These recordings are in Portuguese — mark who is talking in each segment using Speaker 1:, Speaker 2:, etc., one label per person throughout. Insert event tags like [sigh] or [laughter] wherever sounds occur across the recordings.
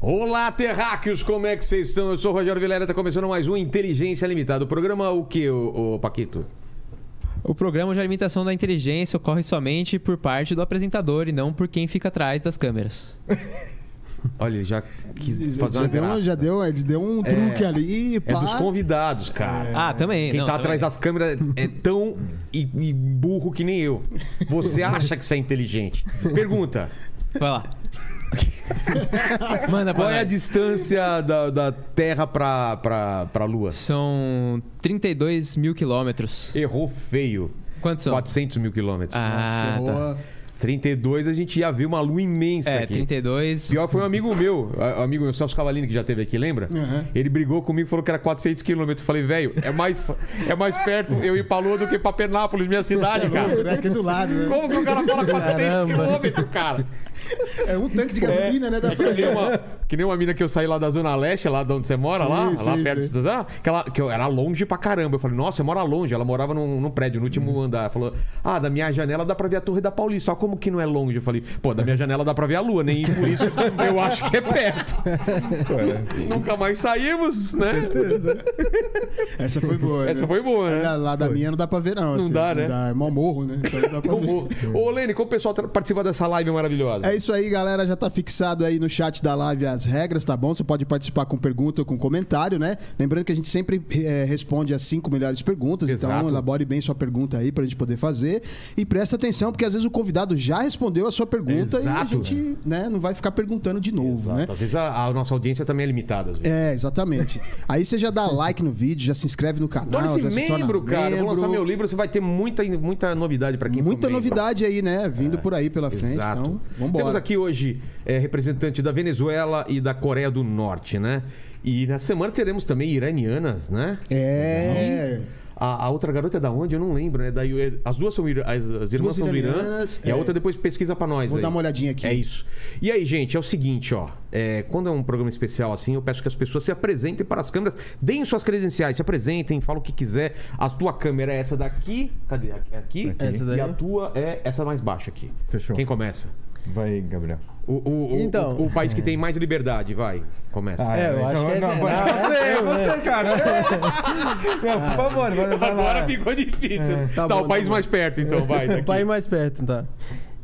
Speaker 1: Olá, terráqueos, como é que vocês estão? Eu sou o Rogério Vilera, tá começando mais um Inteligência Limitada. O programa, é o que, o, Paquito?
Speaker 2: O programa de alimentação da inteligência ocorre somente por parte do apresentador e não por quem fica atrás das câmeras.
Speaker 1: Olha, ele já quis fazer
Speaker 3: Já
Speaker 1: uma
Speaker 3: deu, um-
Speaker 1: graça.
Speaker 3: já deu, ele deu um truque ali,
Speaker 1: É dos
Speaker 3: pá.
Speaker 1: convidados,
Speaker 3: É.
Speaker 1: cara.
Speaker 2: Ah, também.
Speaker 1: Quem
Speaker 2: não,
Speaker 1: tá
Speaker 2: também.
Speaker 1: atrás das câmeras é tão e, e burro que nem eu.
Speaker 3: [laughs]
Speaker 1: Você acha que você é inteligente? Pergunta: [laughs]
Speaker 2: Vai lá. Manda pra
Speaker 1: qual é a
Speaker 2: nós.
Speaker 1: distância da, da Terra pra, pra, pra Lua?
Speaker 2: São 32 mil quilômetros.
Speaker 1: Errou feio.
Speaker 2: Quantos são?
Speaker 1: 400 mil quilômetros.
Speaker 2: Ah, tá.
Speaker 3: Nossa, boa.
Speaker 1: 32 a gente ia ver uma lua imensa
Speaker 2: É,
Speaker 1: aqui.
Speaker 2: 32.
Speaker 1: Pior foi um amigo meu, a- amigo meu, Celso Cavalini, que já teve aqui, lembra?
Speaker 3: Uhum.
Speaker 1: Ele brigou comigo e falou que era 400 quilômetros. Eu Falei, velho, é mais, é mais perto eu ir pra Lua do que pra Penápolis, minha cidade,
Speaker 3: Você é louco,
Speaker 1: Tá, cara.
Speaker 3: né? Aqui do lado, né?
Speaker 1: Como que o cara fala 400
Speaker 2: Caramba.
Speaker 1: quilômetros, cara?
Speaker 3: É um tanque de gasolina, né? Dá pra
Speaker 1: Que nem, uma, que nem uma mina que eu saí lá da Zona Leste, lá de onde você mora,
Speaker 3: Sim,
Speaker 1: lá, lá
Speaker 3: sim,
Speaker 1: perto
Speaker 3: sim.
Speaker 1: de da, que, ela, que eu era longe pra caramba. Eu falei, nossa, você mora longe. Ela morava num, num prédio, no último andar. Ela falou, ah, da minha janela dá pra ver a Torre da Paulista. Ó, como que não é longe? Eu falei, pô, da minha janela dá pra ver a lua, nem por isso [laughs] eu acho que é perto.
Speaker 3: é,
Speaker 1: Nunca mais saímos, né?
Speaker 3: Essa foi boa. né?
Speaker 1: Essa foi boa, né?
Speaker 3: Lá, lá da minha não dá pra ver, não. assim,
Speaker 1: dá, né?
Speaker 3: É mó morro, né?
Speaker 1: [laughs]
Speaker 3: Então não dá pra
Speaker 1: Então,
Speaker 3: ver.
Speaker 1: Ô, ô, Lene, como o pessoal tra- participa dessa live maravilhosa?
Speaker 3: É isso aí, galera. Já tá fixado aí no chat da live as regras, tá bom? Você pode participar com pergunta ou com comentário, né? Lembrando que a gente sempre eh, responde as cinco melhores perguntas,
Speaker 1: Exato.
Speaker 3: então elabore bem sua pergunta aí pra gente poder fazer. E presta atenção, porque às vezes o convidado já respondeu a sua pergunta e a
Speaker 1: Exato,
Speaker 3: gente né, não vai ficar perguntando de novo, né?
Speaker 1: Às vezes a, a nossa audiência também é limitada, às vezes.
Speaker 3: É, exatamente. [laughs] Aí você já dá like no vídeo, já se inscreve no canal.
Speaker 1: Torne-se
Speaker 3: já se torna
Speaker 1: membro, cara. Eu vou lançar
Speaker 3: membro.
Speaker 1: meu livro, você vai ter muita, muita novidade pra quem for
Speaker 3: Muita
Speaker 1: membro. É.
Speaker 3: novidade aí, né? Vindo por aí pela frente.
Speaker 1: Exato.
Speaker 3: Então,
Speaker 1: Temos
Speaker 3: vambora.
Speaker 1: aqui hoje é, representante da Venezuela e da Coreia do Norte, né? E na semana teremos também iranianas, né?
Speaker 3: É.
Speaker 1: A, a outra garota é da onde? Eu não lembro, né? Da, Iu- as duas são ira- as, as irmãs
Speaker 3: Duas
Speaker 1: são do Irã.
Speaker 3: iranianas,
Speaker 1: E a
Speaker 3: é.
Speaker 1: outra depois pesquisa pra nós.
Speaker 3: Vou
Speaker 1: aí.
Speaker 3: dar uma olhadinha aqui.
Speaker 1: É isso. E aí, gente, é o seguinte, ó. É, quando é um programa especial assim, eu peço que as pessoas se apresentem para as câmeras, deem suas credenciais, se apresentem, falam o que quiser. A tua câmera é essa daqui. Cadê? É Aqui.
Speaker 2: Essa daí.
Speaker 1: E a tua é essa mais baixa aqui.
Speaker 4: Fechou.
Speaker 1: Quem começa?
Speaker 4: Vai, Gabriel.
Speaker 1: O, o- o-
Speaker 5: Então.
Speaker 1: o- o país que tem mais liberdade, vai. Começa.
Speaker 4: Ah,
Speaker 5: É, eu acho que é
Speaker 4: não,
Speaker 5: essa-
Speaker 4: pode
Speaker 5: Ah,
Speaker 4: você, é você, cara. [laughs] Não, por favor, vai, vai lá.
Speaker 1: [laughs] Agora ficou difícil. tá,
Speaker 5: Tá bom,
Speaker 1: o país
Speaker 5: tá bom.
Speaker 1: mais perto, então, vai.
Speaker 5: [laughs] O
Speaker 1: daqui.
Speaker 5: país mais perto, tá?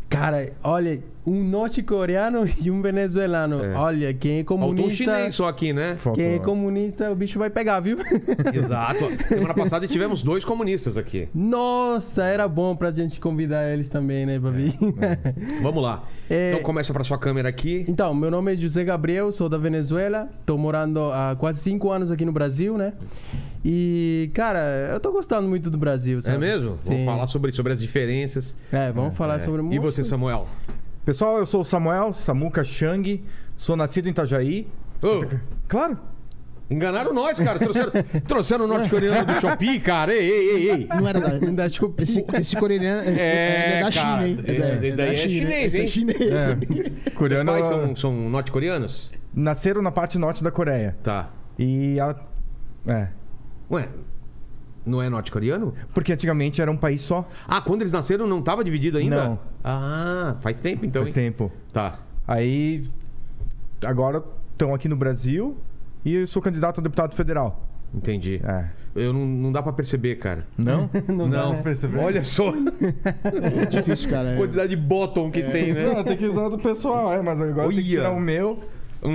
Speaker 5: Cara, olha, um norte-coreano e um venezuelano.
Speaker 1: É.
Speaker 5: Olha, quem é
Speaker 1: Faltou um
Speaker 5: comunista.
Speaker 1: chinês só aqui, né?
Speaker 5: Quem é
Speaker 4: Faltou.
Speaker 5: comunista, o bicho vai pegar, viu?
Speaker 1: [laughs] Exato. Semana passada tivemos dois comunistas aqui.
Speaker 5: Nossa, era bom pra gente convidar eles também, né,
Speaker 2: É,
Speaker 5: [laughs] Babi?
Speaker 1: Vamos lá.
Speaker 5: É.
Speaker 1: Então começa pra sua câmera aqui.
Speaker 5: Então, meu nome é José Gabriel, sou da Venezuela, tô morando há quase cinco anos aqui no Brasil, né? E, cara, eu tô gostando muito do Brasil, sabe?
Speaker 1: É mesmo?
Speaker 5: Sim.
Speaker 1: Vamos falar sobre, sobre as diferenças.
Speaker 5: É, vamos falar sobre um
Speaker 1: E
Speaker 5: monte [laughs]
Speaker 1: você,
Speaker 5: de-
Speaker 1: Samuel?
Speaker 4: Pessoal, eu sou o Samuel Samuca Chang, sou nascido em Itajaí.
Speaker 1: Ô,
Speaker 4: Claro.
Speaker 1: enganaram nós, cara. Trouxeram, [laughs] trouxeram o norte-coreano do Shopee, cara. Ei, ei, ei, ei.
Speaker 3: Não era da.
Speaker 5: da Shopee.
Speaker 3: Esse, esse coreano esse-
Speaker 1: É,
Speaker 3: ele é da
Speaker 1: cara.
Speaker 3: China, hein?
Speaker 1: É,
Speaker 3: da-
Speaker 1: daí é
Speaker 3: da China.
Speaker 1: chinês,
Speaker 3: Esse
Speaker 1: hein?
Speaker 3: é chinês.
Speaker 1: Seus
Speaker 4: Coreano.
Speaker 5: é
Speaker 1: pais são, são norte-coreanos?
Speaker 4: Nasceram na parte norte da Coreia.
Speaker 1: Tá.
Speaker 4: E a. É.
Speaker 1: Ué, não é norte-coreano?
Speaker 4: Porque antigamente era um país só.
Speaker 1: Ah, quando eles nasceram não tava dividido ainda?
Speaker 4: Não.
Speaker 1: Ah, faz tempo então,
Speaker 4: Faz
Speaker 1: hein?
Speaker 4: tempo.
Speaker 1: Tá.
Speaker 4: Aí. Agora estão aqui no Brasil e eu sou candidato a deputado federal.
Speaker 1: Entendi.
Speaker 4: É.
Speaker 1: Eu não, não dá pra perceber, cara.
Speaker 4: Não?
Speaker 5: [laughs] Não dá, né?
Speaker 4: percebeu?
Speaker 1: Olha
Speaker 5: [laughs]
Speaker 1: só a
Speaker 3: É difícil, cara. é.
Speaker 1: quantidade de bottom que tem,
Speaker 4: [laughs]
Speaker 1: né?
Speaker 4: tem que usar do pessoal, é, mas agora tem que
Speaker 1: Olha.
Speaker 4: tirar o meu. E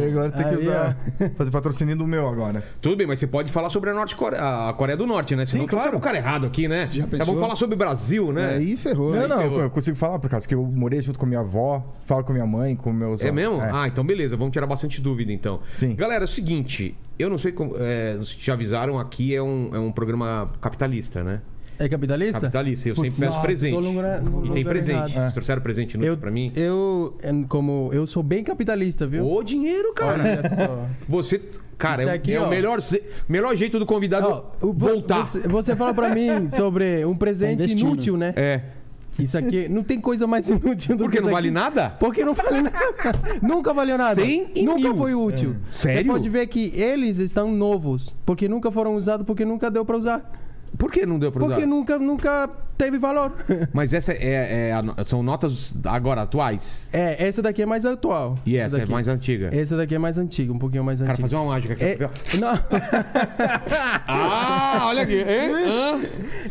Speaker 1: Hum.
Speaker 4: agora tem que
Speaker 5: Aí,
Speaker 4: usar. Fazer patrocínio do meu agora.
Speaker 1: Tudo bem, mas você pode falar sobre a, Norte Core- a Coreia do Norte, né? Senão
Speaker 4: Sim, claro. É
Speaker 1: trouxemos o cara errado aqui, né?
Speaker 3: Já pensou?
Speaker 1: vamos falar sobre o Brasil, né?
Speaker 3: Aí ferrou.
Speaker 4: Não,
Speaker 3: hein?
Speaker 4: não,
Speaker 1: ferrou.
Speaker 4: eu consigo falar por causa que eu morei junto com minha avó, falo com minha mãe, com meus.
Speaker 1: É mesmo?
Speaker 4: É.
Speaker 1: Ah, então beleza, vamos tirar bastante dúvida então.
Speaker 4: Sim.
Speaker 1: Galera, é o seguinte, eu não sei como. É, se te avisaram, aqui é um, é um programa capitalista, né?
Speaker 5: É capitalista?
Speaker 1: Capitalista, tá eu
Speaker 5: Putz,
Speaker 1: sempre peço
Speaker 5: nossa,
Speaker 1: presente.
Speaker 5: tô longra-
Speaker 1: E tem
Speaker 5: longra-
Speaker 1: presente.
Speaker 5: errado.
Speaker 1: Vocês trouxeram presente
Speaker 5: Eu,
Speaker 1: inútil pra mim?
Speaker 5: eu, em- como eu sou bem capitalista, viu?
Speaker 1: Ô, dinheiro, cara!
Speaker 5: Olha
Speaker 1: [laughs]
Speaker 5: só.
Speaker 1: Você. Cara,
Speaker 5: né? Isso
Speaker 1: é, o-
Speaker 5: aqui,
Speaker 1: é o
Speaker 5: ó.
Speaker 1: melhor, ze- melhor jeito do convidado
Speaker 5: Ó, o-
Speaker 1: voltar.
Speaker 5: Você, você fala pra mim sobre um presente
Speaker 3: investindo.
Speaker 5: inútil, né?
Speaker 1: É.
Speaker 5: Isso aqui não tem coisa mais [laughs] inútil do
Speaker 1: Porque
Speaker 5: que
Speaker 1: não
Speaker 5: isso
Speaker 1: vale
Speaker 5: aqui.
Speaker 1: nada?
Speaker 5: Porque não
Speaker 1: [laughs]
Speaker 5: vale nada. nunca valeu nada.
Speaker 1: Cem e
Speaker 5: nunca
Speaker 1: mil. É.
Speaker 5: foi útil. Você
Speaker 1: Sério?
Speaker 5: pode ver que eles estão novos, porque nunca foram usados, porque nunca deu pra usar.
Speaker 1: Por que não deu pra
Speaker 5: Porque
Speaker 1: usar?
Speaker 5: nunca, nunca
Speaker 1: [laughs]
Speaker 5: teve valor.
Speaker 1: Mas essa é, é a no- são notas agora atuais.
Speaker 5: É, essa daqui é mais atual.
Speaker 1: E essa, é
Speaker 5: daqui.
Speaker 1: mais antiga.
Speaker 5: Essa daqui é mais antiga, um pouquinho mais
Speaker 1: Cara, [laughs]
Speaker 5: antiga.
Speaker 1: fazer uma mágica aqui.
Speaker 5: É- não, [laughs]
Speaker 1: Ah, olha aqui. hein? Hã?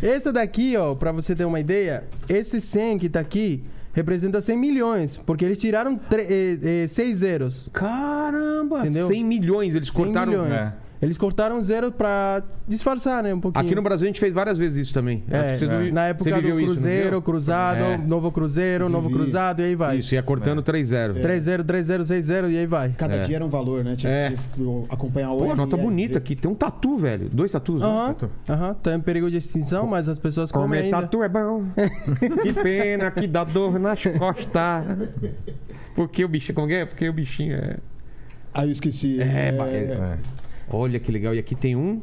Speaker 5: essa daqui, ó, pra você ter uma ideia, esse 100 que tá aqui representa 100 milhões, porque eles tiraram 6 zeros.
Speaker 1: Caramba!
Speaker 5: Entendeu?
Speaker 1: 100 milhões eles
Speaker 5: 100
Speaker 1: cortaram.
Speaker 5: milhões.
Speaker 1: É.
Speaker 5: Eles cortaram zero pra disfarçar, né, um pouquinho.
Speaker 1: Aqui no Brasil a gente fez várias vezes isso também. Acho
Speaker 5: É,
Speaker 1: que você não-
Speaker 5: Na
Speaker 1: você
Speaker 5: época do
Speaker 1: viveu isso, não
Speaker 5: Cruzeiro,
Speaker 1: viu?
Speaker 5: Cruzado,
Speaker 1: É.
Speaker 5: Novo Cruzeiro, Novo
Speaker 3: Vivi.
Speaker 5: Cruzado, e aí vai.
Speaker 1: Isso, É. ia cortando 3-0.
Speaker 5: 3-0, 3-0, 6-0, e aí vai.
Speaker 3: Cada
Speaker 1: É.
Speaker 3: dia era um valor, né? Tinha
Speaker 1: É.
Speaker 3: que f- acompanhar o
Speaker 1: Pô,
Speaker 3: RR,
Speaker 1: nota bonita
Speaker 3: ver.
Speaker 1: aqui. Tem um tatu, velho. Dois tatus. né?
Speaker 5: Aham, aham, tá em perigo de extinção, mas as pessoas comem
Speaker 1: Comer
Speaker 5: ainda.
Speaker 1: tatu é
Speaker 5: [laughs]
Speaker 1: bom. que pena que dá dor nas costas. Porque o bichinho. Como é? Porque o bichinho é.
Speaker 3: Ah, eu esqueci.
Speaker 1: É, ba- é. Olha que legal. E aqui tem um.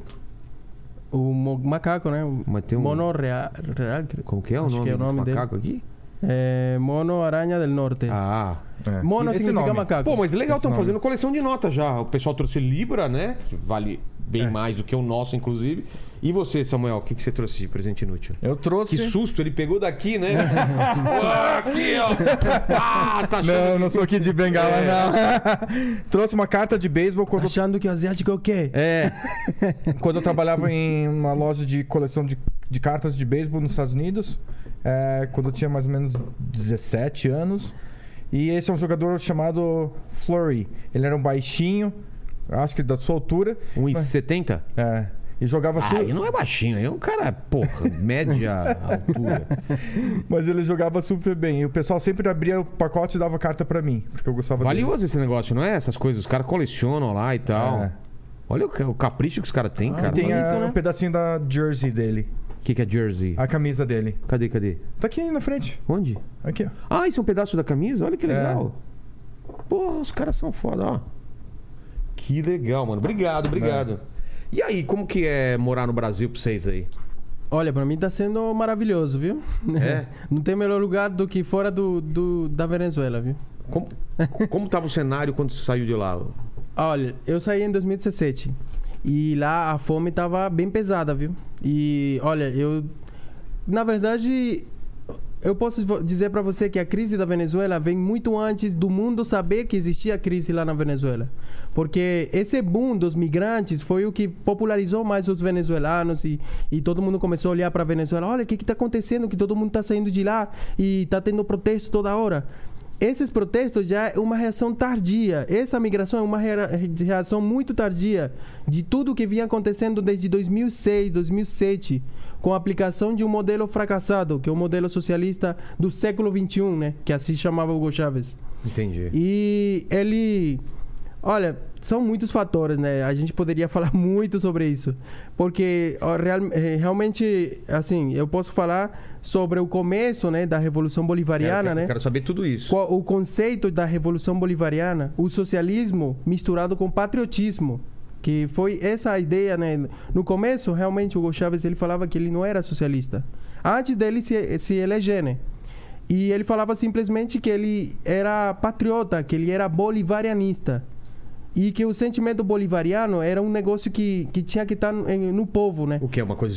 Speaker 5: O mo- macaco, né? O
Speaker 1: Mas tem um-
Speaker 5: Monorreal. real-
Speaker 1: Como que é o
Speaker 5: Acho
Speaker 1: nome
Speaker 5: que é o
Speaker 1: do
Speaker 5: nome dele.
Speaker 1: macaco aqui?
Speaker 5: É, mono Aranha del Norte.
Speaker 1: Ah.
Speaker 4: É.
Speaker 5: Mono
Speaker 4: Esse
Speaker 5: significa
Speaker 4: nome.
Speaker 5: macaco.
Speaker 1: Pô, mas legal, estão
Speaker 4: nome.
Speaker 1: fazendo coleção de notas já. O pessoal trouxe Libra, né? Que vale bem
Speaker 4: É.
Speaker 1: mais do que o nosso, inclusive. E você, Samuel, o que, que você trouxe de presente inútil?
Speaker 4: Eu trouxe.
Speaker 1: Que susto, ele pegou daqui,
Speaker 4: [laughs]
Speaker 1: né? Ué, aqui, ó. Ah, tá achando
Speaker 4: Não, não sou aqui de bengala,
Speaker 1: É.
Speaker 4: não. [laughs] Trouxe uma carta de beisebol quando,
Speaker 5: Achando que o asiático é o quê?
Speaker 1: É,
Speaker 4: quando eu trabalhava em uma loja de coleção de, de cartas de beisebol nos Estados Unidos. é, quando eu tinha mais ou menos 17 anos. E esse é um jogador chamado Flurry. Ele era um baixinho, acho que da sua altura.
Speaker 1: 1,70?
Speaker 4: É, e jogava
Speaker 1: Ah,
Speaker 4: su-
Speaker 1: ele não é baixinho, ele é um cara, porra, média
Speaker 4: [laughs]
Speaker 1: altura.
Speaker 4: Mas ele jogava super bem. E o pessoal sempre abria o pacote e dava carta pra mim, porque eu gostava dele.
Speaker 1: Valioso esse negócio, não é? Essas coisas, os caras colecionam lá e tal.
Speaker 4: É.
Speaker 1: Olha o, ca- o capricho que os caras têm, cara.
Speaker 4: E tem
Speaker 1: Olha-
Speaker 4: a-
Speaker 5: né?
Speaker 4: um pedacinho da jersey dele,
Speaker 1: O que, que é jersey?
Speaker 4: a camisa dele.
Speaker 1: Cadê, cadê?
Speaker 4: Tá aqui na frente.
Speaker 1: Onde?
Speaker 4: Aqui, ó.
Speaker 1: Ah, isso é um pedaço da camisa? Olha que legal. Porra, os caras são foda, ó. Que legal, mano. Obrigado, obrigado. E aí, como que é morar no Brasil pra vocês aí?
Speaker 5: Olha, pra mim tá sendo maravilhoso, viu?
Speaker 1: É?
Speaker 5: [laughs] Não tem melhor lugar do que fora do, do- da Venezuela, viu?
Speaker 1: Como, como tava o cenário quando você saiu de lá?
Speaker 5: Olha, eu saí em 2017 e lá a fome tava bem pesada, viu? E olha, eu na verdade eu posso vo- dizer pra você que a crise da Venezuela vem muito antes do mundo saber que existia a crise lá na Venezuela. Porque esse boom dos migrantes foi o que popularizou mais os venezuelanos e, e todo mundo começou a olhar pra Venezuela, olha o que que tá acontecendo, que todo mundo tá saindo de lá e tá tendo protesto toda hora. Esses protestos já é uma reação tardia. Essa migração é uma rea- reação muito tardia de tudo que vinha acontecendo desde 2006, 2007, com a aplicação de um modelo fracassado, que é o modelo socialista do século XXI, né? que assim chamava Hugo Chávez.
Speaker 1: Entendi.
Speaker 5: E ele. Olha, são muitos fatores, né? A gente poderia [laughs] falar muito sobre isso. Porque ó, real- eh, realmente, assim, eu posso falar sobre o começo né, da Revolução Bolivariana,
Speaker 1: É, quero,
Speaker 5: né?
Speaker 1: Quero saber tudo isso.
Speaker 5: Qual- o conceito da Revolução Bolivariana, o socialismo misturado com patriotismo, que foi essa a ideia, né? No começo, realmente, o Hugo Chávez ele falava que ele não era socialista. Antes dele se, se eleger, né? E ele falava simplesmente que ele era patriota, que ele era bolivarianista. E que o sentimento bolivariano era um negócio que, que tinha que estar no, no povo, né?
Speaker 1: O que é uma coisa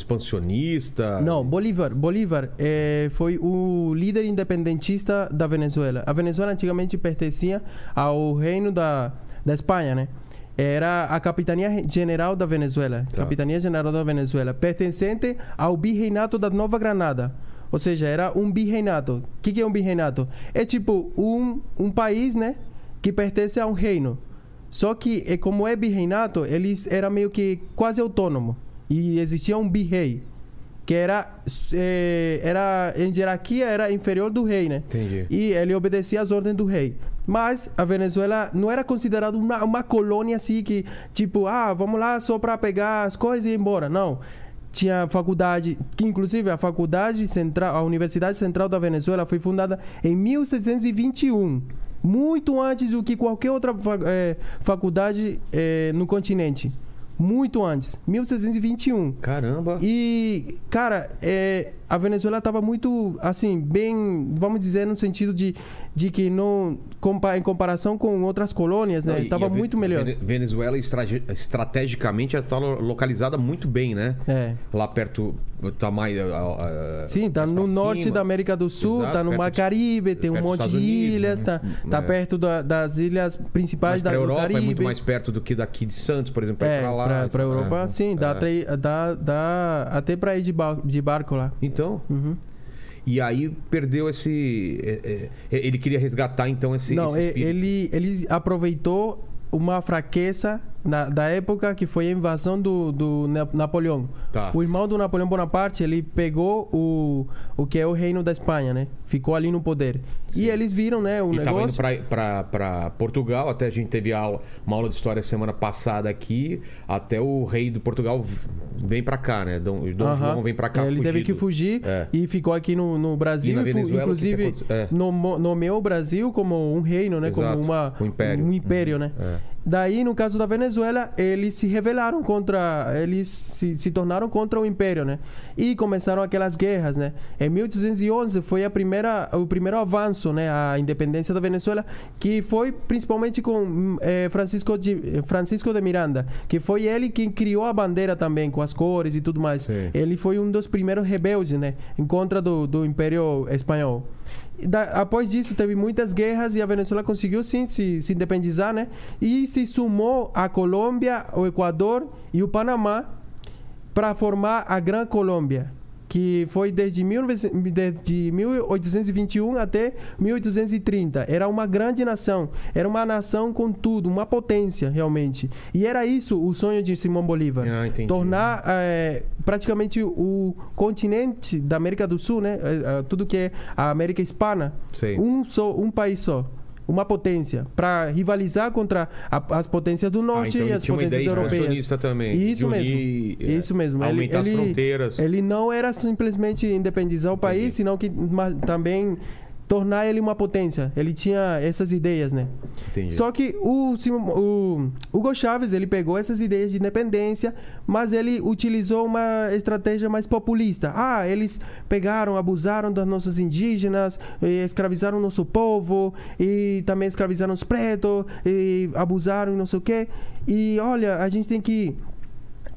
Speaker 1: expansionista?
Speaker 5: Não, Bolívar, Bolívar eh, foi o líder independentista da Venezuela. A Venezuela antigamente pertencia ao reino da, da Espanha, né? Era a capitania Re- general da Venezuela,
Speaker 1: Tá.
Speaker 5: capitania general da Venezuela, pertencente ao virreinato da Nova Granada. Ou seja, era um virreinato. O que, que é um virreinato? É tipo um, um país, né? Que pertence a um reino. Só que, eh, como é virreinato, eles era meio que quase autônomo. E existia um virrei, que era, eh, era em hierarquia, era inferior do rei, né?
Speaker 1: Entendi.
Speaker 5: E ele obedecia às ordens do rei. Mas a Venezuela não era considerada uma, uma colônia assim que, tipo, ah, vamos lá só para pegar as coisas e ir embora. Não. Tinha faculdade, que inclusive a faculdade central, a Universidade Central da Venezuela foi fundada em 1721, muito antes do que qualquer outra fa- eh, faculdade eh, no continente. Muito antes, 1721.
Speaker 1: Caramba.
Speaker 5: E, cara, é, a Venezuela estava muito, assim, bem, vamos dizer, no sentido de, de que não, compa- em comparação com outras colônias, né?
Speaker 1: Não, e- e a
Speaker 5: Estava
Speaker 1: Ve-
Speaker 5: muito melhor.
Speaker 1: Vene- Venezuela estrage- estrategicamente está localizada muito bem, né?
Speaker 5: É.
Speaker 1: Lá perto tá mais ah, ah,
Speaker 5: Sim, tá
Speaker 1: mais
Speaker 5: no
Speaker 1: pra
Speaker 5: norte
Speaker 1: cima.
Speaker 5: da América do Sul,
Speaker 1: Exato,
Speaker 5: tá no
Speaker 1: perto
Speaker 5: Mar
Speaker 1: dos-
Speaker 5: Caribe, tem um
Speaker 1: perto dos
Speaker 5: monte de
Speaker 1: Estados Unidos,
Speaker 5: ilhas,
Speaker 1: né?
Speaker 5: tá, tá
Speaker 1: É.
Speaker 5: perto da- das ilhas principais
Speaker 1: Mas
Speaker 5: da
Speaker 1: pra
Speaker 5: do
Speaker 1: Europa é
Speaker 5: Caribe.
Speaker 1: muito mais perto do que daqui de Santos, por exemplo, pra ir
Speaker 5: É,
Speaker 1: pra lá.
Speaker 5: pra,
Speaker 1: e
Speaker 5: pra
Speaker 1: tudo mais,
Speaker 5: Europa,
Speaker 1: né?
Speaker 5: sim, dá,
Speaker 1: É.
Speaker 5: trei- dá, dá até pra ir de, ba- de barco lá.
Speaker 1: Então,
Speaker 5: Uhum.
Speaker 1: e aí perdeu esse. é, é, ele queria resgatar então esse.
Speaker 5: Não,
Speaker 1: esse
Speaker 5: e-
Speaker 1: espírito.
Speaker 5: ele, ele aproveitou uma fraqueza na- da época que foi a invasão do, do Na- Napoleão.
Speaker 1: Tá.
Speaker 5: O irmão do Napoleão Bonaparte, ele pegou o, o que é o reino da Espanha, né? Ficou ali no poder. E eles viram, né, o
Speaker 1: E tava indo
Speaker 5: negócio...
Speaker 1: pra- pra pra Portugal, até a gente teve aula- uma aula de história semana passada aqui, até o rei do Portugal v- vem pra cá, né? Dom, Dom
Speaker 5: Aham.
Speaker 1: João vem pra cá
Speaker 5: Ele teve
Speaker 1: fugido.
Speaker 5: que fugir
Speaker 1: É.
Speaker 5: e ficou aqui no, no Brasil.
Speaker 1: E na
Speaker 5: fu-
Speaker 1: Venezuela,
Speaker 5: inclusive,
Speaker 1: o que que aconteceu? É.
Speaker 5: nomo- nomeou o Brasil como um reino, né?
Speaker 1: Exato.
Speaker 5: Como uma,
Speaker 1: Um império.
Speaker 5: Um império, né?
Speaker 1: É.
Speaker 5: Daí, no caso da Venezuela, eles se rebelaram contra... Eles se, se tornaram contra o império, né? E começaram aquelas guerras, né? Em 1811 foi a primeira, o primeiro avanço, né? A independência da Venezuela, que foi principalmente com hum, eh, Francisco, de, eh, Francisco de Miranda, que foi ele quem criou a bandeira também, com as cores e tudo mais.
Speaker 1: Sim.
Speaker 5: Ele foi um dos primeiros rebeldes, né? Em contra do, do Império Espanhol. E Da, após isso, teve muitas guerras e a Venezuela conseguiu sim se, se independizar, né? E se sumou a Colômbia, o Equador e o Panamá para formar a Gran Colômbia, que foi desde, 1900 desde 1821 até 1830. Era uma grande nação, era uma nação com tudo, uma potência realmente. E era isso o sonho de Simão Bolívar
Speaker 1: Ah, entendi.
Speaker 5: tornar eh, praticamente o continente da América do Sul, né, eh, eh, tudo que é a América Hispana,
Speaker 1: Sei.
Speaker 5: um só, um país só, uma potência para rivalizar contra a- as potências do
Speaker 1: Ah,
Speaker 5: norte
Speaker 1: então
Speaker 5: e
Speaker 1: ele
Speaker 5: as
Speaker 1: tinha uma
Speaker 5: potências
Speaker 1: ideia
Speaker 5: europeias.
Speaker 1: expansionista também.
Speaker 5: Isso
Speaker 1: de
Speaker 5: mesmo.
Speaker 1: unir, é,
Speaker 5: Isso mesmo. Ele-
Speaker 1: Aumentar
Speaker 5: ele-
Speaker 1: as fronteiras.
Speaker 5: Ele não era simplesmente independizar o país, senão que mas também tornar ele uma potência. Ele tinha essas ideias, né?
Speaker 1: Entendi.
Speaker 5: Só que o, Sim- o Hugo Chávez, ele pegou essas ideias de independência, mas ele utilizou uma estratégia mais populista. Ah, eles pegaram, abusaram das nossas indígenas, eh, escravizaram nosso povo, e também escravizaram os pretos, e abusaram e não sei o quê. E olha, a gente tem que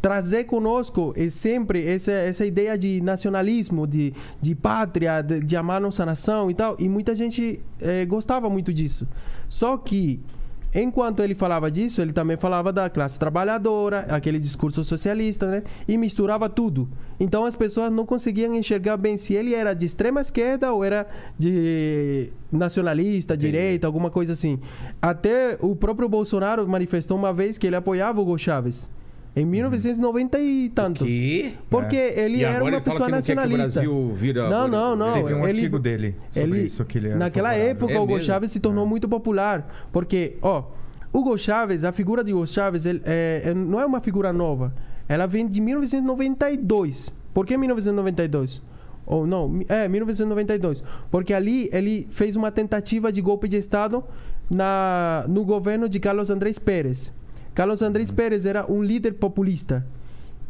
Speaker 5: trazer conosco é sempre essa, essa ideia de nacionalismo, de, de pátria, de, de amar nossa nação e tal. E muita gente eh, gostava muito disso. Só que, enquanto ele falava disso, ele também falava da classe trabalhadora, aquele discurso socialista, né? E misturava tudo. Então as pessoas não conseguiam enxergar bem se ele era de extrema esquerda ou era de nacionalista, direita, alguma coisa assim. Até o próprio Bolsonaro manifestou uma vez que ele apoiava o Hugo Chávez. Em 1990 e tantos.
Speaker 1: Que?
Speaker 5: Porque ele
Speaker 1: É. E
Speaker 5: era
Speaker 1: agora
Speaker 5: uma
Speaker 1: ele fala
Speaker 5: pessoa
Speaker 1: que não quer que o
Speaker 5: nacionalista.
Speaker 1: Brasil vira-
Speaker 5: Não, não, não.
Speaker 4: Teve um
Speaker 5: ele,
Speaker 4: artigo dele sobre
Speaker 5: ele,
Speaker 4: isso que ele era
Speaker 5: naquela
Speaker 4: favorável.
Speaker 5: época,
Speaker 1: É
Speaker 5: o Hugo
Speaker 1: mesmo?
Speaker 5: Chávez se tornou muito popular. Porque, ó, Hugo Chávez, a figura de Hugo Chávez, ele, é, é- não é uma figura nova. Ela vem de 1992. Por que 1992? Ou não, mi- é 1992. Porque ali ele fez uma tentativa de golpe de Estado na, no governo de Carlos Andrés Pérez. Carlos Andrés
Speaker 4: Uhum.
Speaker 5: Pérez era um líder populista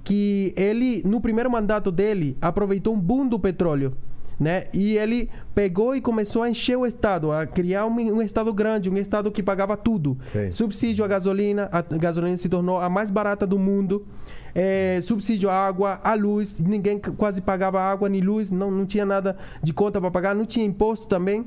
Speaker 5: que ele, no primeiro mandato dele, aproveitou um boom do petróleo. Né? E ele pegou e começou a encher o Estado, a criar um, um Estado grande, um Estado que pagava tudo.
Speaker 1: Sei.
Speaker 5: Subsídio à gasolina, a gasolina se tornou a mais barata do mundo. É, subsídio à água, à luz, ninguém c- quase pagava água nem luz, não, não tinha nada de conta para pagar, não tinha imposto também.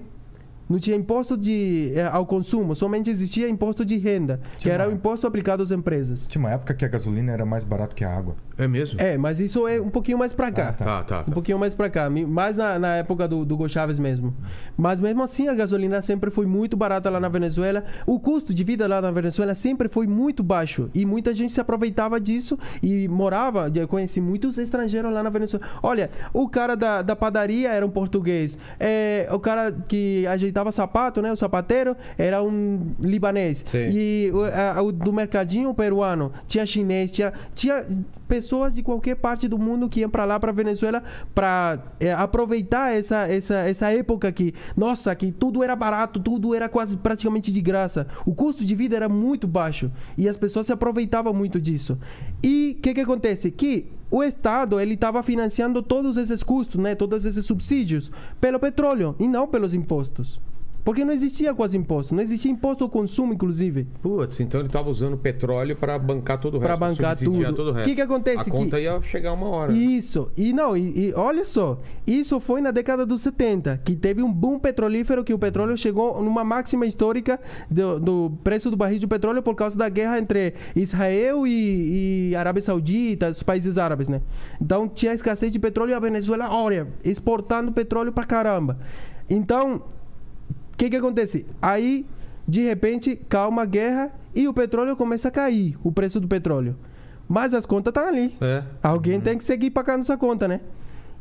Speaker 5: Não tinha imposto de, eh, ao consumo, somente existia imposto de renda, que era o imposto aplicado às empresas.
Speaker 4: Tinha uma época que a gasolina era mais barato que a água.
Speaker 1: É mesmo?
Speaker 5: É, mas isso é um pouquinho mais pra cá.
Speaker 1: Tá, tá.
Speaker 5: Um
Speaker 1: tá.
Speaker 5: pouquinho mais pra cá, mi- mais na, na época do, do Hugo Chávez mesmo. Mas mesmo assim, a gasolina sempre foi muito barata lá na Venezuela. O custo de vida lá na Venezuela sempre foi muito baixo. E muita gente se aproveitava disso e morava. Eu conheci muitos estrangeiros lá na Venezuela. Olha, o cara da, da padaria era um português. É, o cara que ajeitava sapato, né? O sapateiro era um libanês.
Speaker 1: Sim.
Speaker 5: E o, a- o do mercadinho peruano tinha chinês, tinha, tinha pessoas de qualquer parte do mundo que iam para lá, para Venezuela, para aproveitar essa, essa, essa época que, nossa, que tudo era barato, tudo era quase praticamente de graça. O custo de vida era muito baixo e as pessoas se aproveitavam muito disso. E o que, que acontece? Que o Estado ele estava financiando todos esses custos, né, todos esses subsídios pelo petróleo e não pelos impostos. Porque não existia quase imposto, não existia imposto ao consumo, inclusive.
Speaker 1: Putz, então ele tava usando petróleo pra bancar todo o resto.
Speaker 5: Pra bancar
Speaker 1: subsidiar
Speaker 5: tudo.
Speaker 1: todo o resto.
Speaker 5: Que que acontece
Speaker 1: A
Speaker 5: que-
Speaker 1: conta ia chegar uma hora. né?
Speaker 5: Isso. E não, e, e olha só, isso foi na década dos 70, que teve um boom petrolífero que o petróleo chegou numa máxima histórica do, do preço do barril de petróleo por causa da guerra entre Israel e, e Arábia Saudita, os países árabes, né? Então tinha escassez de petróleo e a Venezuela, olha, exportando petróleo pra caramba. Então, o que, que acontece? Aí, de repente, calma a guerra e o petróleo começa a cair, o preço do petróleo. Mas as contas estão ali.
Speaker 1: É.
Speaker 5: Alguém tem que seguir pagando essa conta, né?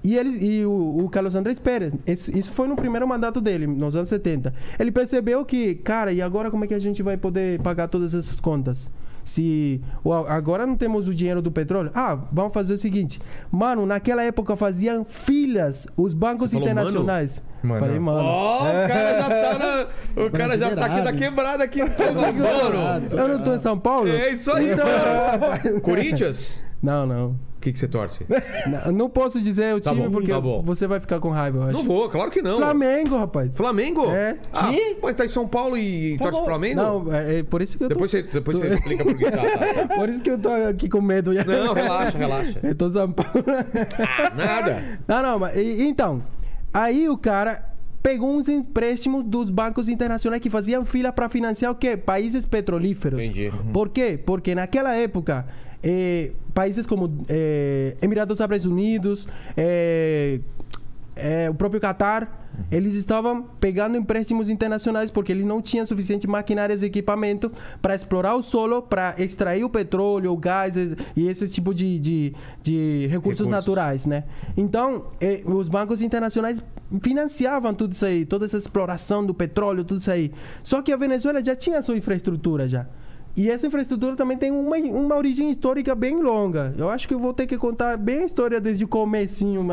Speaker 5: E, ele, e o, o Carlos Andrés Pérez, esse- isso foi no primeiro mandato dele, nos anos 70. Ele percebeu que, cara, e agora como é que a gente vai poder pagar todas essas contas? Se o- agora não temos o dinheiro do petróleo, ah, vamos fazer o seguinte. Mano, naquela época faziam filas os bancos
Speaker 1: Você falou, mano?
Speaker 5: internacionais.
Speaker 4: Mano.
Speaker 5: Falei, mano.
Speaker 1: Ó, o cara já tá na-
Speaker 5: [laughs]
Speaker 1: O cara já tá aqui da
Speaker 3: Brasileirado.
Speaker 1: quebrada aqui em São Paulo.
Speaker 5: Eu não tô em São Paulo?
Speaker 1: É isso aí.
Speaker 5: [laughs] Então-
Speaker 1: Corinthians?
Speaker 5: Não, não.
Speaker 1: O que, que você torce?
Speaker 5: Não- Não posso dizer o
Speaker 1: Tá
Speaker 5: time
Speaker 1: bom,
Speaker 5: porque
Speaker 1: tá bom.
Speaker 5: você vai ficar com raiva, eu acho.
Speaker 1: Não vou, claro que não.
Speaker 5: Flamengo, rapaz.
Speaker 1: Flamengo?
Speaker 5: É.
Speaker 1: Ah, mas tá em São Paulo e torce pro Flamengo?
Speaker 5: Não, é, é por isso que eu tô,
Speaker 1: Depois você, depois você explica por que tá, tá.
Speaker 5: [laughs] por isso que eu tô aqui com medo.
Speaker 1: Não, relaxa, relaxa.
Speaker 5: [laughs] Eu tô São Paulo.
Speaker 1: [laughs] Ah, nada.
Speaker 5: Não, não, mas e- então, aí o cara pegou uns empréstimos dos bancos internacionais que faziam fila para financiar o quê? Países petrolíferos.
Speaker 1: Entendi. Uhum.
Speaker 5: Por quê? Porque naquela época, eh, países como eh, Emirados Árabes Unidos, eh, eh, o próprio Catar,
Speaker 1: Uhum.
Speaker 5: eles estavam pegando empréstimos internacionais porque eles não tinham suficiente maquinárias e equipamento para explorar o solo, para extrair o petróleo, o gás es- e esse tipo de, de, de recursos,
Speaker 1: Recursos.
Speaker 5: naturais, né? Então, eh, os bancos internacionais financiavam tudo isso aí, toda essa exploração do petróleo, tudo isso aí. Só que a Venezuela já tinha sua infraestrutura já. E essa infraestrutura também tem uma, uma origem histórica bem longa. Eu acho que eu vou ter que contar bem a história desde o comecinho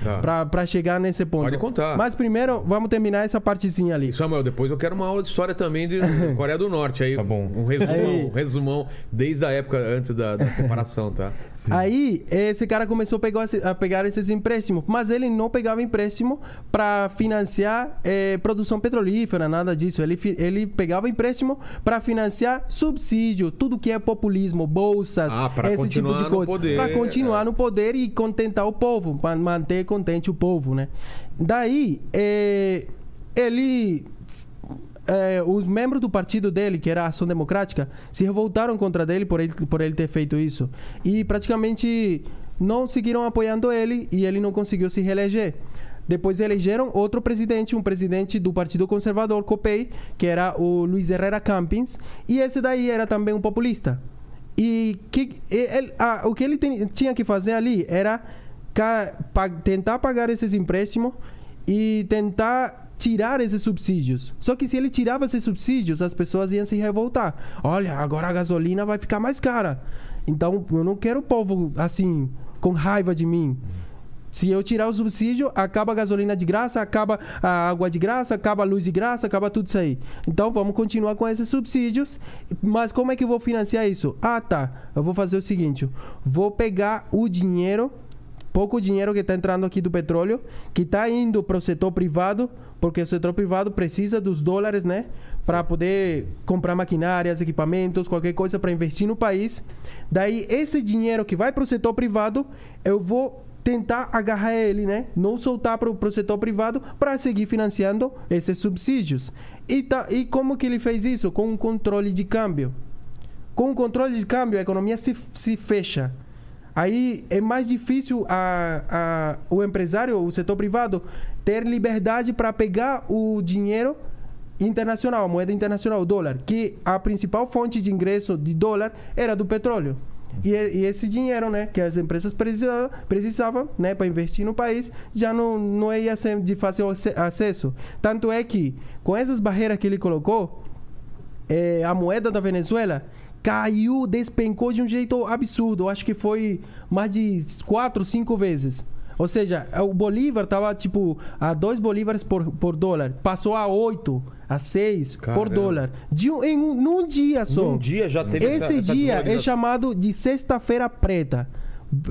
Speaker 1: Tá.
Speaker 5: para pra chegar nesse ponto.
Speaker 1: Pode contar.
Speaker 5: Mas primeiro, vamos terminar essa partezinha ali.
Speaker 1: E, Samuel, depois eu quero uma aula de história também [laughs] de Coreia do Norte. Aí,
Speaker 4: Tá bom.
Speaker 1: Um resumão,
Speaker 5: Aí.
Speaker 1: um resumão desde a época antes da, da separação, tá?
Speaker 5: Aí, esse cara começou a pegar, esse- a pegar esses empréstimos, mas ele não pegava empréstimo para financiar eh, produção petrolífera, nada disso. Ele, fi- ele pegava empréstimo para financiar subsídio, tudo que é populismo, bolsas,
Speaker 1: Ah, pra
Speaker 5: esse tipo
Speaker 1: continuar
Speaker 5: de
Speaker 1: no
Speaker 5: coisa.
Speaker 1: poder, é.
Speaker 5: Para continuar no poder e contentar o povo, para manter contente o povo, né? Daí, eh, ele é, os membros do partido dele, que era a Ação Democrática, se revoltaram contra dele por ele, por ele ter feito isso. E praticamente não seguiram apoiando ele e ele não conseguiu se reeleger. Depois elegeram outro presidente, um presidente do Partido Conservador, COPEI, que era o Luiz Herrera Campins, e esse daí era também um populista. E que, e- ele- ah, o que ele tem- tinha que fazer ali era ca- pa- tentar pagar esses empréstimos e tentar tirar esses subsídios. Só que se ele tirava esses subsídios, as pessoas iam se revoltar. Olha, agora a gasolina vai ficar mais cara. Então eu não quero o povo assim com raiva de mim. Se eu tirar o subsídio, acaba a gasolina de graça, acaba a água de graça, acaba a luz de graça, acaba tudo isso aí. Então vamos continuar com esses subsídios. Mas como é que eu vou financiar isso? Ah, tá. Eu vou fazer o seguinte: vou pegar o dinheiro, pouco dinheiro que está entrando aqui do petróleo, que está indo para o setor privado, porque o setor privado precisa dos dólares, né? Para poder comprar maquinárias, equipamentos, qualquer coisa para investir no país. Daí, esse dinheiro que vai para o setor privado, eu vou tentar agarrar ele, né? Não soltar para o setor privado para seguir financiando esses subsídios. E, tá, e como que ele fez isso? Com o controle de câmbio. Com o controle de câmbio, a economia se, se fecha. Aí é mais difícil a, a, o empresário, o setor privado, ter liberdade para pegar o dinheiro internacional, a moeda internacional, o dólar, que a principal fonte de ingresso de dólar era do petróleo. E, e esse dinheiro, né, que as empresas precisa- precisavam, né, para investir no país, já não, não ia ser de fácil ace- acesso. Tanto é que, com essas barreiras que ele colocou, é, a moeda da Venezuela caiu, despencou de um jeito absurdo. Eu acho que foi mais de 4, 5 vezes. Ou seja, o Bolívar tava tipo a 2 bolívares por, por dólar, passou a 8, a 6 por
Speaker 1: Caramba.
Speaker 5: dólar. De um, em um, num dia só.
Speaker 1: Um dia já teve
Speaker 5: Esse
Speaker 1: essa- essa
Speaker 5: dia é
Speaker 1: desvalorização.
Speaker 5: chamado de Sexta-feira Preta.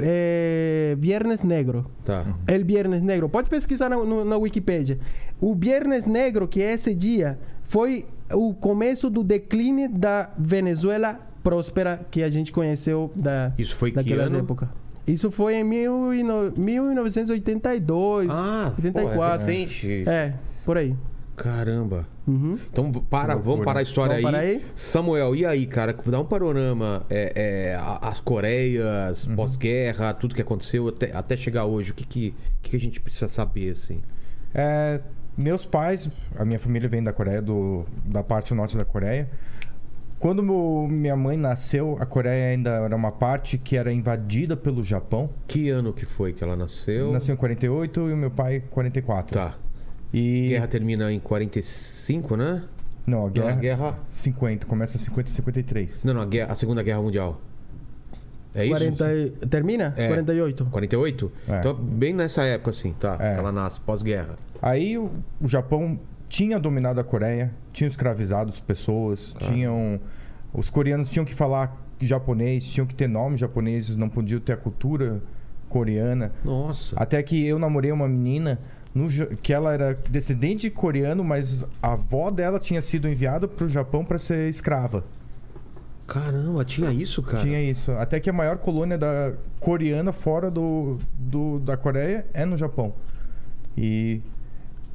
Speaker 5: é, Viernes Negro.
Speaker 1: Tá.
Speaker 5: É El Viernes Negro. Pode pesquisar na, no- na Wikipédia. O Viernes Negro, que é esse dia, foi o começo do declínio da Venezuela próspera que a gente conheceu da,
Speaker 1: Isso foi que
Speaker 5: daquelas
Speaker 1: ano?
Speaker 5: época. Isso foi em 19- 1982,
Speaker 1: Ah, pô,
Speaker 5: 84.
Speaker 1: é recente.
Speaker 5: é, por aí.
Speaker 1: Caramba.
Speaker 5: Uhum.
Speaker 1: Então v- para, vamos
Speaker 4: loucura.
Speaker 1: parar a história
Speaker 5: Vamos parar
Speaker 1: aí.
Speaker 5: aí?
Speaker 1: Samuel, e aí, cara? Dá um panorama. é, é, a- as Coreias, pós-guerra, tudo que aconteceu até, até chegar hoje. O que, que, o que que a gente precisa saber, assim?
Speaker 4: É, meus pais, a minha família vem da Coreia, do, da parte norte da Coreia. Quando meu- minha mãe nasceu, a Coreia ainda era uma parte que era invadida pelo Japão.
Speaker 1: Que ano que foi que ela nasceu?
Speaker 4: Eu nasci em 48 e o meu pai em 44.
Speaker 1: Tá.
Speaker 4: E
Speaker 1: Guerra termina em 45, né?
Speaker 4: não, a
Speaker 1: Não,
Speaker 4: guerra,
Speaker 1: a guerra.
Speaker 4: 50, começa 50 e 53.
Speaker 1: Não, não, a, guerra, a Segunda Guerra Mundial. É isso?
Speaker 5: 40 e- Termina?
Speaker 1: É.
Speaker 5: 48.
Speaker 1: 48?
Speaker 4: É.
Speaker 1: Então, bem nessa época, assim, tá?
Speaker 4: É.
Speaker 1: Ela nasce pós-guerra.
Speaker 4: Aí o, o Japão tinha dominado a Coreia, tinha escravizado as pessoas, tinham os coreanos tinham que falar japonês, tinham que ter nome japoneses, não podiam ter a cultura coreana.
Speaker 1: Nossa.
Speaker 4: Até que eu namorei uma menina no Ja- que ela era descendente de coreano, mas a avó dela tinha sido enviada para o Japão para ser escrava.
Speaker 1: Caramba, tinha isso, cara?
Speaker 4: Tinha isso. Até que a maior colônia da coreana fora do, do- da Coreia é no Japão. E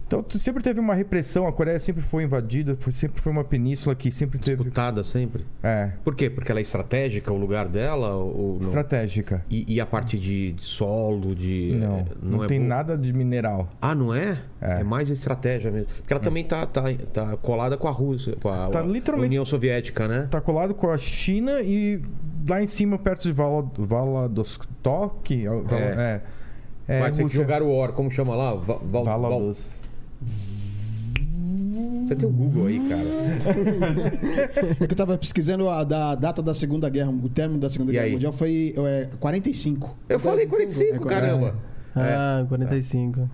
Speaker 4: então tu- sempre teve uma repressão. A Coreia sempre foi invadida, foi- sempre foi uma península que sempre teve
Speaker 1: Disputada sempre.
Speaker 4: é,
Speaker 1: Por quê? Porque ela é estratégica, o lugar dela? Ou não?
Speaker 4: estratégica.
Speaker 1: E, e a parte de, de solo, de.
Speaker 4: Não,
Speaker 1: é,
Speaker 4: não,
Speaker 1: é
Speaker 4: tem
Speaker 1: bo-
Speaker 4: nada de mineral.
Speaker 1: Ah, não é?
Speaker 4: É.
Speaker 1: mais estratégia mesmo. Porque ela também tá, tá, tá colada com a Rússia, com a,
Speaker 4: Tá
Speaker 1: a
Speaker 4: literalmente-
Speaker 1: União Soviética, né?
Speaker 4: Tá colado com a China e lá em cima, perto de Vala- Vladivostok, é, Vala-
Speaker 1: É.
Speaker 4: é, é,
Speaker 1: Mas tem que
Speaker 4: Rússia.
Speaker 1: jogar o Or, como chama lá? Val, Val- Val-
Speaker 4: Valadus.
Speaker 1: Você tem o Google aí, cara.
Speaker 3: Porque é eu tava pesquisando a da data da Segunda Guerra, o término da Segunda
Speaker 1: E
Speaker 3: Guerra
Speaker 1: aí?
Speaker 3: Mundial foi é, 45.
Speaker 4: Hum.
Speaker 1: Eu falei 45,
Speaker 3: É 45.
Speaker 1: caramba. É.
Speaker 5: Ah, 45.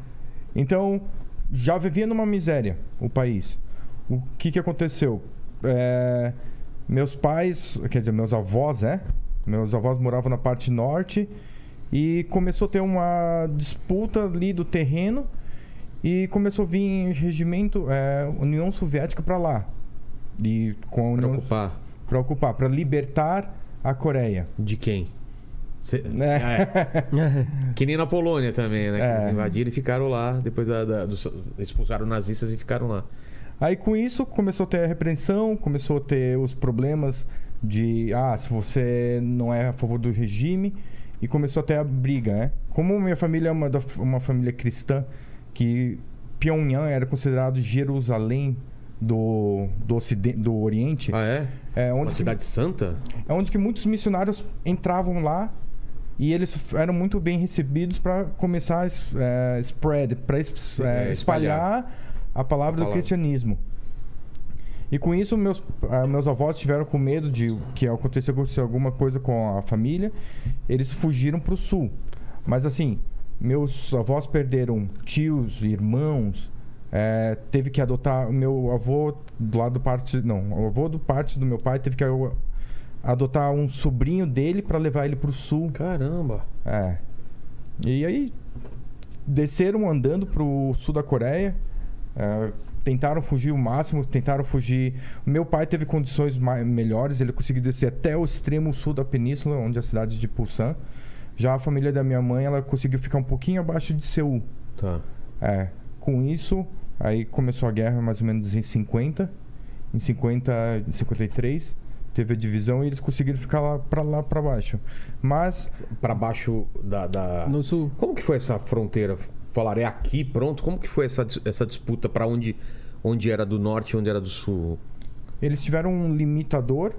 Speaker 4: Então, já vivia numa miséria o país. O que, que aconteceu? É, meus pais, quer dizer, meus avós, né? Meus avós moravam na parte norte e começou a ter uma disputa ali do terreno e começou a vir regimento, é, União Soviética para lá. E com a
Speaker 1: Pra
Speaker 4: União
Speaker 1: ocupar.
Speaker 4: para ocupar, para libertar a Coreia.
Speaker 1: De quem? Cê-
Speaker 4: É.
Speaker 1: É. Que nem na Polônia também, né? Que
Speaker 4: É.
Speaker 1: eles invadiram e ficaram lá. Depois da, da- dos- expulsaram nazistas e ficaram lá.
Speaker 4: Aí com isso começou a ter a repreensão, começou a ter os problemas de ah, se você não é a favor do regime e começou até a briga, né? Como minha família é uma, da- uma família cristã que Pyongyang era considerado Jerusalém do do, ocidente, do Oriente,
Speaker 1: Ah, é?
Speaker 4: é
Speaker 1: Uma
Speaker 4: onde que-
Speaker 1: cidade santa?
Speaker 4: é onde que muitos missionários entravam lá e eles eram muito bem recebidos para começar a es- eh, spread, para
Speaker 1: É, espalhar.
Speaker 4: espalhar, a palavra do
Speaker 1: palavra.
Speaker 4: cristianismo. E com isso, meus, ah, meus avós tiveram com medo de que acontecesse acontecer alguma coisa com a família. Eles fugiram para o sul. Mas assim, meus avós perderam tios, irmãos. eh, teve que adotar meu avô do lado do parte não o avô do parte do meu pai teve que a- adotar um sobrinho dele para levar ele para o sul
Speaker 1: Caramba.
Speaker 4: é. E aí desceram andando pro sul da Coreia. é, tentaram fugir o máximo, tentaram fugir. Meu pai teve condições mai- melhores, ele conseguiu descer até o extremo sul da península, onde é a cidade de Busan. Já a família da minha mãe, ela conseguiu ficar um pouquinho abaixo de Seul.
Speaker 1: Tá.
Speaker 4: É, com isso, aí começou a guerra mais ou menos em 50, em 50, em 53, teve a divisão e eles conseguiram ficar lá para lá para baixo. Mas
Speaker 1: Pra baixo da. da-
Speaker 5: No sul.
Speaker 1: Como que foi essa fronteira? Falaram, é aqui, pronto? Como que foi essa, dis- essa disputa pra onde, onde era do norte e onde era do sul?
Speaker 4: Eles tiveram um limitador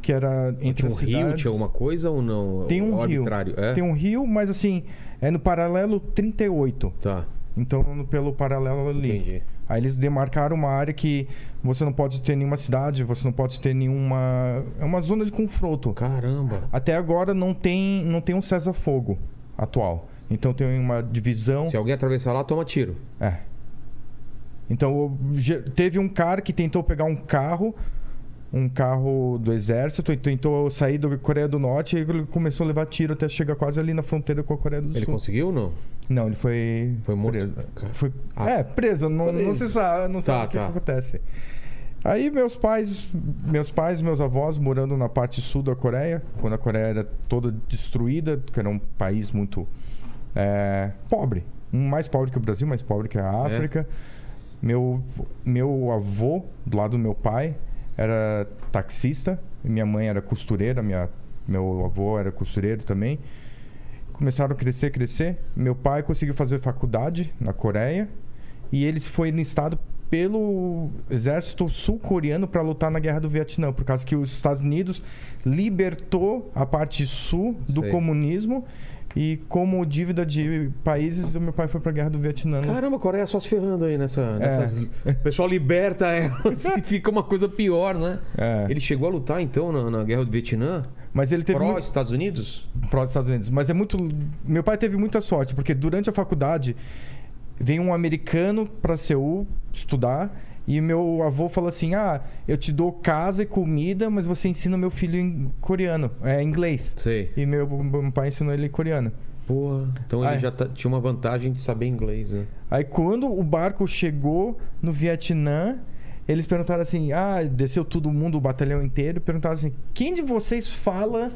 Speaker 4: que era entre
Speaker 1: Tinha um
Speaker 4: as
Speaker 1: rio,
Speaker 4: cidades.
Speaker 1: tinha alguma coisa ou não?
Speaker 4: Tem um
Speaker 1: Ou
Speaker 4: rio.
Speaker 1: arbitrário? É?
Speaker 4: Tem um rio, mas assim, é no paralelo 38.
Speaker 1: Tá,
Speaker 4: Então, no- pelo paralelo ali.
Speaker 1: entendi.
Speaker 4: Aí eles demarcaram uma área que você não pode ter nenhuma cidade, você não pode ter nenhuma. É uma zona de confronto.
Speaker 1: Caramba.
Speaker 4: Até agora não tem, não tem um cessar-fogo atual. Então tem uma divisão.
Speaker 1: Se alguém atravessar lá, toma tiro.
Speaker 4: É. Então, o- ge- teve um cara que tentou pegar um carro um carro do exército e tentou sair da Coreia do Norte e ele começou a levar tiro até chegar quase ali na fronteira com a Coreia do
Speaker 1: Ele
Speaker 4: Sul.
Speaker 1: conseguiu ou não?
Speaker 4: Não, ele foi.
Speaker 1: Foi morto?
Speaker 4: Preso. Foi,
Speaker 1: Ah.
Speaker 4: É, preso, não, não se sabe, não
Speaker 1: Tá,
Speaker 4: sabe o que,
Speaker 1: tá.
Speaker 4: que acontece. Aí meus pais, meus pais, meus avós morando na parte sul da Coreia, quando a Coreia era toda destruída, que era um país muito é, pobre, Um mais pobre que o Brasil, mais pobre que a
Speaker 1: É.
Speaker 4: África. Meu meu avô do lado do meu pai era taxista, e minha mãe era costureira, minha meu avô era costureiro também começaram a crescer, crescer. Meu pai conseguiu fazer faculdade na Coreia e ele foi enlistado pelo exército sul-coreano para lutar na guerra do Vietnã, por causa que os Estados Unidos libertou a parte sul do
Speaker 1: Sei.
Speaker 4: comunismo e como dívida de países, o meu pai foi para a guerra do Vietnã.
Speaker 1: Caramba, a Coreia só se ferrando aí nessa.
Speaker 4: É.
Speaker 1: Nessas... O pessoal liberta [laughs] elas e fica uma coisa pior, né?
Speaker 4: É.
Speaker 1: Ele chegou a lutar, então, na, na guerra do Vietnã?
Speaker 4: Mas ele teve
Speaker 1: Pró
Speaker 4: muito-
Speaker 1: Estados Unidos?
Speaker 4: pró dos Estados Unidos. Mas é muito. Meu pai teve muita sorte, porque durante a faculdade vem um americano para Seul estudar e meu avô falou assim: Ah, eu te dou casa e comida, mas você ensina meu filho em coreano, é inglês.
Speaker 1: Sei.
Speaker 4: E meu, meu pai ensinou ele coreano.
Speaker 1: Porra. Então ele
Speaker 4: Ah, é.
Speaker 1: já tá- tinha uma vantagem de saber inglês, né?
Speaker 4: Aí quando o barco chegou no Vietnã, eles perguntaram assim: ah, desceu todo mundo, o batalhão inteiro, perguntaram assim: quem de vocês fala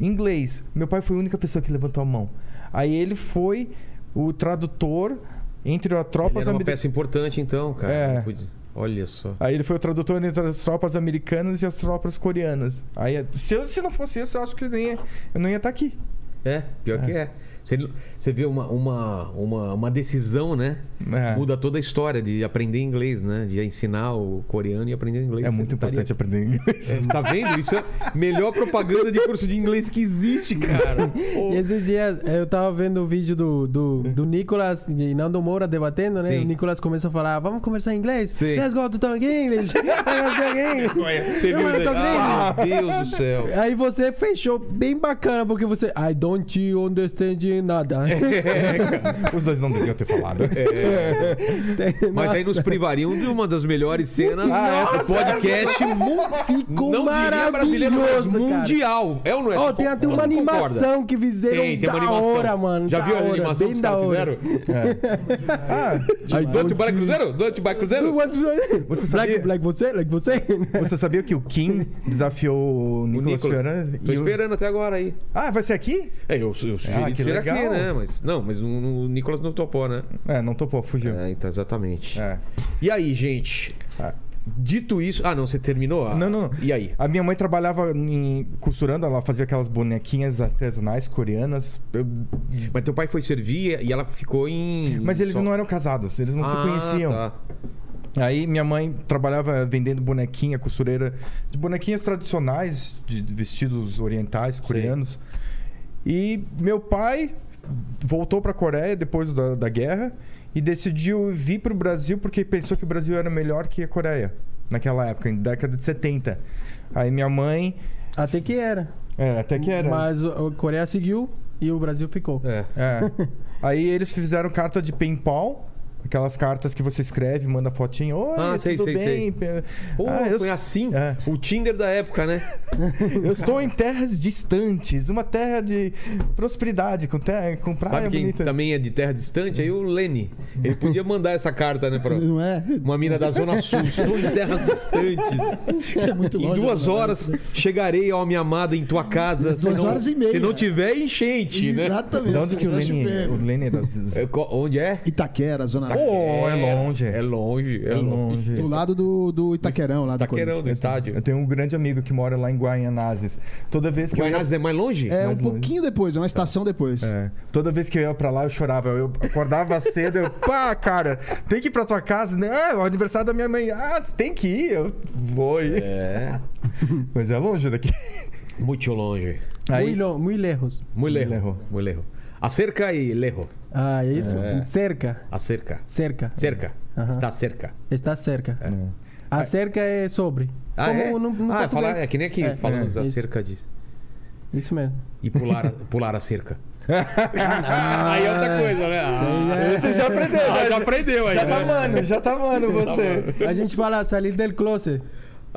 Speaker 4: inglês? Meu pai foi a única pessoa que levantou a mão. Aí ele foi o tradutor entre as
Speaker 1: Ele
Speaker 4: tropas
Speaker 1: era uma
Speaker 4: ameri-
Speaker 1: peça importante, então, cara.
Speaker 4: É.
Speaker 1: Não pude- Olha só.
Speaker 4: Aí ele foi o tradutor entre as tropas americanas e as tropas coreanas. Aí, se, eu, se não fosse isso, eu acho que eu, nem ia- eu não ia estar aqui.
Speaker 1: É, pior que é. Você, você vê uma, uma, uma, uma decisão, né?
Speaker 4: É.
Speaker 1: Muda toda a história de aprender inglês, né? De ensinar o coreano e aprender inglês.
Speaker 4: É
Speaker 1: Você
Speaker 4: muito
Speaker 1: estaria-
Speaker 4: importante aprender inglês. [laughs]
Speaker 1: É, Tá vendo? Isso é a melhor propaganda de curso de inglês que existe,
Speaker 5: [laughs]
Speaker 1: cara.
Speaker 5: E esses dias eh, eu tava vendo o vídeo do, do, do Nicolas e Nando Moura debatendo, né?
Speaker 1: Sim.
Speaker 5: O Nicolas começou a falar, "Ah, vamos conversar em inglês?
Speaker 1: Sim.
Speaker 5: Let's go to
Speaker 1: [laughs]
Speaker 5: talk English! Let's talk English!
Speaker 1: Você
Speaker 5: Eu
Speaker 1: viu?
Speaker 5: moro
Speaker 1: né?
Speaker 5: em Tocantins.
Speaker 1: Ah, meu Deus do céu.
Speaker 5: Aí você fechou bem bacana, porque você... I don't understand nada.
Speaker 4: Os dois não deviam ter falado.
Speaker 1: [laughs] É. Mas aí nos privariam de uma das melhores cenas
Speaker 5: Ah, é, tá
Speaker 1: do podcast mundial.
Speaker 5: Ficou
Speaker 1: Não diria brasileiro, mas
Speaker 5: maravilhoso, cara.
Speaker 1: mundial. É ou não é?
Speaker 5: Ó,
Speaker 1: Você
Speaker 5: tem até uma
Speaker 1: concorda?
Speaker 5: animação que fizeram
Speaker 1: Tem, tem uma
Speaker 5: da
Speaker 1: animação.
Speaker 5: hora, mano.
Speaker 1: Já
Speaker 5: da
Speaker 1: viu a
Speaker 5: hora,
Speaker 1: animação que
Speaker 5: bem
Speaker 1: os
Speaker 5: da
Speaker 1: caras
Speaker 5: hora.
Speaker 1: fizeram?
Speaker 4: Ah,
Speaker 5: I
Speaker 1: Do
Speaker 5: don't
Speaker 1: Antibai
Speaker 5: [laughs]
Speaker 1: Cruzeiro? Do Antibai
Speaker 5: Do
Speaker 1: Cruzeiro?
Speaker 5: what you-
Speaker 4: Você
Speaker 5: like,
Speaker 4: sabia?
Speaker 5: like você? Like você?
Speaker 4: Você sabia que o Kim desafiou o
Speaker 1: O
Speaker 4: Nicolas
Speaker 1: Nicolas.
Speaker 4: Fioran?
Speaker 1: Tô
Speaker 4: E o-
Speaker 1: esperando até agora aí.
Speaker 4: Ah, vai ser aqui?
Speaker 1: É, eu, eu sugeri
Speaker 4: Ah,
Speaker 1: de
Speaker 4: que
Speaker 1: ser aqui,
Speaker 4: legal.
Speaker 1: né? Mas, não, mas no, no- o Nicolas não topou, né?
Speaker 4: É, não topou, fugiu.
Speaker 1: É, então, exatamente.
Speaker 4: É.
Speaker 1: E aí, gente?
Speaker 4: Ah.
Speaker 1: Dito isso... Ah, não, você terminou? Ah,
Speaker 4: Não, não, não.
Speaker 1: E aí?
Speaker 4: A minha mãe trabalhava em- costurando, ela fazia aquelas bonequinhas artesanais coreanas. Eu-
Speaker 1: Mas teu pai foi servir e ela ficou em...
Speaker 4: Mas eles
Speaker 1: Hum, só-
Speaker 4: não eram casados, eles não se
Speaker 1: Ah,
Speaker 4: conheciam.
Speaker 1: tá.
Speaker 4: Aí minha mãe trabalhava vendendo bonequinha, costureira de bonequinhas tradicionais, de vestidos orientais, coreanos. E meu pai voltou para a Coreia depois da, da guerra e decidiu vir para o Brasil porque pensou que o Brasil era melhor que a Coreia naquela época, em década de 70. Aí minha mãe.
Speaker 5: Até que era.
Speaker 4: É, até que era.
Speaker 5: Mas o- a Coreia seguiu e o Brasil ficou.
Speaker 1: É. [laughs]
Speaker 4: É. Aí eles fizeram carta de paintball. Aquelas cartas que você escreve, manda fotinho. Oi,
Speaker 1: Ah,
Speaker 4: tudo
Speaker 1: sei, sei, sei.
Speaker 4: bem?
Speaker 1: Pô,
Speaker 4: Ah, eu
Speaker 1: foi assim.
Speaker 4: É.
Speaker 1: O Tinder da época, né?
Speaker 4: Eu estou em terras distantes, uma terra de prosperidade, com, terra, com praia
Speaker 1: Sabe quem
Speaker 4: bonita.
Speaker 1: também é de terra distante? Aí o Lenny. Ele podia mandar essa carta, né? Pra
Speaker 3: Não é?
Speaker 1: uma mina da Zona Sul. Estou em terras distantes.
Speaker 3: [laughs] É muito
Speaker 1: Em
Speaker 3: longe.
Speaker 1: duas
Speaker 3: né?
Speaker 1: horas chegarei, ó, minha amada, em tua casa. se
Speaker 3: Duas
Speaker 1: não-
Speaker 3: horas e meia.
Speaker 1: Se não tiver enchente, né?
Speaker 3: Exatamente.
Speaker 4: De onde que o
Speaker 3: Vai
Speaker 4: Lenny,
Speaker 3: chover.
Speaker 4: o Lenny é das...
Speaker 1: É, co- Onde é?
Speaker 3: Itaquera, Zona Leste.
Speaker 4: Oh, é longe.
Speaker 1: É longe. É
Speaker 4: É
Speaker 1: longe.
Speaker 4: longe.
Speaker 3: Do lado do, do Itaquerão, lá do
Speaker 1: Taquerão do
Speaker 3: Corinthians.
Speaker 1: estádio.
Speaker 4: Eu tenho um grande amigo que mora lá em Guaianazes. Toda vez que eu ia...
Speaker 1: Guaianazes é mais longe?
Speaker 3: É, um
Speaker 4: Mais longe.
Speaker 3: pouquinho depois, é uma estação depois.
Speaker 4: É. Toda vez que eu ia pra lá, eu chorava. Eu acordava [laughs] cedo, eu, pá, cara, tem que ir pra tua casa? Não, é o aniversário da minha mãe. Ah, tem que ir, eu vou ir.
Speaker 1: É.
Speaker 4: Mas é longe daqui.
Speaker 1: Muito longe.
Speaker 5: Muy, lo- muy lejos.
Speaker 1: Muito lejos.
Speaker 4: lejos.
Speaker 1: Muito lejos. Acerca e lejos.
Speaker 5: Ah, é isso?
Speaker 1: É.
Speaker 5: Cerca.
Speaker 1: Acerca.
Speaker 5: Cerca.
Speaker 1: Cerca.
Speaker 5: Aham.
Speaker 1: Está cerca.
Speaker 5: Está cerca. A cerca é sobre.
Speaker 1: Ah,
Speaker 5: Como
Speaker 1: é?
Speaker 5: no-
Speaker 3: tá
Speaker 5: no
Speaker 1: ah, falar,
Speaker 5: português.
Speaker 1: é que nem aqui
Speaker 5: É,
Speaker 1: falamos
Speaker 5: é, isso.
Speaker 1: acerca de.
Speaker 5: Isso mesmo.
Speaker 1: E pular, [laughs] pular a cerca. aí é outra coisa, né? Ah,
Speaker 4: Você já [laughs] aprendeu,
Speaker 5: é.
Speaker 1: ah,
Speaker 4: né?
Speaker 1: já aprendeu aí.
Speaker 4: Já
Speaker 1: né?
Speaker 4: [laughs] tá mano, já tá mano você.
Speaker 5: A gente fala salir del closet.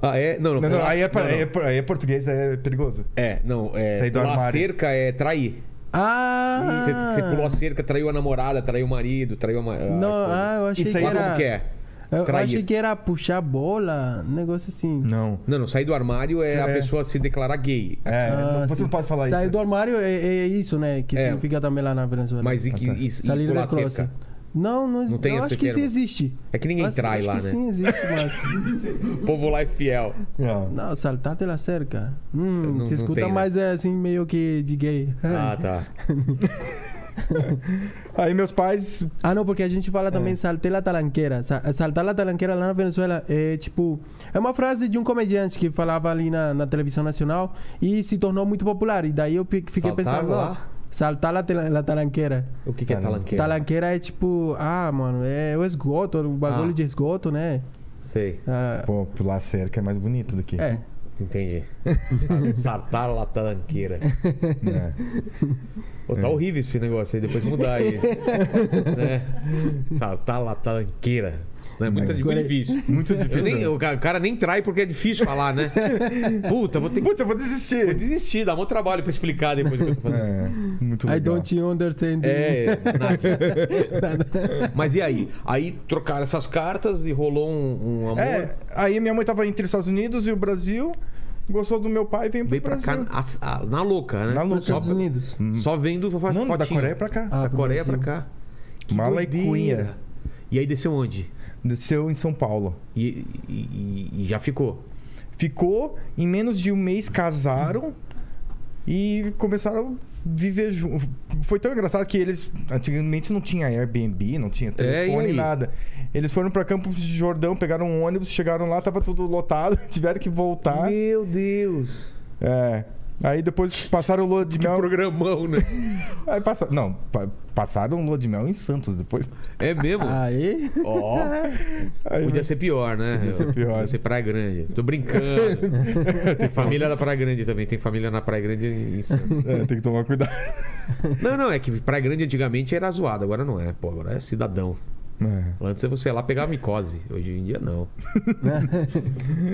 Speaker 1: Ah, é? Não, não.
Speaker 4: Não, não,
Speaker 1: foi-
Speaker 4: aí, é, pa-
Speaker 1: não,
Speaker 4: aí
Speaker 1: não.
Speaker 4: é por- aí é português, aí é perigoso.
Speaker 1: É, não. É,
Speaker 4: Sair do
Speaker 1: pular
Speaker 4: armário.
Speaker 1: cerca é trair.
Speaker 5: Ah!
Speaker 1: Você, você pulou a cerca, traiu a namorada, traiu o marido, traiu a. ma- a
Speaker 5: Não,
Speaker 1: esposa.
Speaker 5: ah, eu achei
Speaker 1: Isso aí
Speaker 5: que era...
Speaker 1: como que é?
Speaker 5: Eu
Speaker 1: Trair.
Speaker 5: achei que era puxar bola, um negócio assim.
Speaker 4: Não.
Speaker 1: Não, não, sair do armário é,
Speaker 4: Isso
Speaker 1: a
Speaker 4: é-
Speaker 1: pessoa se declarar gay.
Speaker 4: É,
Speaker 5: Ah,
Speaker 4: não- você
Speaker 5: sim.
Speaker 4: não pode falar
Speaker 5: Sair
Speaker 4: isso.
Speaker 5: do armário é, é isso, né? Que
Speaker 1: né? É.
Speaker 5: significa também lá na Venezuela.
Speaker 1: Mas e, que-
Speaker 4: Ah, tá.
Speaker 1: e, e
Speaker 5: Salir
Speaker 1: pular
Speaker 5: da
Speaker 1: a
Speaker 5: closet.
Speaker 1: cerca?
Speaker 5: Não, não,
Speaker 1: Não tem
Speaker 5: eu
Speaker 1: esse
Speaker 5: acho que isso
Speaker 1: termo?
Speaker 5: existe.
Speaker 1: É que ninguém
Speaker 5: Acho-
Speaker 1: trai
Speaker 5: acho
Speaker 1: lá,
Speaker 5: que
Speaker 1: né?
Speaker 5: Sim, existe, mas.
Speaker 1: O povo lá é fiel.
Speaker 4: Não.
Speaker 5: não, saltar pela cerca. Hum,
Speaker 1: Não-
Speaker 5: se
Speaker 1: não
Speaker 5: escuta
Speaker 1: tem, né?
Speaker 5: mais é assim, meio que de gay.
Speaker 1: Ah, tá.
Speaker 4: Aí meus pais.
Speaker 5: [laughs] Ah, não, porque a gente
Speaker 1: É.
Speaker 5: fala também saltei la talanqueira. Sa- Saltar la talanqueira lá na Venezuela é tipo. É uma frase de um comediante que falava ali na, na televisão nacional e se tornou muito popular. E daí eu pe- fiquei
Speaker 1: Saltar
Speaker 5: pensando,
Speaker 1: lá?
Speaker 5: nossa, saltar la, tela- la talanqueira.
Speaker 1: O que, que é talanqueira?
Speaker 5: Talanqueira é tipo, ah, mano, é o esgoto, o bagulho
Speaker 1: Ah.
Speaker 5: de esgoto, né?
Speaker 1: Sei,
Speaker 5: Ah,
Speaker 4: Pô, pular cerca é mais bonito do que.
Speaker 5: é. [laughs]
Speaker 1: entendi. Sartar lá talanqueira.
Speaker 4: né?
Speaker 1: Pô,
Speaker 4: É.
Speaker 1: tá horrível esse negócio aí, depois mudar aí.
Speaker 4: [laughs]
Speaker 1: né? Sartar lá talanqueira. Não, é muito, muito difícil.
Speaker 4: Muito
Speaker 1: Eu
Speaker 4: difícil.
Speaker 1: nem- o ca- o cara nem trai porque é difícil falar,
Speaker 4: [laughs]
Speaker 1: né? Puta, vou ter que
Speaker 4: Putz, eu vou desistir.
Speaker 1: vou desistir, dá mó trabalho pra explicar depois o que eu tô
Speaker 4: [laughs]
Speaker 1: fazendo.
Speaker 4: É, muito
Speaker 5: I
Speaker 4: legal.
Speaker 5: don't understand.
Speaker 1: É, nada. Mas e aí? Aí trocaram essas cartas e rolou um, um amor.
Speaker 4: É, aí minha mãe tava entre os Estados Unidos e o Brasil, gostou do meu pai e veio pro
Speaker 1: Veio pra
Speaker 4: Brasil.
Speaker 1: cá Ah, as- a- na louca, né?
Speaker 4: Na louca. Uhum.
Speaker 1: Só,
Speaker 5: Estados Unidos.
Speaker 1: só vendo fa-
Speaker 4: Não, da
Speaker 1: fotinho.
Speaker 4: Coreia pra cá.
Speaker 5: Ah,
Speaker 1: da
Speaker 5: pro
Speaker 1: Coreia pra
Speaker 5: Brasil.
Speaker 1: cá. Que
Speaker 4: Malecuinha.
Speaker 1: doideira. E aí desceu onde?
Speaker 4: Desceu em São Paulo.
Speaker 1: E, e- e- e já ficou.
Speaker 4: Ficou, em menos de um mês casaram e começaram a viver junto. Foi tão engraçado que eles antigamente não tinha Airbnb, não tinha
Speaker 1: É, e
Speaker 4: telefone,
Speaker 1: aí?
Speaker 4: nada. Eles foram pra Campos de Jordão, pegaram um ônibus, chegaram lá, tava tudo lotado, [laughs] tiveram que voltar.
Speaker 1: Meu Deus.
Speaker 4: É. Aí depois passaram lua de
Speaker 1: Que
Speaker 4: mel.
Speaker 1: programão, né?
Speaker 4: Aí passa... Não, pa- passaram lua de mel em Santos depois.
Speaker 1: É mesmo?
Speaker 3: Ah.
Speaker 5: Aí,
Speaker 1: Ó,
Speaker 4: Aí,
Speaker 1: podia ser pior, né? Podia
Speaker 4: ser pior.
Speaker 1: Podia ser Praia Grande. Tô brincando. tem família da Praia Grande também. Tem família na Praia Grande em Santos.
Speaker 4: É, tem que tomar
Speaker 1: [laughs]
Speaker 4: cuidado.
Speaker 1: Não, não, é que Praia Grande antigamente era zoado, agora não é. Pô, agora é cidadão.
Speaker 4: É.
Speaker 1: Antes você ia lá pegar a micose. Hoje em dia não.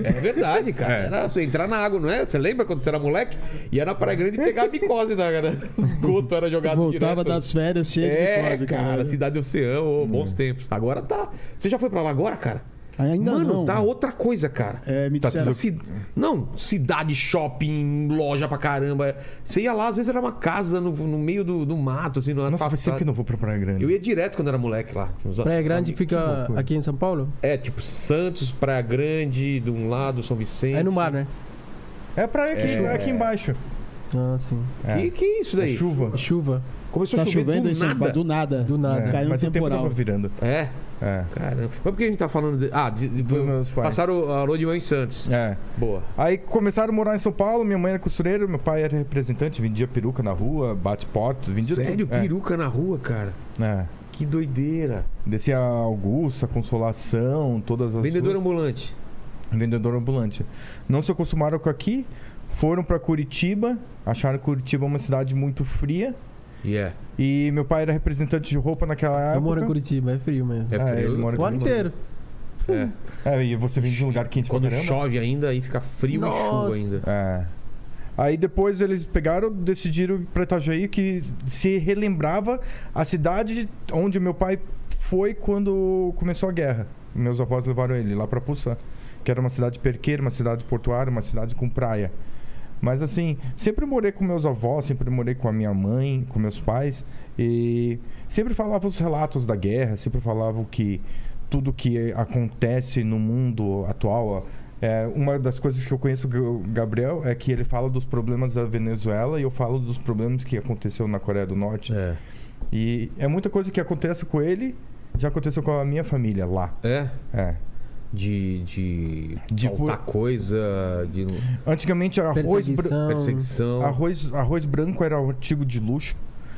Speaker 1: é verdade, cara.
Speaker 4: É.
Speaker 1: Era você entrar na água, não é? Você lembra quando você era moleque? Ia na Praia Grande pegar a micose da cara. Esgoto era jogado
Speaker 3: Voltava
Speaker 1: direto.
Speaker 3: das férias cheio
Speaker 1: É,
Speaker 3: de micose,
Speaker 1: cara,
Speaker 3: cara.
Speaker 1: Cidade do Oceano, ô, bons tempos. Agora tá. Você já foi pra lá agora, cara?
Speaker 3: Ainda
Speaker 1: Mano,
Speaker 3: não.
Speaker 1: tá outra coisa, cara.
Speaker 3: É, me
Speaker 4: Tá
Speaker 3: disseram.
Speaker 4: tudo-
Speaker 1: Ci- Não, cidade, shopping, loja pra caramba. Você ia lá, às vezes era uma casa no, no meio do, do mato, assim, no
Speaker 4: Nossa, faz tempo que eu não vou pra Praia Grande.
Speaker 1: Eu ia direto quando era moleque lá. Nos-
Speaker 5: Praia Grande
Speaker 1: sabe?
Speaker 5: fica
Speaker 4: loucura.
Speaker 5: aqui em São Paulo?
Speaker 1: É, tipo Santos, Praia Grande, de um lado, São Vicente.
Speaker 5: É no mar, né?
Speaker 4: É praia aqui,
Speaker 1: É.
Speaker 4: é aqui embaixo.
Speaker 5: Ah, sim.
Speaker 4: É.
Speaker 1: Que, que é isso
Speaker 4: É
Speaker 1: daí?
Speaker 4: chuva.
Speaker 5: Chuva,
Speaker 1: Começou
Speaker 3: Tá
Speaker 1: a chover
Speaker 3: chovendo
Speaker 1: do
Speaker 3: em São Paulo
Speaker 1: nada.
Speaker 3: do nada.
Speaker 5: do nada.
Speaker 4: É,
Speaker 3: Caiu um
Speaker 4: mas o tempo
Speaker 3: temporal.
Speaker 4: tava virando.
Speaker 1: É,
Speaker 4: É.
Speaker 1: caramba. Mas por que a gente tá falando... De... Ah, de, de-
Speaker 4: Dos meus pais.
Speaker 1: passaram a lua de mel em Santos.
Speaker 4: É.
Speaker 1: Boa.
Speaker 4: Aí começaram a morar em São Paulo, minha mãe era costureira, meu pai era representante, vendia peruca na rua, bate portas, vendia
Speaker 1: Sério?
Speaker 4: tudo. É.
Speaker 1: Peruca na rua, cara?
Speaker 4: É.
Speaker 1: Que doideira.
Speaker 4: Descia a Augusta, Consolação, todas as
Speaker 1: Vendedor
Speaker 4: ruas.
Speaker 1: ambulante.
Speaker 4: Vendedor ambulante. Não se acostumaram com aqui, foram pra Curitiba, acharam Curitiba uma cidade muito fria.
Speaker 1: Yeah.
Speaker 4: E meu pai era representante de roupa naquela época.
Speaker 5: Eu moro em Curitiba, é frio mesmo.
Speaker 1: É
Speaker 4: É,
Speaker 1: frio.
Speaker 4: ele mora em
Speaker 5: O ano
Speaker 4: Curitiba.
Speaker 5: inteiro.
Speaker 1: É.
Speaker 4: É, e você vem de um lugar quente
Speaker 1: Quando
Speaker 4: pra caramba.
Speaker 1: chove ainda, aí fica frio
Speaker 5: Nossa.
Speaker 1: e chuva ainda.
Speaker 4: É. Aí depois eles pegaram, decidiram ir pra Itajaí, que se relembrava a cidade onde meu pai foi quando começou a guerra. Meus avós levaram ele lá pra Pussã, que era uma cidade perqueira, uma cidade portuária, uma cidade com praia. Mas assim, sempre morei com meus avós, sempre morei com a minha mãe, com meus pais, e sempre falava os relatos da guerra, sempre falavam que tudo que acontece no mundo atual. É, uma das coisas que eu conheço o Gabriel é que ele fala dos problemas da Venezuela e eu falo dos problemas que aconteceu na Coreia do Norte.
Speaker 1: É.
Speaker 4: E é muita coisa que acontece com ele, já aconteceu com a minha família lá.
Speaker 1: É?
Speaker 4: É.
Speaker 1: De. De.
Speaker 4: De
Speaker 1: faltar coisa, de
Speaker 4: Antigamente arroz, bran-
Speaker 5: Perseguição.
Speaker 1: perseguição.
Speaker 4: arroz, arroz branco era um artigo de luxo.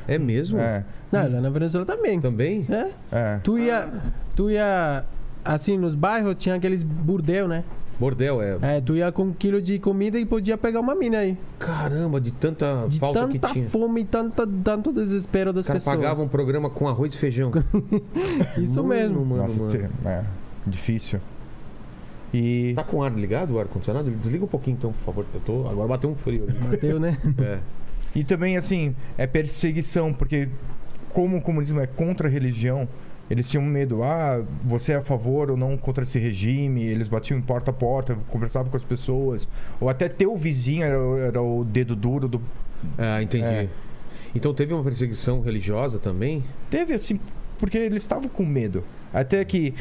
Speaker 1: É mesmo?
Speaker 4: É,
Speaker 5: Não, lá na Venezuela também.
Speaker 1: Também?
Speaker 5: É?
Speaker 4: é.
Speaker 5: Tu ia. Tu ia. Assim, nos bairros tinha aqueles burdel, né?
Speaker 1: Bordel, é.
Speaker 5: É, tu ia com um quilo de comida e podia pegar uma mina aí.
Speaker 1: Caramba, de tanta
Speaker 5: De
Speaker 1: falta que
Speaker 5: tanta
Speaker 1: tinha. Os
Speaker 5: fome e tanta, tanto desespero das
Speaker 1: caras
Speaker 5: pessoas.
Speaker 1: pagavam um programa com arroz e feijão.
Speaker 5: [laughs] Isso
Speaker 1: Mano,
Speaker 5: mesmo.
Speaker 1: Mano,
Speaker 4: Nossa,
Speaker 1: mano.
Speaker 4: te- é, difícil. E
Speaker 1: Tá com o ar ligado, o ar-condicionado? Desliga um pouquinho então, por favor. Eu tô... Agora bateu um frio ali.
Speaker 5: Bateu, né?
Speaker 4: [laughs]
Speaker 1: É.
Speaker 4: E também, assim, é perseguição, porque como o comunismo é contra a religião, eles tinham medo, ah, você é a favor ou não contra esse regime, eles batiam em porta a porta, conversavam com as pessoas, ou até teu vizinho era, o- era o dedo duro do...
Speaker 1: Ah, entendi.
Speaker 4: É.
Speaker 1: Então teve uma perseguição religiosa também?
Speaker 4: Teve, assim, porque eles estavam com medo. Até que...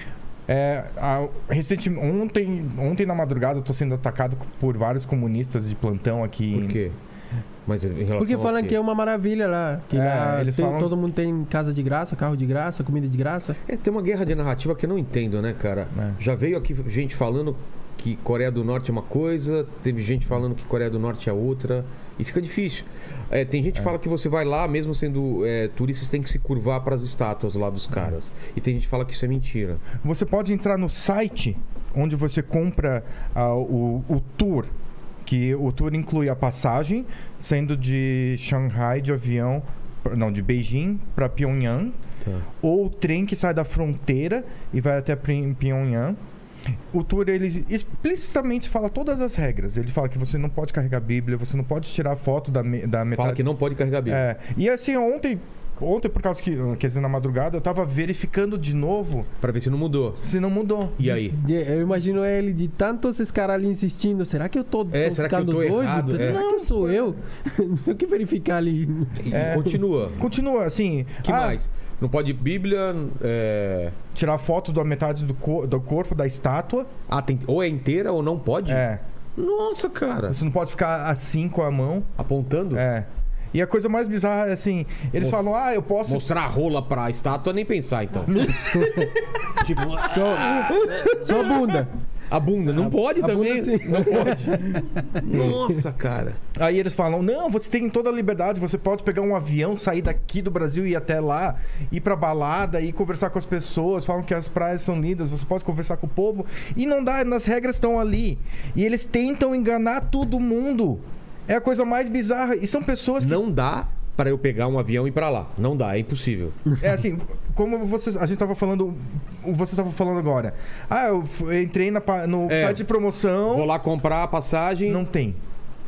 Speaker 4: É, a- recente, ontem, ontem na madrugada eu tô sendo atacado por vários comunistas de plantão aqui
Speaker 1: Por
Speaker 4: em-
Speaker 1: quê? Mas em relação
Speaker 5: Porque
Speaker 1: ao
Speaker 5: falam
Speaker 1: quê?
Speaker 5: que é uma maravilha lá. Que
Speaker 4: É,
Speaker 5: lá
Speaker 4: eles
Speaker 5: tem-
Speaker 4: falam-
Speaker 5: todo mundo tem casa de graça, carro de graça, comida de graça.
Speaker 1: É, tem uma guerra de narrativa que eu não entendo, né, cara?
Speaker 4: É.
Speaker 1: Já veio aqui gente falando que Coreia do Norte é uma coisa, teve gente falando que Coreia do Norte é outra, e fica difícil. É, tem gente que fala que você vai lá, mesmo sendo é, turista, você tem que se curvar para as estátuas lá dos caras. E tem gente que fala que isso é mentira.
Speaker 4: Você pode entrar no site onde você compra ah, o, o tour, que o tour inclui a passagem, saindo de Shanghai de avião, pra- não, de Beijing para Pyongyang,
Speaker 1: Tá.
Speaker 4: ou o trem que sai da fronteira e vai até Prin- Pyongyang. O tour ele explicitamente fala todas as regras. Ele fala que você não pode carregar Bíblia, você não pode tirar foto da, me- da metade
Speaker 1: Fala que não pode carregar Bíblia.
Speaker 4: é, e assim, ontem, ontem por causa que, quer dizer, na madrugada, eu tava verificando de novo
Speaker 1: Pra ver se não mudou.
Speaker 4: se não mudou.
Speaker 1: E aí?
Speaker 5: De- Eu imagino ele de tanto esses caras ali insistindo. Será que eu tô,
Speaker 1: É,
Speaker 5: tô
Speaker 1: será que eu
Speaker 5: ficando
Speaker 1: tô
Speaker 5: doido?
Speaker 1: errado? É.
Speaker 5: Será que eu sou eu? [laughs] Tem que verificar ali.
Speaker 1: E
Speaker 4: É.
Speaker 1: continua.
Speaker 4: Continua, assim.
Speaker 1: que
Speaker 4: ah,
Speaker 1: mais? Não pode Bíblia. é,
Speaker 4: Tirar foto da metade do, co- do corpo da estátua.
Speaker 1: Ah, tem... Ou é inteira ou não pode?
Speaker 4: É.
Speaker 1: Nossa, cara.
Speaker 4: Você não pode ficar assim com a mão.
Speaker 1: Apontando?
Speaker 4: É. E a coisa mais bizarra é assim, eles
Speaker 1: Mos-
Speaker 4: falam, ah, eu posso.
Speaker 1: Mostrar a rola pra estátua, nem pensar, então. tipo,
Speaker 5: [laughs] Só, só bunda.
Speaker 1: a bunda. Não pode
Speaker 5: a
Speaker 1: também.
Speaker 5: bunda, sim.
Speaker 1: Não pode. Nossa, cara.
Speaker 4: Aí eles falam, não, você tem toda a liberdade, você pode pegar um avião, sair daqui do Brasil e ir até lá, ir pra balada, ir conversar com as pessoas, falam que as praias são lindas, você pode conversar com o povo. E não dá, nas regras estão ali. E eles tentam enganar todo mundo. É a coisa mais bizarra. E são pessoas que
Speaker 1: Não dá pra eu pegar um avião e ir pra lá. Não dá, é impossível.
Speaker 4: É assim, como vocês, a gente tava falando, você tava falando agora. Ah, eu f- entrei na pa- no
Speaker 1: É.
Speaker 4: site de promoção,
Speaker 1: Vou lá comprar a passagem.
Speaker 4: não tem.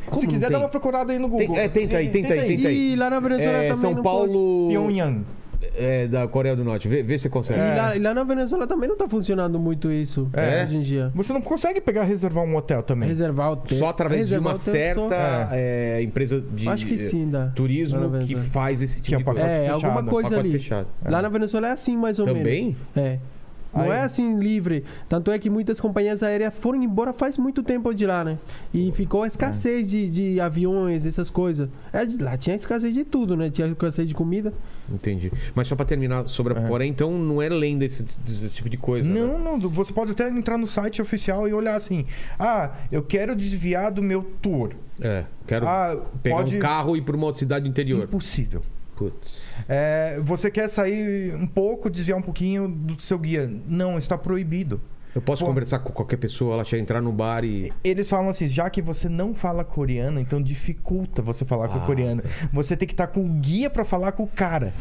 Speaker 1: Como
Speaker 4: Se
Speaker 1: não
Speaker 4: quiser
Speaker 1: tem?
Speaker 4: dá uma procurada aí no Google.
Speaker 1: Tem- é, tenta aí, tenta aí, tenta aí.
Speaker 5: E lá na Venezuela
Speaker 1: É,
Speaker 5: também
Speaker 1: São
Speaker 5: não
Speaker 1: Paulo.
Speaker 4: Pyongyang.
Speaker 1: é, da Coreia do Norte. Vê, vê se consegue.
Speaker 5: pode. E lá, e lá na Venezuela também não tá funcionando muito isso né,
Speaker 1: É?
Speaker 5: hoje em dia.
Speaker 4: Você não consegue pegar reservar um hotel também.
Speaker 5: Reservar o tempo.
Speaker 1: Só através de
Speaker 5: reservar
Speaker 1: uma
Speaker 5: o tempo só-
Speaker 1: certa é, empresa de
Speaker 5: Acho que sim, dá. Lá
Speaker 1: turismo
Speaker 5: na
Speaker 1: que
Speaker 5: Venezuela.
Speaker 1: faz esse
Speaker 4: Que é
Speaker 1: tipo de
Speaker 4: um
Speaker 1: coisa.
Speaker 4: pacote
Speaker 5: É,
Speaker 4: fechado,
Speaker 5: alguma coisa
Speaker 1: pacote
Speaker 5: ali.
Speaker 1: fechado.
Speaker 5: Lá na Venezuela é assim, mais ou
Speaker 1: Também?
Speaker 5: menos. É. Não
Speaker 4: Aí-
Speaker 5: é assim livre. Tanto é que muitas companhias aéreas foram embora faz muito tempo de lá, né? E ficou a escassez de, de aviões, essas coisas. É, de- lá tinha escassez de tudo, né? Tinha escassez de comida.
Speaker 1: Entendi. Mas só pra terminar sobre a Coreia, então não é lenda esse, esse tipo de coisa. né?
Speaker 4: Não, não, você pode até entrar no site oficial e olhar assim. Ah, eu quero desviar do meu tour.
Speaker 1: É. Quero
Speaker 4: Ah,
Speaker 1: pegar
Speaker 4: pode-
Speaker 1: um carro e ir pra uma outra cidade do interior.
Speaker 4: Impossível.
Speaker 1: Putz.
Speaker 4: É, você quer sair um pouco, desviar um pouquinho do seu guia. Não, está proibido.
Speaker 1: Eu posso
Speaker 4: Bom.
Speaker 1: conversar com qualquer pessoa, ela chega entrar num bar e.
Speaker 4: Eles falam assim, já que você não fala coreano, então dificulta você falar com
Speaker 1: Ah.
Speaker 4: o coreano. Você tem que estar com o guia pra falar com o cara.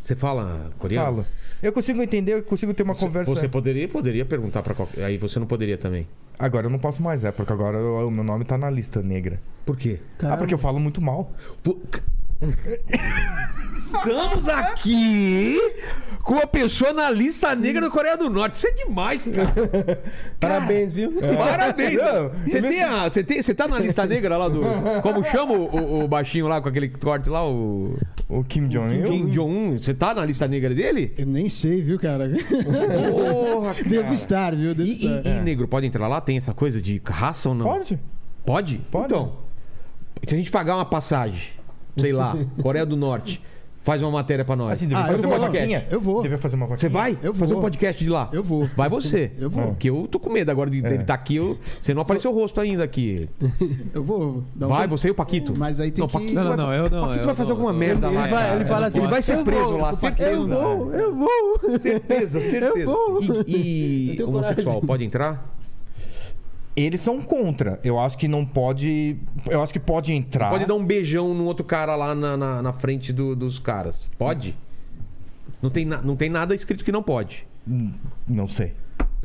Speaker 1: Você fala coreano?
Speaker 4: Fala. Eu consigo entender, eu consigo ter uma
Speaker 1: Você,
Speaker 4: conversa.
Speaker 1: você poderia, poderia perguntar pra qualquer. Aí você não poderia também.
Speaker 4: Agora eu não posso mais, é, porque agora eu- o meu nome tá na lista negra.
Speaker 1: Por quê?
Speaker 4: Ah, porque eu falo muito mal.
Speaker 1: Pu- [laughs] Estamos aqui com a pessoa na lista negra da Coreia do Norte. Isso é demais, cara.
Speaker 5: Parabéns, viu?
Speaker 1: É, Parabéns.
Speaker 4: Não,
Speaker 1: Você tem a- você tem- você tá na lista negra lá do. Como chama o, o- o baixinho lá com aquele corte lá? O
Speaker 4: O Kim Jong-il.
Speaker 1: Kim Jong-un. Você tá na lista negra dele?
Speaker 3: Eu nem sei, viu, cara? [laughs]
Speaker 1: Porra, cara.
Speaker 3: Devo estar, viu? Devo
Speaker 1: Ah. E,
Speaker 3: estar.
Speaker 1: e- e negro pode entrar lá? Tem essa coisa de raça ou não?
Speaker 4: Pode?
Speaker 1: Pode?
Speaker 4: Pode.
Speaker 1: Então, se a gente pagar uma passagem, sei lá, Coreia do Norte, faz uma matéria pra nós.
Speaker 4: Assim, devia
Speaker 3: Ah, eu
Speaker 4: fazer
Speaker 3: vou,
Speaker 4: uma vaquinha.
Speaker 3: eu vou.
Speaker 4: Devia fazer uma
Speaker 1: Você
Speaker 4: vaquinha.
Speaker 1: vai?
Speaker 3: Eu
Speaker 1: Fazer um
Speaker 3: vou.
Speaker 1: podcast de lá?
Speaker 3: Eu vou.
Speaker 1: Vai você.
Speaker 3: Eu vou. É.
Speaker 1: Porque eu tô com medo agora de, dele estar aqui. eu- você não apareceu o rosto ainda aqui.
Speaker 3: Eu vou. eu vou. Dá um
Speaker 1: vai,
Speaker 3: tempo.
Speaker 1: você e o Paquito.
Speaker 3: Então Mas aí tem
Speaker 1: Não,
Speaker 3: que.
Speaker 1: Paquito
Speaker 2: Não,
Speaker 1: vai-
Speaker 2: não, não, eu não.
Speaker 1: Paquito
Speaker 2: eu
Speaker 1: vai fazer
Speaker 2: não,
Speaker 1: alguma
Speaker 2: eu-
Speaker 1: merda
Speaker 5: ele
Speaker 1: lá,
Speaker 5: vai-
Speaker 1: cara.
Speaker 5: ele fala assim,
Speaker 1: Ele vai ser
Speaker 5: eu
Speaker 1: preso
Speaker 5: vou,
Speaker 1: lá, certeza.
Speaker 5: Eu vou, eu vou.
Speaker 1: Certeza, certeza.
Speaker 5: É. vou.
Speaker 1: E, e
Speaker 5: [laughs] Eu tenho
Speaker 1: homossexual, pode entrar?
Speaker 4: Eles são contra. Eu acho que não pode. Eu acho que pode
Speaker 5: Tá.
Speaker 4: entrar.
Speaker 1: Pode dar um beijão no outro cara lá na, na, na frente do- dos caras. Pode? Não tem, na- não tem nada escrito que não pode.
Speaker 4: Não sei.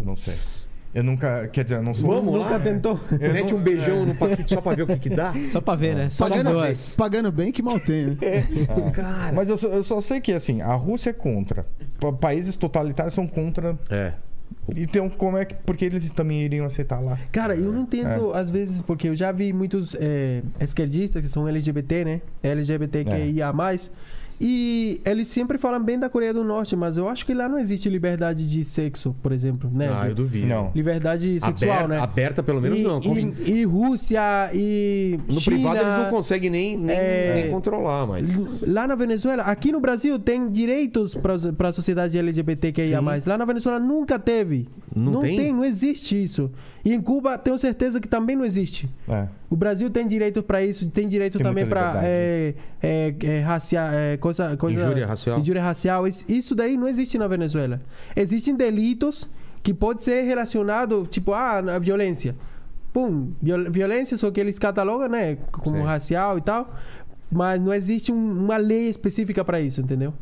Speaker 4: Não sei. Hum, Eu nunca. Quer dizer, eu não sou.
Speaker 1: Vamos lá.
Speaker 4: nunca
Speaker 1: Ah,
Speaker 6: Nunca
Speaker 1: é.
Speaker 6: tentou.
Speaker 1: [laughs]
Speaker 4: Eu
Speaker 1: Mete
Speaker 4: não-
Speaker 1: um beijão no paquete só pra ver o que, que
Speaker 4: [laughs]
Speaker 1: dá.
Speaker 2: Só pra ver, né? Só nas
Speaker 3: Pagando bem,
Speaker 2: duas.
Speaker 3: pagando bem que mal tem,
Speaker 1: [laughs]
Speaker 3: né?
Speaker 1: É.
Speaker 4: Ah.
Speaker 5: Ah,
Speaker 1: Cara.
Speaker 4: Mas eu só, eu só sei que, assim, a Rússia é contra. Pa- Países totalitários são contra.
Speaker 1: É.
Speaker 4: Então, como é que. Porque eles também iriam aceitar lá.
Speaker 5: Cara, eu não
Speaker 1: É.
Speaker 5: entendo, às vezes, porque eu já vi muitos é, esquerdistas que são LGBT, né? LGBTQIA.
Speaker 1: É.
Speaker 5: E eles sempre falam bem da Coreia do Norte, mas eu acho que lá não existe liberdade de sexo, por exemplo, né?
Speaker 1: Ah, eu duvido.
Speaker 4: Não.
Speaker 5: Liberdade sexual,
Speaker 1: aberta,
Speaker 5: né?
Speaker 1: aberta, pelo menos,
Speaker 5: e,
Speaker 1: não. Cons-
Speaker 5: E, e Rússia, e.
Speaker 1: No
Speaker 5: China,
Speaker 1: privado eles não conseguem nem, nem,
Speaker 5: É.
Speaker 1: nem controlar, mas.
Speaker 5: Lá na Venezuela, aqui no Brasil tem direitos para a sociedade LGBTQIA. Lá na Venezuela nunca teve.
Speaker 1: Não tem?
Speaker 5: não existe isso. E em Cuba, tenho certeza que também não existe.
Speaker 4: É.
Speaker 5: O Brasil tem direito para isso, tem direito
Speaker 4: Tem
Speaker 5: também
Speaker 4: muita
Speaker 5: para é, é, é, racial, é, coisa, coisa,
Speaker 1: Injúria racial.
Speaker 5: Injúria racial. Isso, isso daí não existe na Venezuela. Existem delitos que pode ser relacionado, tipo, ah, na violência. Pum, viol- violência, só que eles catalogam, né, como
Speaker 1: Sim.
Speaker 5: racial e tal. Mas não existe um- uma lei específica para isso, entendeu?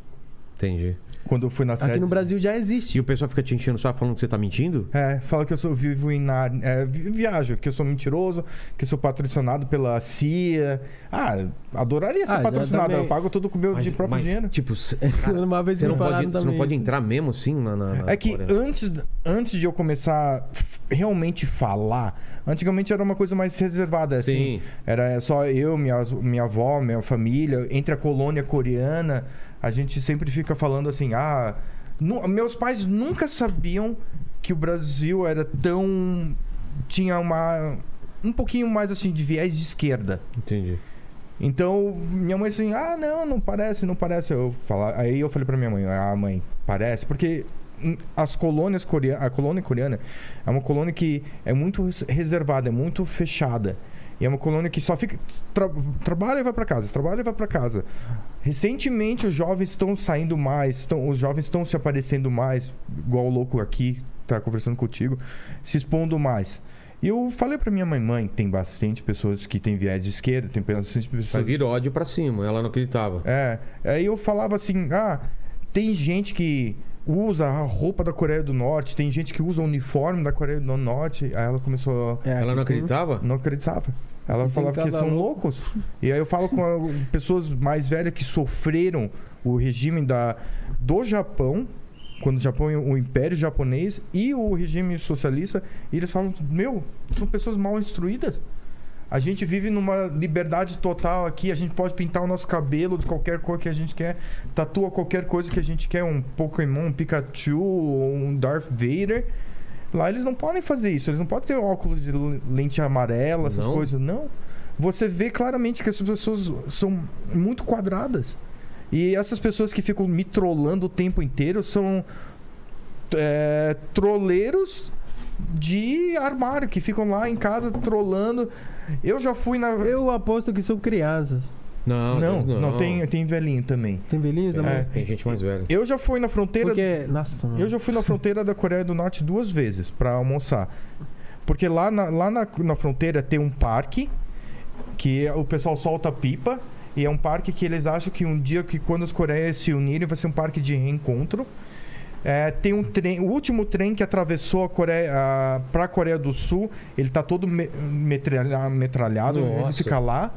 Speaker 1: Entendi.
Speaker 4: Quando eu fui na sede.
Speaker 5: Aqui no Brasil já
Speaker 1: E
Speaker 5: existe.
Speaker 1: o pessoal fica te enchendo só falando que você tá mentindo?
Speaker 4: É, fala que eu sou vivo em Nárnia. É, vi- viajo, que eu sou mentiroso, que eu sou patrocinado pela CIA. Ah, adoraria ser
Speaker 5: Ah, já
Speaker 4: patrocinado.
Speaker 5: também-
Speaker 4: Eu pago tudo com meu de próprio dinheiro.
Speaker 1: tipo, cê-
Speaker 5: [laughs] Uma vez
Speaker 1: você
Speaker 5: me
Speaker 1: não, pode,
Speaker 5: falaram
Speaker 1: você não
Speaker 5: também
Speaker 1: pode
Speaker 5: isso.
Speaker 1: entrar mesmo assim na. na- na
Speaker 4: É que
Speaker 1: Coreia?
Speaker 4: antes, antes de eu começar f- realmente falar, antigamente era uma coisa mais reservada, assim.
Speaker 1: Sim.
Speaker 4: Era só eu, minha, minha avó, minha família, entre a colônia coreana, a gente sempre fica falando assim, ah. nu- meus pais nunca sabiam que o Brasil era tão. tinha uma. um pouquinho mais assim de viés de esquerda.
Speaker 1: Entendi.
Speaker 4: Então, minha mãe assim, ah, não, não parece, não parece. Eu falar, aí eu falei pra minha mãe, ah, mãe, parece, porque hum, as colônias coreanas, a colônia coreana é uma colônia que é muito res- reservada, é muito fechada. E é uma colônia que só fica tra- trabalha e vai pra casa, trabalha e vai pra casa. Recentemente os jovens estão saindo mais, estão- os jovens estão se aparecendo mais, igual o louco aqui tá conversando contigo, se expondo mais. E eu falei pra minha mãe, mãe, tem bastante pessoas que têm viés de esquerda, tem bastante
Speaker 1: Vai
Speaker 4: pessoas
Speaker 1: vir ódio pra cima. Ela não acreditava.
Speaker 4: é, aí eu falava assim, ah, tem gente que usa a roupa da Coreia do Norte, tem gente que usa o uniforme da Coreia do Norte. Aí ela começou,
Speaker 5: É,
Speaker 1: Ela não
Speaker 4: um-
Speaker 5: aqui tem-
Speaker 1: acreditava?
Speaker 4: não acreditava. Ela
Speaker 5: Tem
Speaker 4: falava que
Speaker 5: cada um.
Speaker 4: são loucos. E aí eu falo com a- pessoas mais velhas que sofreram o regime da, do Japão, quando o Japão, o Império Japonês e o regime socialista, e eles falam, meu, são pessoas mal instruídas. A gente vive numa liberdade total aqui, a gente pode pintar o nosso cabelo de qualquer cor que a gente quer, tatua qualquer coisa que a gente quer, um Pokémon, um Pikachu, um Darth Vader. Lá eles não podem fazer isso, eles não podem ter óculos de l- lente amarela, essas
Speaker 1: Não?
Speaker 4: coisas, não. Você vê claramente que essas pessoas são muito quadradas. E essas pessoas que ficam me trollando o tempo inteiro são é, troleiros de armário, que ficam lá em casa trolando. Eu já fui na.
Speaker 5: Eu aposto que são crianças.
Speaker 1: Não,
Speaker 4: Não,
Speaker 1: às vezes
Speaker 4: não, tem, tem velhinho também.
Speaker 5: Tem velhinhos também?
Speaker 4: É.
Speaker 1: Tem gente mais velha.
Speaker 4: Eu já fui na fronteira.
Speaker 5: Porque, nossa, mano.
Speaker 4: Eu já fui na fronteira da Coreia do Norte duas vezes pra almoçar. Porque lá, na, lá na, na fronteira tem um parque que o pessoal solta pipa. E é um parque que eles acham que um dia que quando as Coreias se unirem vai ser um parque de reencontro. É, tem um trem, o último trem que atravessou a Coreia para a Coreia do Sul, ele tá todo me- metralha- metralhado, ele
Speaker 1: Nossa.
Speaker 4: fica lá.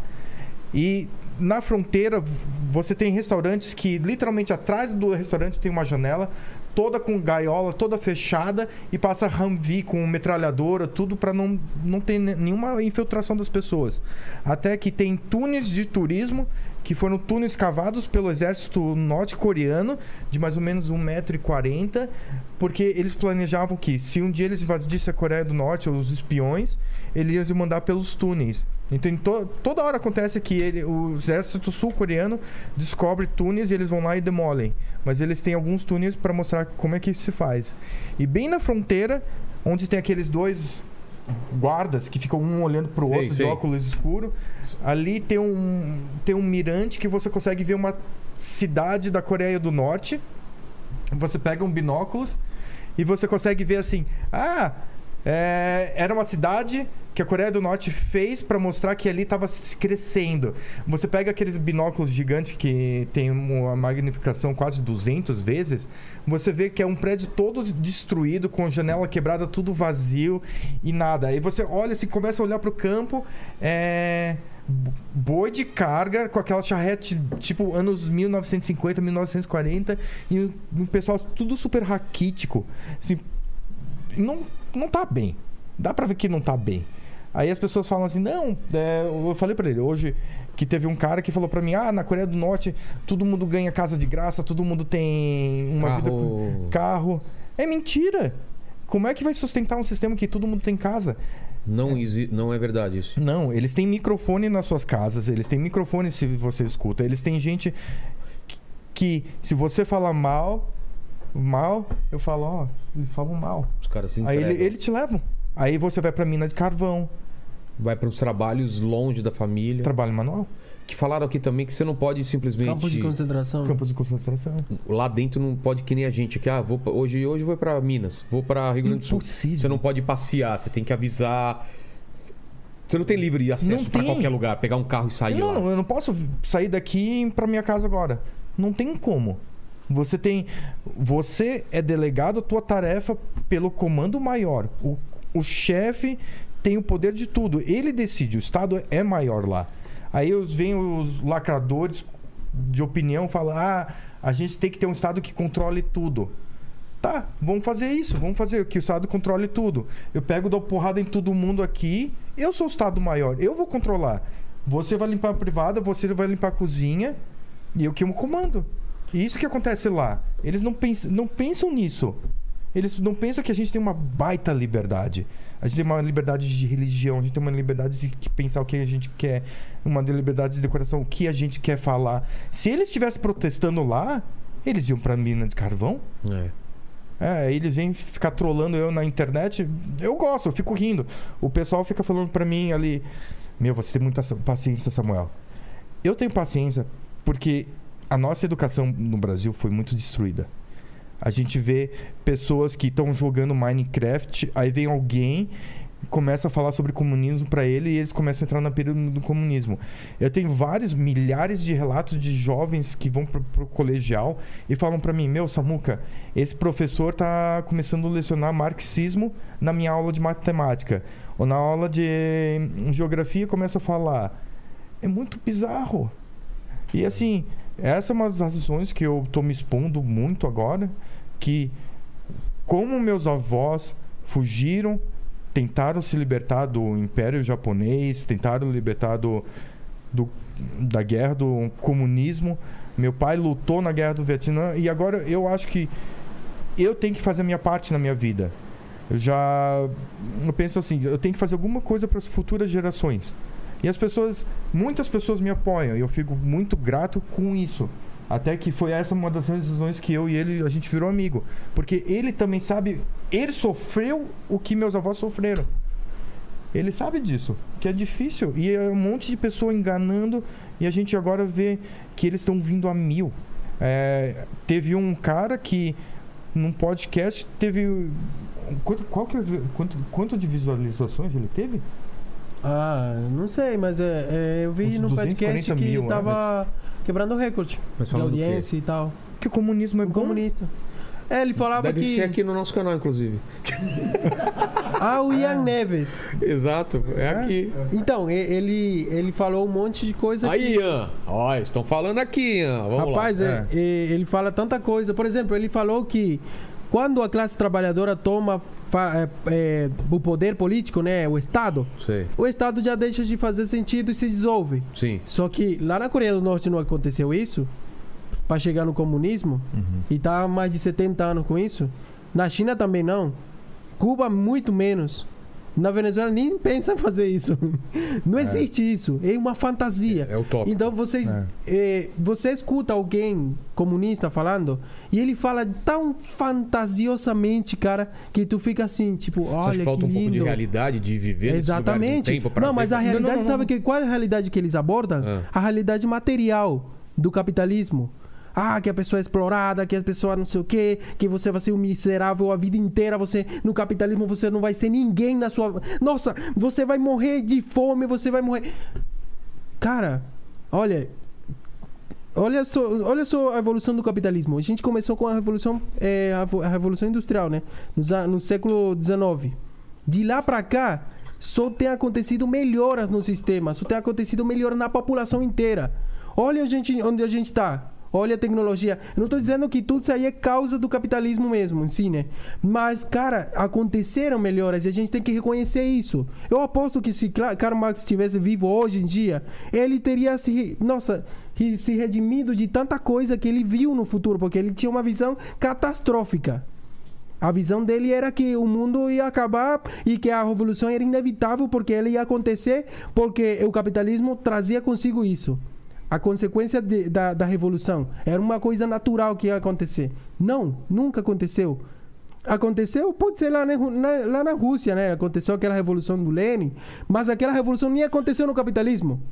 Speaker 4: E na fronteira v- você tem restaurantes que literalmente atrás do restaurante tem uma janela toda com gaiola, toda fechada e passa Humvee com metralhadora, tudo para não não ter ne- nenhuma infiltração das pessoas. Até que tem túneis de turismo que foram túneis cavados pelo exército norte-coreano de mais ou menos 1,40m, porque eles planejavam que se um dia eles invadissem a Coreia do Norte, os espiões, eles iam mandar pelos túneis. Então, em to- toda hora acontece que ele- o exército sul-coreano descobre túneis e eles vão lá e demolem. Mas eles têm alguns túneis para mostrar como é que se faz. E bem na fronteira, onde tem aqueles dois guardas que ficam um olhando pro
Speaker 1: Sei,
Speaker 4: outro
Speaker 1: sei.
Speaker 4: de óculos escuro, ali tem um, tem um mirante que você consegue ver uma cidade da Coreia do Norte. Você pega um binóculos e você consegue ver assim: ah, é, era uma cidade que a Coreia do Norte fez para mostrar que ali estava crescendo. Você pega aqueles binóculos gigantes que tem uma magnificação quase 200 vezes, você vê que é um prédio todo destruído, com janela quebrada, tudo vazio e nada. Aí você olha, assim, começa a olhar para o campo, é boi de carga com aquela charrete tipo anos 1950, 1940 e o o pessoal tudo super raquítico. Assim, não, não tá bem. Dá pra ver que não tá bem. Aí as pessoas falam assim: não, é, eu falei pra ele hoje que teve um cara que falou pra mim: ah, na Coreia do Norte todo mundo ganha casa de graça, todo mundo tem uma vida com
Speaker 1: Carro.
Speaker 4: carro. É mentira! Como é que vai sustentar um sistema que todo mundo tem casa?
Speaker 1: Não, exi- não é verdade isso.
Speaker 4: Não, eles têm microfone nas suas casas, eles têm microfone se você escuta, eles têm gente que, que se você falar mal, mal, eu falo, ó, eles falam mal.
Speaker 1: Os caras se
Speaker 4: Aí
Speaker 1: entregam.
Speaker 4: ele, ele te levam. Aí você vai pra mina de carvão,
Speaker 1: Vai para os trabalhos longe da família.
Speaker 4: trabalho manual,
Speaker 1: Que falaram aqui também que você não pode simplesmente...
Speaker 5: Campo de concentração.
Speaker 4: campos de concentração.
Speaker 1: Lá dentro Ah. não pode que nem a gente. Que, ah, vou, pra- hoje, hoje eu vou pra Minas, vou pra Rio Grande do Sul.
Speaker 4: Impossível.
Speaker 1: Você não pode passear, você tem que avisar. Você não tem livre acesso
Speaker 4: Não
Speaker 1: pra
Speaker 4: tem.
Speaker 1: qualquer lugar, pegar um carro e sair
Speaker 4: não,
Speaker 1: lá.
Speaker 4: não, eu não posso sair daqui pra minha casa agora. Não tem como. Você tem. Você é delegado a tua tarefa pelo comando maior. O, o chefe tem o poder de tudo. Ele decide, o Estado é maior lá. Aí os- vem os lacradores de opinião falar: ah, a gente tem que ter um Estado que controle tudo. Tá, vamos fazer isso, vamos fazer que o Estado controle tudo. Eu pego, dou porrada em todo mundo aqui, eu sou o Estado maior, eu vou controlar. Você vai limpar a privada, você vai limpar a cozinha, e eu que eu comando. E isso que acontece lá. Eles não, pens não pensam nisso. Eles não pensam que a gente tem uma baita liberdade. A gente tem uma liberdade de religião, a gente tem uma liberdade de que- pensar o que a gente quer, uma liberdade de decoração, o que a gente quer falar. Se eles estivessem protestando lá, eles iam pra mina de carvão.
Speaker 1: É.
Speaker 4: É, eles vêm ficar trolando eu na internet. Eu gosto, eu fico rindo. O pessoal fica falando pra mim ali: Meu, você tem muita sa- paciência, Samuel. Eu tenho paciência porque a nossa educação no Brasil foi muito destruída. A gente vê pessoas que estão jogando Minecraft, aí vem alguém começa a falar sobre comunismo pra ele e eles começam a entrar na pirâmide do comunismo. Eu tenho vários milhares de relatos de jovens que vão pro, pro colegial e falam pra mim: "Meu, Samuca, esse professor tá começando a lecionar marxismo na minha aula de matemática ou na aula de hum, geografia começa a falar. É muito bizarro. E assim, essa é uma das razões que eu tô me expondo muito agora, que como meus avós fugiram, tentaram se libertar do Império Japonês, tentaram libertar do, do- da guerra do comunismo. Meu pai lutou na guerra do Vietnã e agora eu acho que eu tenho que fazer a minha parte na minha vida. Eu já eu penso assim, eu tenho que fazer alguma coisa para as futuras gerações. E as pessoas, muitas pessoas me apoiam e eu fico muito grato com isso. Até que foi essa uma das decisões que eu e ele a gente virou amigo, porque ele também sabe, ele sofreu o que meus avós sofreram. Ele sabe disso, que é difícil e é um monte de pessoa enganando e a gente agora vê que eles estão vindo a mil. É, teve um cara que num podcast teve quanto, qual que é o vi- quanto, quanto de visualizações ele teve?
Speaker 5: Ah, não sei, mas é, é, eu vi
Speaker 4: Uns
Speaker 5: no podcast
Speaker 4: 240
Speaker 5: que
Speaker 4: mil, né,
Speaker 5: tava quebrando recorde
Speaker 1: Mas
Speaker 5: de
Speaker 1: falando do quê?
Speaker 5: audiência e tal.
Speaker 4: Que o comunismo é
Speaker 5: Um
Speaker 4: bom.
Speaker 5: comunista. É, ele falava
Speaker 1: Deve
Speaker 5: que.
Speaker 1: ser aqui no nosso canal, inclusive.
Speaker 5: Ah, o
Speaker 1: É.
Speaker 5: Ian Neves.
Speaker 1: Exato, é aqui.
Speaker 5: Então, e- ele, ele falou um monte de coisa
Speaker 1: Aí,
Speaker 5: que.
Speaker 1: Ian. Ó, estão falando aqui, Ian. Vamos
Speaker 5: Rapaz,
Speaker 1: lá.
Speaker 5: é- é- ele fala tanta coisa. Por exemplo, ele falou que quando a classe trabalhadora toma fa- é, é, o poder político, né, o Estado,
Speaker 1: Sei.
Speaker 5: o Estado já deixa de fazer sentido e se dissolve.
Speaker 1: Sim.
Speaker 5: Só que lá na Coreia do Norte não aconteceu isso, para chegar no comunismo,
Speaker 1: Uhum.
Speaker 5: e tá há mais de 70 anos com isso. Na China também não. Cuba, muito menos. Na Venezuela nem pensa em fazer isso. [laughs] Não existe isso. É uma fantasia.
Speaker 1: É o top.
Speaker 5: Então vocês,
Speaker 4: É.
Speaker 5: eh, você escuta alguém comunista falando e ele fala tão fantasiosamente, cara, que tu fica assim, tipo,
Speaker 1: Você acha
Speaker 5: olha
Speaker 1: que
Speaker 5: que,
Speaker 1: falta um
Speaker 5: lindo.
Speaker 1: pouco de realidade, de viver nesse lugar de um
Speaker 5: Exatamente.
Speaker 1: tempo pra um
Speaker 5: não, mas
Speaker 1: ver?
Speaker 5: a realidade,
Speaker 4: não, não,
Speaker 5: sabe que, qual é a realidade que eles abordam?
Speaker 1: Ah.
Speaker 5: A realidade material do capitalismo. Ah, que a pessoa é explorada, que a pessoa não sei o quê, que você vai ser um miserável a vida inteira, você no capitalismo você não vai ser ninguém na sua. Nossa, você vai morrer de fome, você vai morrer. Cara, olha, Olha só, olha só a evolução do capitalismo. A gente começou com a revolução, eh, a vo- a revolução industrial, né? Nos a- No, século XIX. De lá para cá, só tem acontecido melhoras no sistema, só tem acontecido melhoras na população inteira. Olha a gente, onde a gente tá. Olha a tecnologia. Eu não tô dizendo que tudo isso aí é causa do capitalismo mesmo, em si, né? Mas, cara, aconteceram melhoras e a gente tem que reconhecer isso. Eu aposto que se Cla- Karl Marx estivesse vivo hoje em dia, ele teria se, re- nossa, re- se redimido de tanta coisa que ele viu no futuro, porque ele tinha uma visão catastrófica. A visão dele era que o mundo ia acabar e que a revolução era inevitável porque ela ia acontecer, porque o capitalismo trazia consigo isso. A consequência de- da, da revolução era uma coisa natural que ia acontecer. Não, nunca aconteceu. Aconteceu, pode ser lá na, Ru- na- lá na Rússia, né? Aconteceu aquela revolução do Lenin, mas aquela revolução nem aconteceu no capitalismo.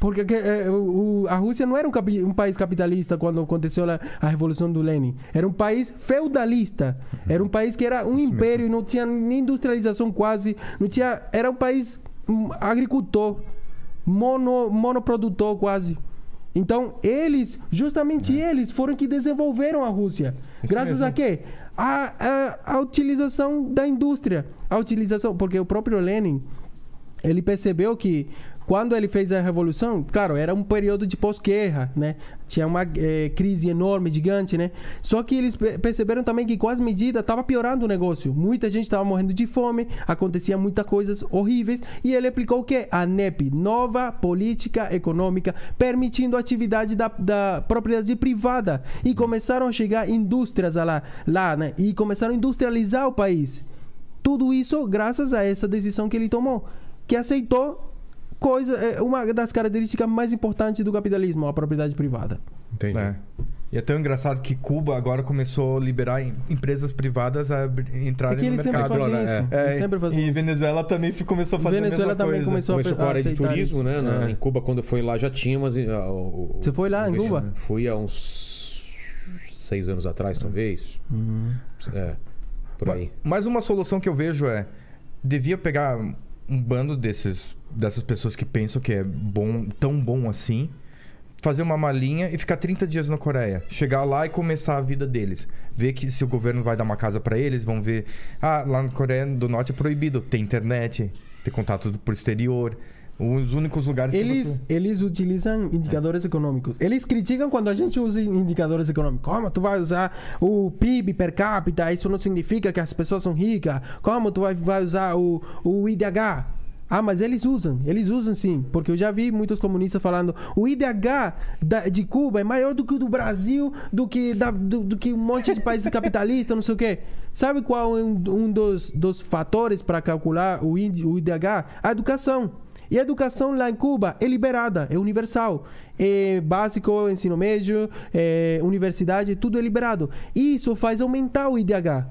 Speaker 5: Porque que- eh, o- o- a Rússia não era um, capi- um país capitalista quando aconteceu lá a Revolução do Lenin. Era um país feudalista. Era um país que era um império e não tinha nem industrialização quase. Não tinha, era um país hum, agricultor, mono, monoprodutor quase. Então, eles, justamente eles, foram que desenvolveram a Rússia. Graças a quê? A, a, a utilização da indústria. A utilização, porque o próprio Lenin, ele percebeu que quando ele fez a revolução, claro, era um período de pós-guerra, né? Tinha uma eh, crise enorme, gigante, né? Só que eles pe- perceberam também que com as medidas estava piorando o negócio. Muita gente estava morrendo de fome, acontecia muitas coisas horríveis e ele aplicou o quê? A NEP, Nova Política Econômica, permitindo a atividade da, da propriedade privada e começaram a chegar indústrias lá, lá, né? E começaram a industrializar o país. Tudo isso graças a essa decisão que ele tomou, que aceitou coisa, é, uma das características mais importantes do capitalismo, a propriedade privada.
Speaker 1: Entendi.
Speaker 4: É. E é tão engraçado que Cuba agora começou a liberar em- empresas privadas a abri-
Speaker 5: É
Speaker 4: entrarem
Speaker 5: que
Speaker 4: no
Speaker 5: eles sempre
Speaker 4: mercado.
Speaker 5: fazem
Speaker 4: né?
Speaker 5: isso.
Speaker 4: É,
Speaker 5: Eles sempre fazem
Speaker 4: e
Speaker 5: isso.
Speaker 4: Venezuela também fi- começou a fazer
Speaker 5: Venezuela
Speaker 4: a mesma
Speaker 5: também
Speaker 4: coisa.
Speaker 5: começou
Speaker 1: Começou com a área de
Speaker 5: aceitar
Speaker 1: turismo,
Speaker 5: isso. É.
Speaker 1: né? na- Em Cuba, quando eu fui lá, já tinha umas. ah, o- o-
Speaker 5: Você foi lá em
Speaker 1: investi-
Speaker 5: Cuba?
Speaker 1: Fui há uns seis anos atrás, talvez. É. Por
Speaker 4: Ma-
Speaker 1: aí.
Speaker 4: Mas uma solução que eu vejo é devia pegar um bando desses dessas pessoas que pensam que é bom, tão bom assim, fazer uma malinha e ficar 30 dias na Coreia, chegar lá e começar a vida deles, ver que se o governo vai dar uma casa pra eles, vão ver, ah, lá na Coreia do Norte é proibido ter internet, ter contato do- por exterior, os únicos lugares
Speaker 5: Eles,
Speaker 4: que
Speaker 5: eles utilizam indicadores econômicos. Eles criticam quando a gente usa indicadores econômicos. Como tu vai usar o PIB per capita? Isso não significa que as pessoas são ricas. Como tu vai, vai usar o, o IDH? Ah, mas eles usam, eles usam sim, porque eu já vi muitos comunistas falando o IDH da- de Cuba é maior do que o do Brasil, do que, da- do, do que um monte de países [laughs] capitalistas, não sei o quê. Sabe qual é um, um dos, dos fatores para calcular o, índice- o IDH? A educação. E a educação lá em Cuba é liberada, é universal. É básico, ensino médio, é universidade, tudo é liberado. Isso faz aumentar o IDH.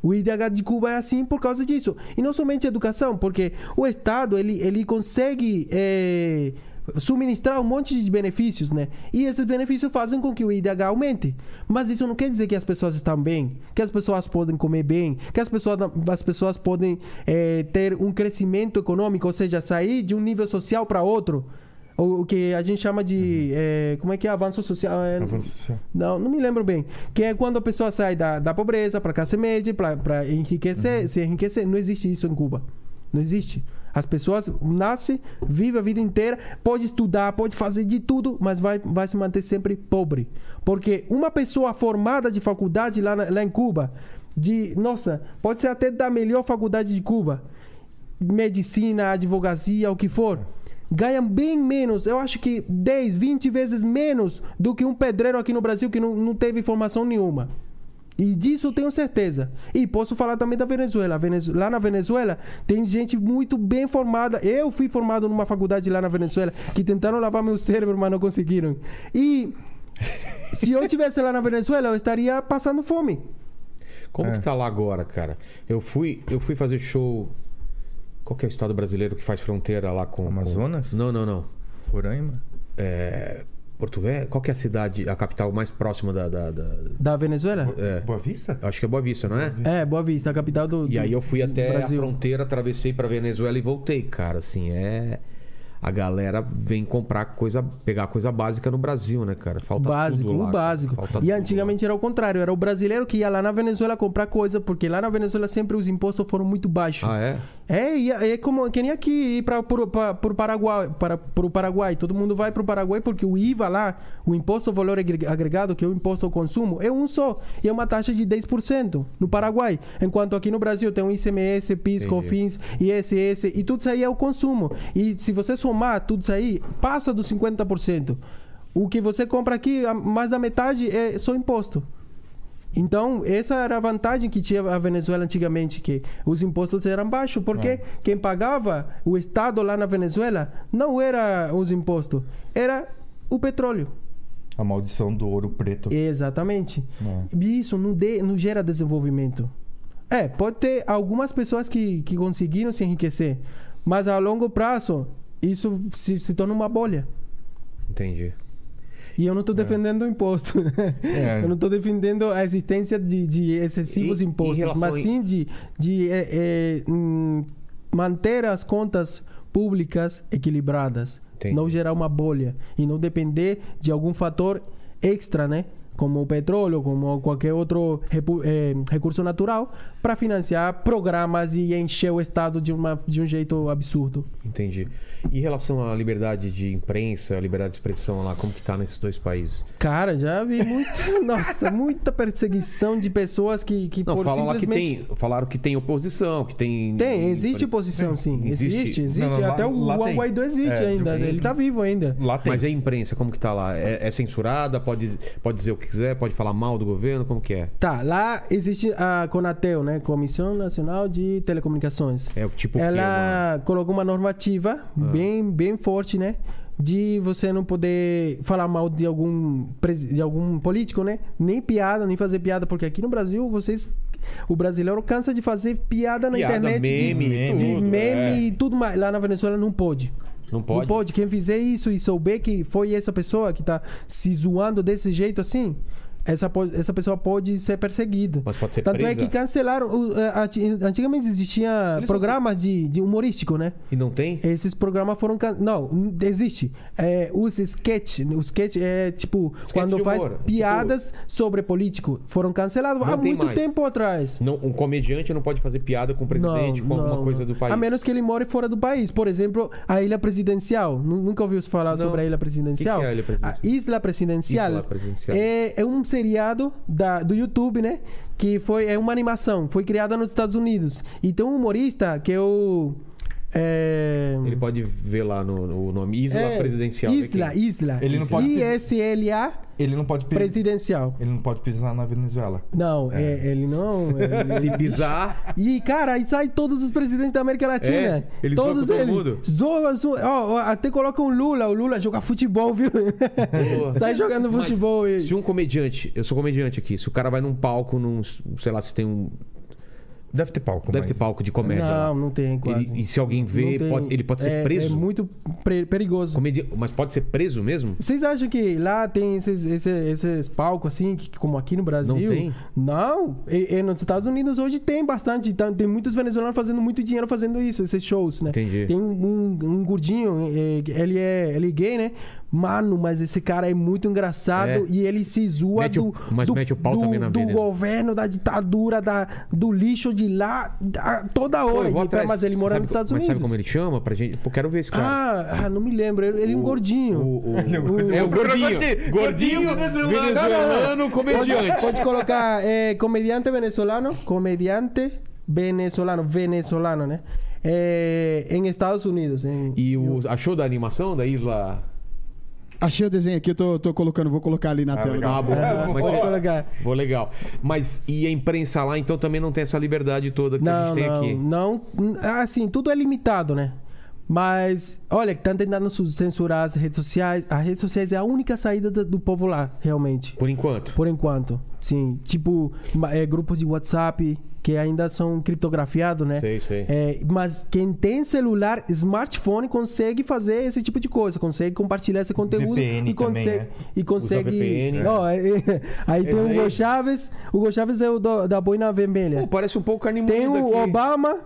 Speaker 5: O IDH de Cuba é assim por causa disso. E não somente a educação, porque o Estado ele, ele consegue é, suministrar um monte de benefícios, né? E esses benefícios fazem com que o IDH aumente. Mas isso não quer dizer que as pessoas estão bem, que as pessoas podem comer bem, que as pessoas, as pessoas podem é, ter um crescimento econômico, ou seja, sair de um nível social para outro. O o que a gente chama de. é, como é que é? Avanço social. é,
Speaker 4: você...
Speaker 5: não, não me lembro bem. Que é quando a pessoa sai da, da pobreza para classe média, para enriquecer, se enriquecer. Não existe isso em Cuba. Não existe. As pessoas nascem, vivem a vida inteira, pode estudar, pode fazer de tudo, mas vai, vai se manter sempre pobre. Porque uma pessoa formada de faculdade lá, na- lá em Cuba, de, nossa, pode ser até da melhor faculdade de Cuba, medicina, advocacia, o que for, ganham bem menos, eu acho que 10, 20 vezes menos do que um pedreiro aqui no Brasil que não, não teve formação nenhuma. E disso eu tenho certeza. E posso falar também da Venezuela. A Venez- Lá na Venezuela tem gente muito bem formada. Eu fui formado numa faculdade lá na Venezuela que tentaram lavar meu cérebro, mas não conseguiram.
Speaker 1: [laughs]
Speaker 5: E se eu estivesse lá na Venezuela, eu estaria passando fome.
Speaker 1: Como que tá lá agora, cara? Eu fui, eu fui fazer show. Qual que é o estado brasileiro que faz fronteira lá com. com-
Speaker 4: Amazonas?
Speaker 1: Não, não, não.
Speaker 4: Roraima?
Speaker 1: É, Porto Velho? Qual que é a cidade, a capital mais próxima da. da- da-
Speaker 5: Da Venezuela?
Speaker 1: É.
Speaker 6: Boa Vista?
Speaker 1: Acho que é Boa Vista, não é?
Speaker 5: É, Boa Vista, a capital do.
Speaker 1: E
Speaker 5: do-
Speaker 1: aí eu fui
Speaker 5: do
Speaker 1: até a
Speaker 5: Brasil.
Speaker 1: fronteira, atravessei pra Venezuela e voltei, cara. Assim, é. A galera vem comprar coisa, pegar coisa básica no Brasil, né, cara? Falta
Speaker 5: básico,
Speaker 1: tudo lá,
Speaker 5: o
Speaker 1: cara.
Speaker 5: básico.
Speaker 1: Falta tudo
Speaker 5: E
Speaker 1: lá.
Speaker 5: antigamente era o contrário, era o brasileiro que ia lá na Venezuela comprar coisa, porque lá na Venezuela sempre os impostos foram muito baixos.
Speaker 1: Ah, é?
Speaker 5: É, e é é como que nem aqui ir para pro, pra- pro Paraguai, para pro Paraguai, todo mundo vai pro Paraguai porque o IVA lá, o imposto ao valor agre- agregado, que é o imposto ao consumo, é um só, e é uma taxa de 10% no Paraguai, enquanto aqui no Brasil tem um o ICMS, PIS, COFINS, ISS e tudo isso aí é o consumo. E se você somar tudo isso aí, passa dos 50%. O que você compra aqui, a- mais da metade é só imposto. Então, essa era a vantagem que tinha a Venezuela antigamente, que os impostos eram baixos, porque quem pagava o Estado lá na Venezuela não era os impostos, era o petróleo.
Speaker 6: A maldição do ouro preto.
Speaker 5: Exatamente. Isso não, de- não gera desenvolvimento. É, pode ter algumas pessoas que, que conseguiram se enriquecer, mas a longo prazo, isso se, se torna uma bolha.
Speaker 1: Entendi.
Speaker 5: E eu não
Speaker 1: É.
Speaker 5: estou defendendo o
Speaker 1: [laughs]
Speaker 5: imposto. Eu não estou defendendo a existência de, de excessivos
Speaker 1: E- em
Speaker 5: impostos,
Speaker 1: relação
Speaker 5: mas
Speaker 1: em-
Speaker 5: sim de, de é, é, hum, manter as contas públicas equilibradas.
Speaker 1: Entendi.
Speaker 5: Não gerar uma bolha e não depender de algum fator extra, né? Como o petróleo, como qualquer outro repu- eh, recurso natural, para financiar programas e encher o Estado de, uma, de um jeito absurdo.
Speaker 1: Entendi. E em relação à liberdade de imprensa, à liberdade de expressão lá, como que tá nesses dois países?
Speaker 5: Cara, já vi muito, [laughs] nossa, muita perseguição de pessoas que, que
Speaker 1: Não,
Speaker 5: por
Speaker 1: falam lá que
Speaker 5: simplesmente...
Speaker 1: tem. Falaram que tem oposição, que tem.
Speaker 5: Tem, existe oposição, sim.
Speaker 1: Existe.
Speaker 5: Existe, existe.
Speaker 6: Não, não,
Speaker 5: Até
Speaker 6: lá-
Speaker 5: o
Speaker 6: lá
Speaker 5: Juan
Speaker 6: tem.
Speaker 5: Guaidó existe
Speaker 6: É,
Speaker 5: ainda.
Speaker 6: tem.
Speaker 5: Ele tá vivo
Speaker 4: Hum.
Speaker 5: ainda.
Speaker 6: Lá tem.
Speaker 1: Mas a imprensa, como que tá lá? É, é censurada? Pode, pode dizer o que quiser? Pode falar mal do governo? Como que é?
Speaker 5: Tá, lá existe a Conateu, né? Comissão Nacional de Telecomunicações.
Speaker 1: É o tipo que é uma- Ah.
Speaker 5: Ela colocou uma normativa bem, bem forte, né? De você não poder falar mal de algum, presi- de algum político, né? Nem piada, nem fazer piada, porque aqui no Brasil vocês. O brasileiro cansa de fazer piada na
Speaker 1: Piada,
Speaker 5: internet, de-
Speaker 1: meme,
Speaker 5: de,
Speaker 6: tudo,
Speaker 5: meme
Speaker 6: é.
Speaker 5: e tudo mais. Lá na Venezuela não pode.
Speaker 1: Não pode?
Speaker 5: Não pode. Quem fizer isso e souber que foi essa pessoa que tá se zoando desse jeito assim, essa, po- essa pessoa pode ser perseguida.
Speaker 1: Mas pode ser
Speaker 5: Tanto é
Speaker 1: presa?
Speaker 5: que cancelaram. o- eh, anti- Antigamente existia programas de, de humorístico, né?
Speaker 1: E não tem?
Speaker 5: Esses programas foram. can- Não, n- existe. É, os sketch. O sketch é tipo. quando
Speaker 1: de
Speaker 5: faz
Speaker 1: humor,
Speaker 5: piadas sobre político. Foram cancelados
Speaker 1: Não
Speaker 5: há
Speaker 1: tem
Speaker 5: muito
Speaker 1: mais.
Speaker 5: tempo atrás.
Speaker 1: Não, um comediante não pode fazer piada com o presidente, com alguma
Speaker 5: não,
Speaker 1: coisa
Speaker 5: não.
Speaker 1: do país.
Speaker 5: A menos que ele more fora do país. Por exemplo, a Ilha Presidencial. Nu- Nunca ouviu
Speaker 1: Não.
Speaker 5: falar sobre a Ilha Presidencial?
Speaker 1: Que que é a Ilha Presidencial?
Speaker 5: A Isla Presidencial,
Speaker 1: Isla Presidencial.
Speaker 5: É, é um seriado da, do YouTube, né? Que foi, é uma animação. Foi criada nos Estados Unidos. E tem um humorista que é o... É...
Speaker 1: Ele pode ver lá no, no nome Isla
Speaker 5: é,
Speaker 1: Presidencial. né,
Speaker 5: Isla,
Speaker 1: que-
Speaker 5: Isla.
Speaker 6: Ele não pode-
Speaker 5: ISLA
Speaker 6: Ele não pode pisar.
Speaker 5: Presidencial.
Speaker 6: Ele não pode pisar na Venezuela.
Speaker 5: Não, é, ele não...
Speaker 1: [laughs]
Speaker 5: ele-
Speaker 1: Se pisar,
Speaker 5: E, cara, aí sai todos os presidentes da América Latina.
Speaker 1: É, eles zoam
Speaker 5: todos
Speaker 1: com todo
Speaker 5: eles.
Speaker 1: mundo.
Speaker 5: Zoam, zoam. Ó, ó, até colocam o Lula. O Lula joga futebol, viu? sai jogando
Speaker 1: Mas
Speaker 5: futebol. e-
Speaker 1: Se um comediante, eu sou comediante aqui, se o cara vai num palco, num, sei lá, se tem um.
Speaker 6: Deve ter palco.
Speaker 1: Deve
Speaker 6: mas-
Speaker 1: ter palco de comédia.
Speaker 5: Não,
Speaker 1: lá.
Speaker 5: não tem quase.
Speaker 1: Ele- e se alguém
Speaker 5: Não
Speaker 1: vê,
Speaker 5: tem.
Speaker 1: pode- ele pode ser
Speaker 5: É-
Speaker 1: preso?
Speaker 5: É muito pre- perigoso.
Speaker 1: Comedi- Mas pode ser preso mesmo?
Speaker 5: Vocês acham que lá tem esses, esse- esses, palcos assim, que, como aqui no Brasil?
Speaker 1: Não tem?
Speaker 5: Não. E, e nos Estados Unidos hoje tem bastante. Tá- Tem muitos venezuelanos fazendo muito dinheiro fazendo isso, esses shows, né?
Speaker 1: Entendi.
Speaker 5: Tem um, um, um gordinho, eh, ele é, ele é gay, né? Mano, mas esse cara é muito engraçado
Speaker 1: É.
Speaker 5: e ele se zoa
Speaker 1: Mete o-
Speaker 5: do,
Speaker 1: mas
Speaker 5: do,
Speaker 1: mete o pau
Speaker 5: do,
Speaker 1: também na
Speaker 5: do
Speaker 1: vida.
Speaker 5: governo, da ditadura, da, do lixo de lá, da- toda
Speaker 1: Pô,
Speaker 5: hora.
Speaker 1: eu vou
Speaker 5: E,
Speaker 1: atrás.
Speaker 5: mas ele
Speaker 1: Você
Speaker 5: mora
Speaker 1: sabe
Speaker 5: nos
Speaker 1: co-
Speaker 5: Estados
Speaker 1: Mas
Speaker 5: Unidos.
Speaker 1: sabe como ele chama pra gente? Pô, quero ver esse cara.
Speaker 5: ah, ah, não me lembro. Ele é um gordinho. [laughs]
Speaker 1: O- o-
Speaker 5: o-
Speaker 1: é o gordinho. Gordinho, venezuelano,
Speaker 5: Pode,
Speaker 1: comediante.
Speaker 5: pode colocar é, comediante venezuelano, comediante venezuelano, venezuelano, né? É, em Estados Unidos. em-
Speaker 1: E o, achou da animação da Isla?
Speaker 3: Achei o desenho aqui, eu tô, tô colocando, vou colocar ali na tela.
Speaker 1: Ah, bom.
Speaker 5: Ah,
Speaker 1: Mas
Speaker 5: pode
Speaker 1: você-
Speaker 5: colocar.
Speaker 1: Pô, legal. Mas e a imprensa lá, então, também não tem essa liberdade toda que a
Speaker 5: Não,
Speaker 1: gente tem
Speaker 5: não,
Speaker 1: aqui.
Speaker 5: não. Assim, tudo é limitado, né? Mas, olha, que estão tentando su- censurar as redes sociais. As redes sociais é a única saída do, do povo lá, realmente.
Speaker 1: Por enquanto.
Speaker 5: Por enquanto, sim. Tipo, ma- é, grupos de WhatsApp que ainda são criptografiados, né?
Speaker 1: Sei, sei.
Speaker 5: É, mas quem tem celular, smartphone, consegue fazer esse tipo de coisa, consegue compartilhar esse conteúdo
Speaker 6: VPN
Speaker 5: e consegue.
Speaker 6: também, né?
Speaker 5: E consegue.
Speaker 1: VPN, né?
Speaker 5: Ó, é, é. aí tem o
Speaker 1: aí-
Speaker 5: Hugo Chaves, o Hugo Chaves é o do- da boina vermelha.
Speaker 1: Pô, parece um pouco animado.
Speaker 5: Tem o Obama.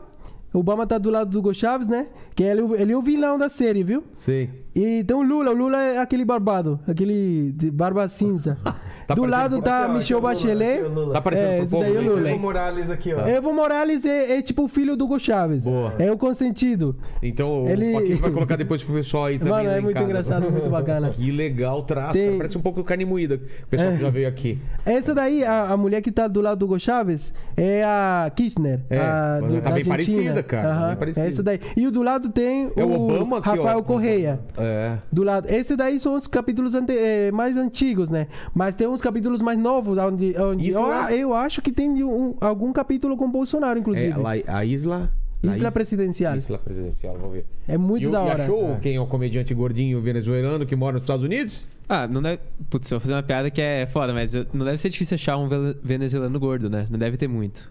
Speaker 5: O Obama tá do lado do Hugo Chaves, né? Que ele, ele é o vilão da série, viu?
Speaker 1: Sei.
Speaker 5: E tem o Lula. O Lula é aquele barbado. Aquele de barba cinza.
Speaker 1: [laughs] Tá
Speaker 5: do
Speaker 1: parecendo
Speaker 5: lado
Speaker 1: o
Speaker 5: tá Michel Bachelet.
Speaker 1: Tá parecendo
Speaker 5: É,
Speaker 1: pro
Speaker 5: esse
Speaker 1: povo,
Speaker 5: daí é
Speaker 1: né?
Speaker 5: o Lula.
Speaker 6: Evo Morales aqui,
Speaker 1: Tá.
Speaker 6: ó.
Speaker 5: Evo Morales é, é tipo o filho do Hugo Chaves.
Speaker 1: Boa.
Speaker 5: É o consentido.
Speaker 1: Então,
Speaker 5: Ele-
Speaker 1: o Joaquim vai colocar depois pro pessoal aí também.
Speaker 5: Mano,
Speaker 1: lá
Speaker 5: é
Speaker 1: em
Speaker 5: muito
Speaker 1: casa.
Speaker 5: engraçado,
Speaker 1: [laughs]
Speaker 5: muito bacana.
Speaker 1: Que legal o traço.
Speaker 5: Tem- É.
Speaker 1: Parece um pouco carne moída. O pessoal que já veio aqui.
Speaker 5: Essa daí, a, a mulher que tá do lado do Hugo Chaves, é a Kirchner.
Speaker 1: É,
Speaker 5: a,
Speaker 1: mas
Speaker 5: do,
Speaker 1: ela tá
Speaker 5: da
Speaker 1: bem
Speaker 5: Argentina.
Speaker 1: parecida, cara, tá
Speaker 5: Aham,
Speaker 1: bem parecida.
Speaker 5: É essa daí. E o do lado tem
Speaker 1: É
Speaker 5: o,
Speaker 1: o Obama aqui, ó.
Speaker 5: Rafael Correia.
Speaker 1: É.
Speaker 5: Do lado. Esse daí são os capítulos ante- eh, mais antigos, né? Mas tem uns capítulos mais novos, onde, onde
Speaker 1: Isso
Speaker 5: eu,
Speaker 1: lá.
Speaker 5: eu acho que tem um- algum capítulo com Bolsonaro,
Speaker 1: é
Speaker 5: inclusive.
Speaker 1: lá- a Isla. a
Speaker 5: Isla Presidencial.
Speaker 1: Isla Presidencial, vou ver.
Speaker 5: É muito
Speaker 1: e, o-
Speaker 5: da
Speaker 1: e
Speaker 5: hora.
Speaker 1: achou quem é o comediante gordinho venezuelano que mora nos Estados Unidos?
Speaker 2: Ah, não deve. Putz, eu vou fazer uma piada que é foda, mas eu- não deve ser difícil achar um vele- venezuelano gordo, né? Não deve ter muito.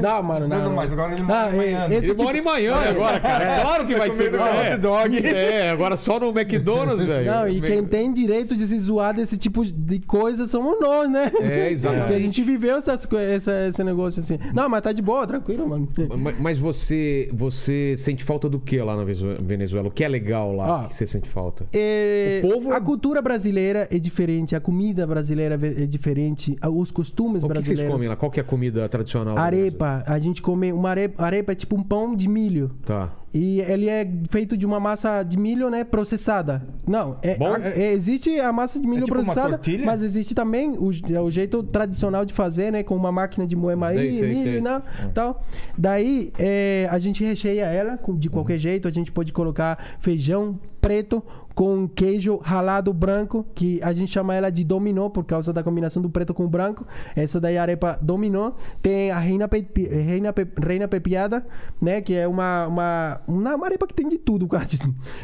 Speaker 5: Não, mano, não.
Speaker 6: Não, não, mas agora ele
Speaker 5: Ah,
Speaker 6: mora em
Speaker 5: é,
Speaker 6: Miami.
Speaker 5: esse
Speaker 1: Ele
Speaker 5: tipo- Tá
Speaker 1: mora em Miami agora, cara. É claro que vai ser
Speaker 6: comendo
Speaker 1: é.
Speaker 6: hot dog.
Speaker 1: É, agora só no McDonald's, velho.
Speaker 5: Não, e quem tem direito de se zoar desse tipo de coisa somos nós, né?
Speaker 1: É, exatamente.
Speaker 5: Porque a gente viveu essas, co- essa, esse negócio assim. Não, mas tá de boa, tranquilo, mano.
Speaker 1: Ma- Mas você, você sente falta do que lá na Venezu- Venezuela? O que é legal lá
Speaker 5: Ah.
Speaker 1: que você sente falta?
Speaker 5: É,
Speaker 1: O povo é-
Speaker 5: A cultura brasileira é diferente, a comida brasileira é diferente, os costumes
Speaker 1: O que, que vocês
Speaker 5: brasileiros.
Speaker 1: comem lá? Qual que é a comida tradicional? da Venezuela?
Speaker 5: Arepa, a gente come uma arepa, arepa é tipo um pão de milho.
Speaker 1: Tá.
Speaker 5: E ele é feito de uma massa de milho, né, processada. Não, é,
Speaker 1: Bom,
Speaker 5: a- é- existe a massa de milho
Speaker 6: tipo uma
Speaker 5: processada,
Speaker 6: tortilha?
Speaker 5: mas existe também o, je- o jeito tradicional de fazer, né, com uma máquina de moer maíz,
Speaker 1: Sei, sei,
Speaker 5: milho
Speaker 1: sei.
Speaker 5: e né, tal. Daí é, a gente recheia ela com- de
Speaker 6: Uhum.
Speaker 5: qualquer jeito, a gente pode colocar feijão preto com queijo ralado branco, que a gente chama ela de dominó por causa da combinação do preto com o branco. Essa daí é a arepa dominó. Tem a reina, pepi, reina, pe- reina pepiada, né? Que é uma, uma, uma arepa que tem de tudo, [laughs] cara.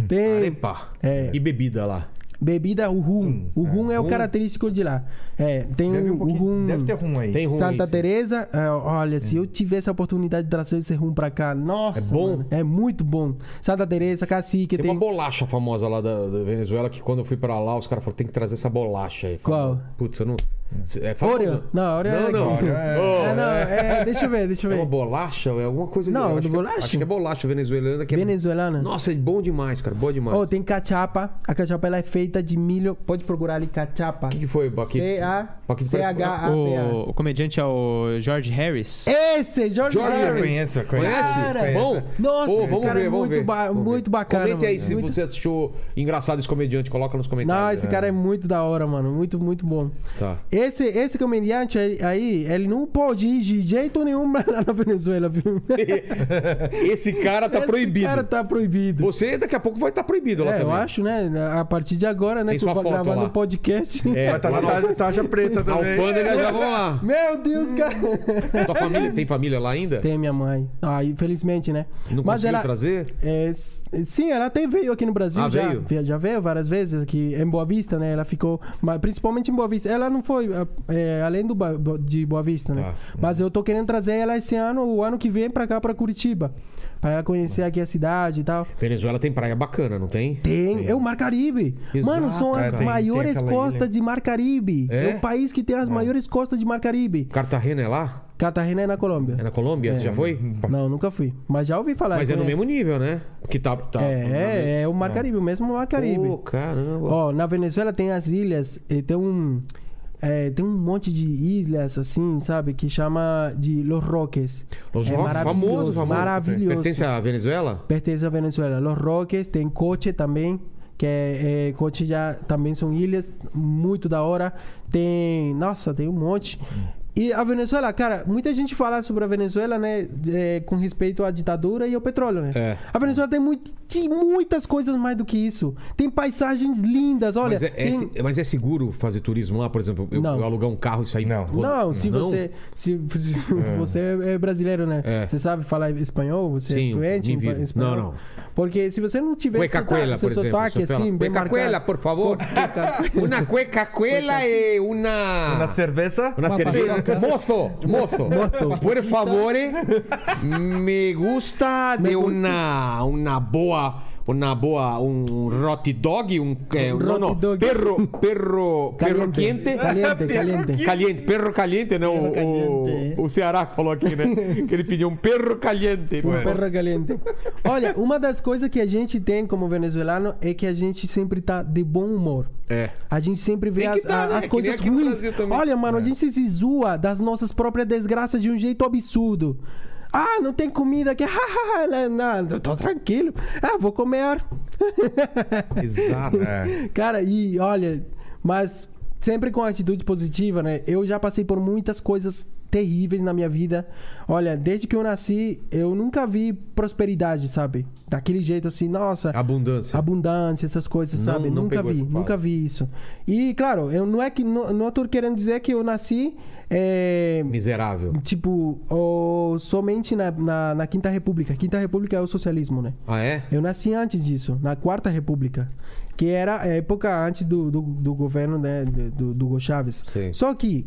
Speaker 5: Tem
Speaker 1: Arepa.
Speaker 5: É.
Speaker 1: E bebida lá?
Speaker 5: bebida, o rum. O rum é, o
Speaker 1: rum.
Speaker 5: característico de lá. É, tem
Speaker 6: Uhum. Deve,
Speaker 5: o,
Speaker 6: um
Speaker 5: o
Speaker 6: pouquinho-
Speaker 5: rum...
Speaker 6: deve ter rum aí.
Speaker 1: Uhum. Tem ruim.
Speaker 5: Santa
Speaker 1: sim.
Speaker 5: Teresa, é, olha, se eu tivesse a oportunidade de trazer esse rum pra cá, nossa,
Speaker 1: É bom?
Speaker 5: mano, é muito bom. Santa Teresa, Cacique,
Speaker 1: Tem
Speaker 5: tem,
Speaker 1: uma bolacha famosa lá da, da Venezuela que quando eu fui pra lá, os caras falaram, tem que trazer essa bolacha aí.
Speaker 5: Qual?
Speaker 1: Putz, eu não... É famosa?
Speaker 5: Oreo. Não, Oreo
Speaker 1: Não,
Speaker 5: é
Speaker 1: não.
Speaker 5: aqui.
Speaker 1: Oh,
Speaker 5: É, não, é, deixa eu ver, deixa eu
Speaker 1: É uma
Speaker 5: ver.
Speaker 1: bolacha? É alguma coisa... eu
Speaker 5: Não, de
Speaker 1: acho que-
Speaker 5: bolacha?
Speaker 1: acho que é bolacha venezuelana. Que é-
Speaker 5: Venezuelana.
Speaker 1: Nossa, é bom demais, cara. Bom demais.
Speaker 5: Oh, tem cachapa. A cachapa ela é feita de milho. Pode procurar ali cachapa.
Speaker 1: O que, que foi, Baquito? Baquito parece-
Speaker 5: C-A-C-H-A-P-A.
Speaker 2: O, o comediante é o George Harris.
Speaker 5: Esse, é Jorge
Speaker 1: Jorge
Speaker 5: Harris.
Speaker 6: Ah, Eu conheço, eu conheço.
Speaker 1: Conhece?
Speaker 5: Cara,
Speaker 1: bom?
Speaker 5: nossa,
Speaker 1: Pô,
Speaker 5: esse cara é muito ba-
Speaker 1: Vamos
Speaker 5: muito bacana,
Speaker 1: Comente aí
Speaker 5: mano.
Speaker 1: se
Speaker 5: Muito-
Speaker 1: você achou engraçado esse comediante. Coloca nos comentários.
Speaker 5: Não, esse cara é muito da hora, mano. Muito, muito bom.
Speaker 1: Tá.
Speaker 5: Esse, esse comediante aí- aí, ele não pode ir de jeito nenhum [laughs] lá na Venezuela, viu?
Speaker 1: Esse cara tá [laughs]
Speaker 5: Esse
Speaker 1: proibido.
Speaker 5: cara tá proibido.
Speaker 1: Você daqui a pouco vai estar proibido lá
Speaker 5: É, eu
Speaker 1: também.
Speaker 5: acho, né? A partir de agora, né?
Speaker 1: Tem
Speaker 5: que eu
Speaker 1: sua
Speaker 5: vou
Speaker 1: foto
Speaker 5: gravar
Speaker 1: lá.
Speaker 5: no podcast.
Speaker 1: É, Tá
Speaker 6: Vai estar
Speaker 1: lá
Speaker 6: tá na
Speaker 1: na
Speaker 6: taxa, taxa preta também.
Speaker 1: alfândega já vão lá.
Speaker 5: [laughs] Meu
Speaker 1: [laughs]
Speaker 5: Deus, cara.
Speaker 1: Tua família, tem família lá ainda?
Speaker 5: Tem minha mãe. Ah, infelizmente, né?
Speaker 1: Não
Speaker 5: Mas
Speaker 1: conseguiu
Speaker 5: ela.
Speaker 1: trazer?
Speaker 5: é, s- sim, ela até veio aqui no Brasil
Speaker 1: Ah,
Speaker 5: já.
Speaker 1: veio?
Speaker 5: Ve- Já veio várias vezes aqui em Boa Vista, né? Ela ficou, mas principalmente em Boa Vista. Ela não foi ah, é, além do, Ba- Bo- de Boa Vista, né?
Speaker 1: Tá.
Speaker 5: Mas eu tô querendo trazer ela esse ano, o ano que vem, pra cá, pra Curitiba. Pra ela conhecer aqui a cidade e tal.
Speaker 1: Venezuela tem praia bacana, não tem?
Speaker 5: Tem, é o Mar Caribe.
Speaker 1: Exato.
Speaker 5: Mano, são as
Speaker 6: É, tem-
Speaker 5: maiores
Speaker 6: tem aquela
Speaker 5: costas
Speaker 6: ilha.
Speaker 5: de Mar Caribe.
Speaker 1: É?
Speaker 5: É? o país que tem as maiores costas de Mar Caribe.
Speaker 1: Cartagena é lá?
Speaker 5: Cartagena é na Colômbia.
Speaker 1: É na Colômbia? Você já foi?
Speaker 5: Não, nunca fui. Mas já ouvi falar.
Speaker 1: Mas é no
Speaker 5: conheço.
Speaker 1: mesmo nível, né? Que tá. tá
Speaker 5: É, é, é o Mar Caribe, o mesmo Mar Caribe.
Speaker 1: Pô, caramba.
Speaker 5: Ó, na Venezuela tem as ilhas, e tem um. é, tem um monte de ilhas assim, sabe? Que chama de Los Roques.
Speaker 1: Os
Speaker 5: é
Speaker 1: Rocks, famoso, famoso.
Speaker 5: Maravilhoso.
Speaker 1: Pertence à Venezuela?
Speaker 5: pertence à Venezuela. Los Roques, tem Coche também, que é, é, Coche já também são ilhas, muito da hora. Tem, nossa, tem um monte. E a Venezuela, cara, muita gente fala sobre a Venezuela, né, é, com respeito à ditadura e ao petróleo, né?
Speaker 1: É.
Speaker 5: A Venezuela tem, muito, tem muitas coisas mais do que isso. Tem paisagens lindas, olha.
Speaker 1: mas, é, é
Speaker 5: tem-
Speaker 1: se- mas é seguro fazer turismo lá, por exemplo? Eu,
Speaker 5: Não.
Speaker 1: eu alugar um carro e sair.
Speaker 6: Não.
Speaker 1: roda-
Speaker 5: Não, se você se, se [laughs] você é brasileiro, né?
Speaker 1: [laughs] É.
Speaker 5: Você sabe falar espanhol, você
Speaker 1: Sim,
Speaker 5: é fluente
Speaker 1: me
Speaker 5: em pa-
Speaker 1: viro.
Speaker 5: espanhol.
Speaker 1: Não, não.
Speaker 5: Porque se você não tiver
Speaker 1: Cueca cuela,
Speaker 5: seu
Speaker 1: por exemplo.
Speaker 5: tá, sotaque
Speaker 1: Você fala,
Speaker 5: assim, bem
Speaker 1: cueca cuela,
Speaker 5: marcado.
Speaker 1: por favor. Uma cueca cuela e uma...
Speaker 6: Tá Na cerveja?
Speaker 1: Una
Speaker 3: Uma
Speaker 1: cerveza.
Speaker 3: papaca.
Speaker 1: Mozo, mozo,
Speaker 5: Mozo.
Speaker 1: por favor, me gusta de una, una boa, una boa, un roti dog, un, eh, no, no,
Speaker 5: roti dog.
Speaker 1: perro, perro, perro um quente. [laughs]
Speaker 5: Caliente, caliente.
Speaker 1: Um Caliente, perro caliente, né? O,
Speaker 3: Perro
Speaker 1: o-
Speaker 5: é.
Speaker 3: caliente.
Speaker 1: o Ceará que falou aqui, né?
Speaker 5: [laughs]
Speaker 1: Que ele pediu um perro caliente.
Speaker 5: Um perro caliente. Olha, uma das coisas que a gente tem como venezuelano é que a gente sempre tá de bom humor.
Speaker 1: É.
Speaker 5: A gente sempre vê
Speaker 1: Tem que
Speaker 5: as,
Speaker 1: tá, né?
Speaker 5: as
Speaker 1: Que nem
Speaker 5: coisas
Speaker 1: aqui no
Speaker 5: ruins.
Speaker 1: Brasil também.
Speaker 5: Olha, mano, a gente se zoa das nossas próprias desgraças de um jeito absurdo. Ah, não tem comida aqui. [laughs] Não, né? não, eu tô tranquilo. Ah, vou comer. [laughs]
Speaker 1: Exato.
Speaker 6: É.
Speaker 5: Cara, e olha, mas sempre com atitude positiva, né? Eu já passei por muitas coisas terríveis na minha vida. Olha, desde que eu nasci, eu nunca vi prosperidade, sabe? Daquele jeito assim, nossa.
Speaker 1: Abundância.
Speaker 5: Abundância, essas coisas,
Speaker 1: Não-
Speaker 5: sabe?
Speaker 1: não
Speaker 5: nunca
Speaker 1: pegou
Speaker 5: vi,
Speaker 1: essa fala.
Speaker 5: nunca vi isso. E claro, eu não é que não, não tô querendo dizer que eu nasci é,
Speaker 1: Miserável.
Speaker 5: tipo ou somente na, na, na Quinta República. Quinta República é o socialismo, né?
Speaker 1: Ah, é?
Speaker 5: Eu nasci antes disso, na Quarta República, que era a época antes do, do, do governo né, de- do, do Hugo Chávez.
Speaker 1: Sim.
Speaker 5: Só que,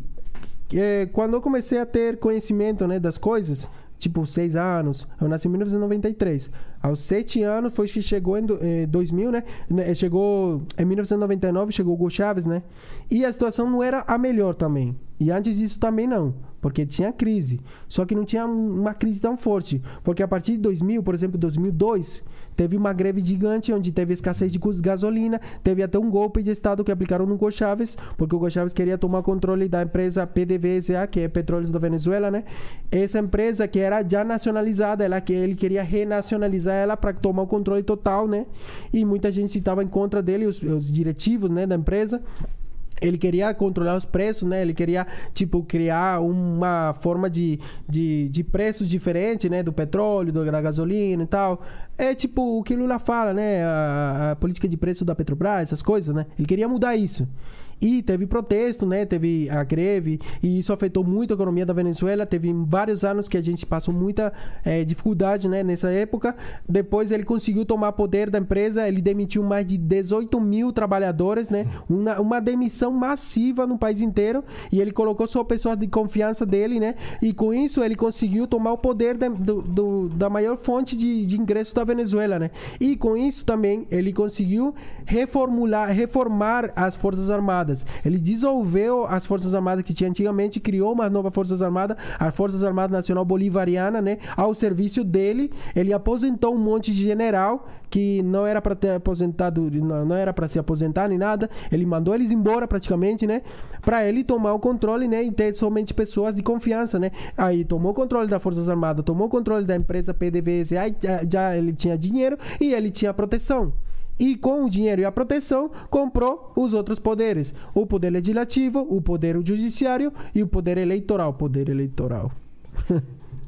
Speaker 5: eh, quando eu comecei a ter conhecimento né, das coisas, tipo, seis anos, eu nasci em 1993. Aos sete anos foi que chegou em do- eh, 2000, né? né, Chegou em 1999, chegou o Hugo Chávez, né? E a situação não era a melhor também. E antes disso também não, porque tinha crise. Só que não tinha um- uma crise tão forte, porque a partir de 2000, por exemplo, 2002, teve uma greve gigante onde teve escassez de gus- gasolina, teve até um golpe de estado que aplicaram no Hugo Chávez, porque o Hugo Chávez queria tomar controle da empresa PDVSA, que é Petróleos da Venezuela, né? Essa empresa que era já nacionalizada, ela que ele queria renacionalizar ela para tomar o controle total, né? E muita gente estava em contra dele, os, os diretivos, né, da empresa. Ele queria controlar os preços, né? Ele queria, tipo, criar uma forma de, de, de preços diferente, né? Do petróleo, do- da gasolina e tal. É tipo o que Lula fala, né? A, a política de preço da Petrobras, essas coisas, né? Ele queria mudar isso. E teve protesto, né? Teve a greve e isso afetou muito a economia da Venezuela. Teve vários anos que a gente passou muita eh, dificuldade, né? Nessa época. Depois ele conseguiu tomar poder da empresa. Ele demitiu mais de 18 mil trabalhadores, né? Uma, uma demissão massiva no país inteiro. E ele colocou só pessoas de confiança dele, né? E com isso ele conseguiu tomar o poder da, do- do- da maior fonte de, de ingresso da Venezuela, né? E com isso também ele conseguiu reformular, reformar as Forças Armadas. Ele dissolveu as Forças Armadas que tinha antigamente, criou uma nova Forças Armadas, a Forças Armadas Nacional Bolivariana, né? Ao serviço dele, ele aposentou um monte de general que não era para ter aposentado, não não era para se aposentar nem nada. Ele mandou eles embora praticamente, né? Para ele tomar o controle, né? E ter somente pessoas de confiança, né? Aí tomou o controle das Forças Armadas, tomou o controle da empresa PDVSA, aí já- já ele tinha dinheiro e ele tinha proteção. E com o dinheiro e a proteção, comprou os outros poderes: o poder legislativo, o poder judiciário e o poder eleitoral. Poder eleitoral.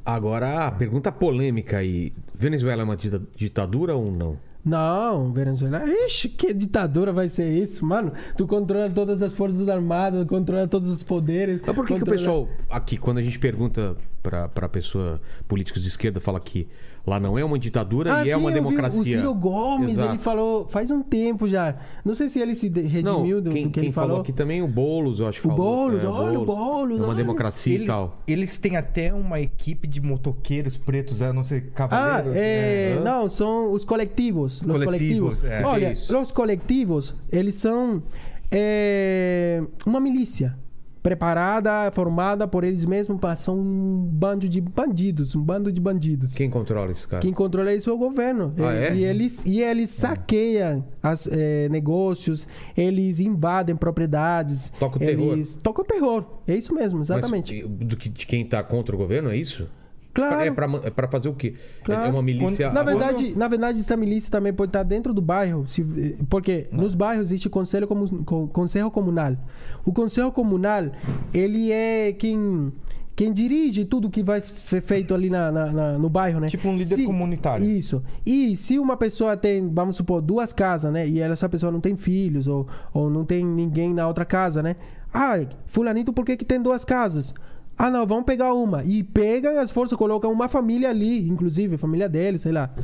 Speaker 1: Agora, a pergunta polêmica aí. Venezuela é uma dita- ditadura ou não?
Speaker 5: Não, Venezuela. Ixi, que ditadura vai ser isso, mano? Tu controla todas as forças armadas, controla todos os poderes.
Speaker 1: Mas por que, que o
Speaker 5: controla-
Speaker 1: pessoal aqui, quando a gente pergunta pra, pra pessoa, políticos de esquerda, fala que lá não é uma ditadura
Speaker 5: Ah,
Speaker 1: e
Speaker 5: sim,
Speaker 1: é uma
Speaker 5: eu vi
Speaker 1: democracia?
Speaker 5: O Ciro Gomes,
Speaker 1: Exato.
Speaker 5: ele falou faz um tempo já. Não sei se ele se de-
Speaker 1: Não,
Speaker 5: redimiu do,
Speaker 1: quem,
Speaker 5: do que
Speaker 1: quem
Speaker 5: ele
Speaker 1: falou tá
Speaker 5: falou.
Speaker 1: aqui também, o Boulos, eu acho que
Speaker 5: O
Speaker 1: falou.
Speaker 5: Boulos, olha o Boulos,
Speaker 1: É uma
Speaker 5: olha.
Speaker 1: democracia
Speaker 6: Ele-
Speaker 1: e tal.
Speaker 6: Eles têm até uma equipe de motoqueiros pretos, é, não sei,
Speaker 5: Ah,
Speaker 6: cavaleiros.
Speaker 5: é,
Speaker 6: né?
Speaker 5: não, são os coletivos. Os
Speaker 6: Coletivos,
Speaker 5: coletivos.
Speaker 6: é.
Speaker 5: Olha,
Speaker 1: Isso.
Speaker 5: os coletivos, eles são é, uma milícia preparada, formada por eles mesmos, pra- são um bando de bandidos, um bando de bandidos.
Speaker 1: Quem controla isso, cara?
Speaker 5: Quem controla isso é o governo.
Speaker 1: Ah,
Speaker 5: E-
Speaker 1: é? Ah.
Speaker 5: E eles, e eles saqueiam as, eh, negócios, eles invadem propriedades.
Speaker 1: Toca o terror.
Speaker 5: eles tocam terror. É isso mesmo,
Speaker 1: Mas
Speaker 5: exatamente.
Speaker 1: do que, de quem tá contra o governo, é isso?
Speaker 5: Claro.
Speaker 1: É pra, man- é pra fazer o quê? É- É
Speaker 5: Claro.
Speaker 1: uma milícia...
Speaker 5: Na
Speaker 1: agora-
Speaker 5: verdade, na verdade, essa milícia também pode estar dentro do bairro, se- porque nos bairros existe o conselho, comu- co- conselho comunal. O conselho comunal, ele é quem, quem dirige tudo que vai ser feito ali na- na- na- no bairro, né?
Speaker 6: Tipo um líder comunitário.
Speaker 5: Isso. E se uma pessoa tem, vamos supor, duas casas, né? E ela- essa pessoa não tem filhos ou, ou não tem ninguém na outra casa, né? Ah, fulanito, por que, que tem duas casas? Ah, não, vamos pegar uma. E pegam as forças, colocam uma família ali, inclusive, a família dele, sei lá.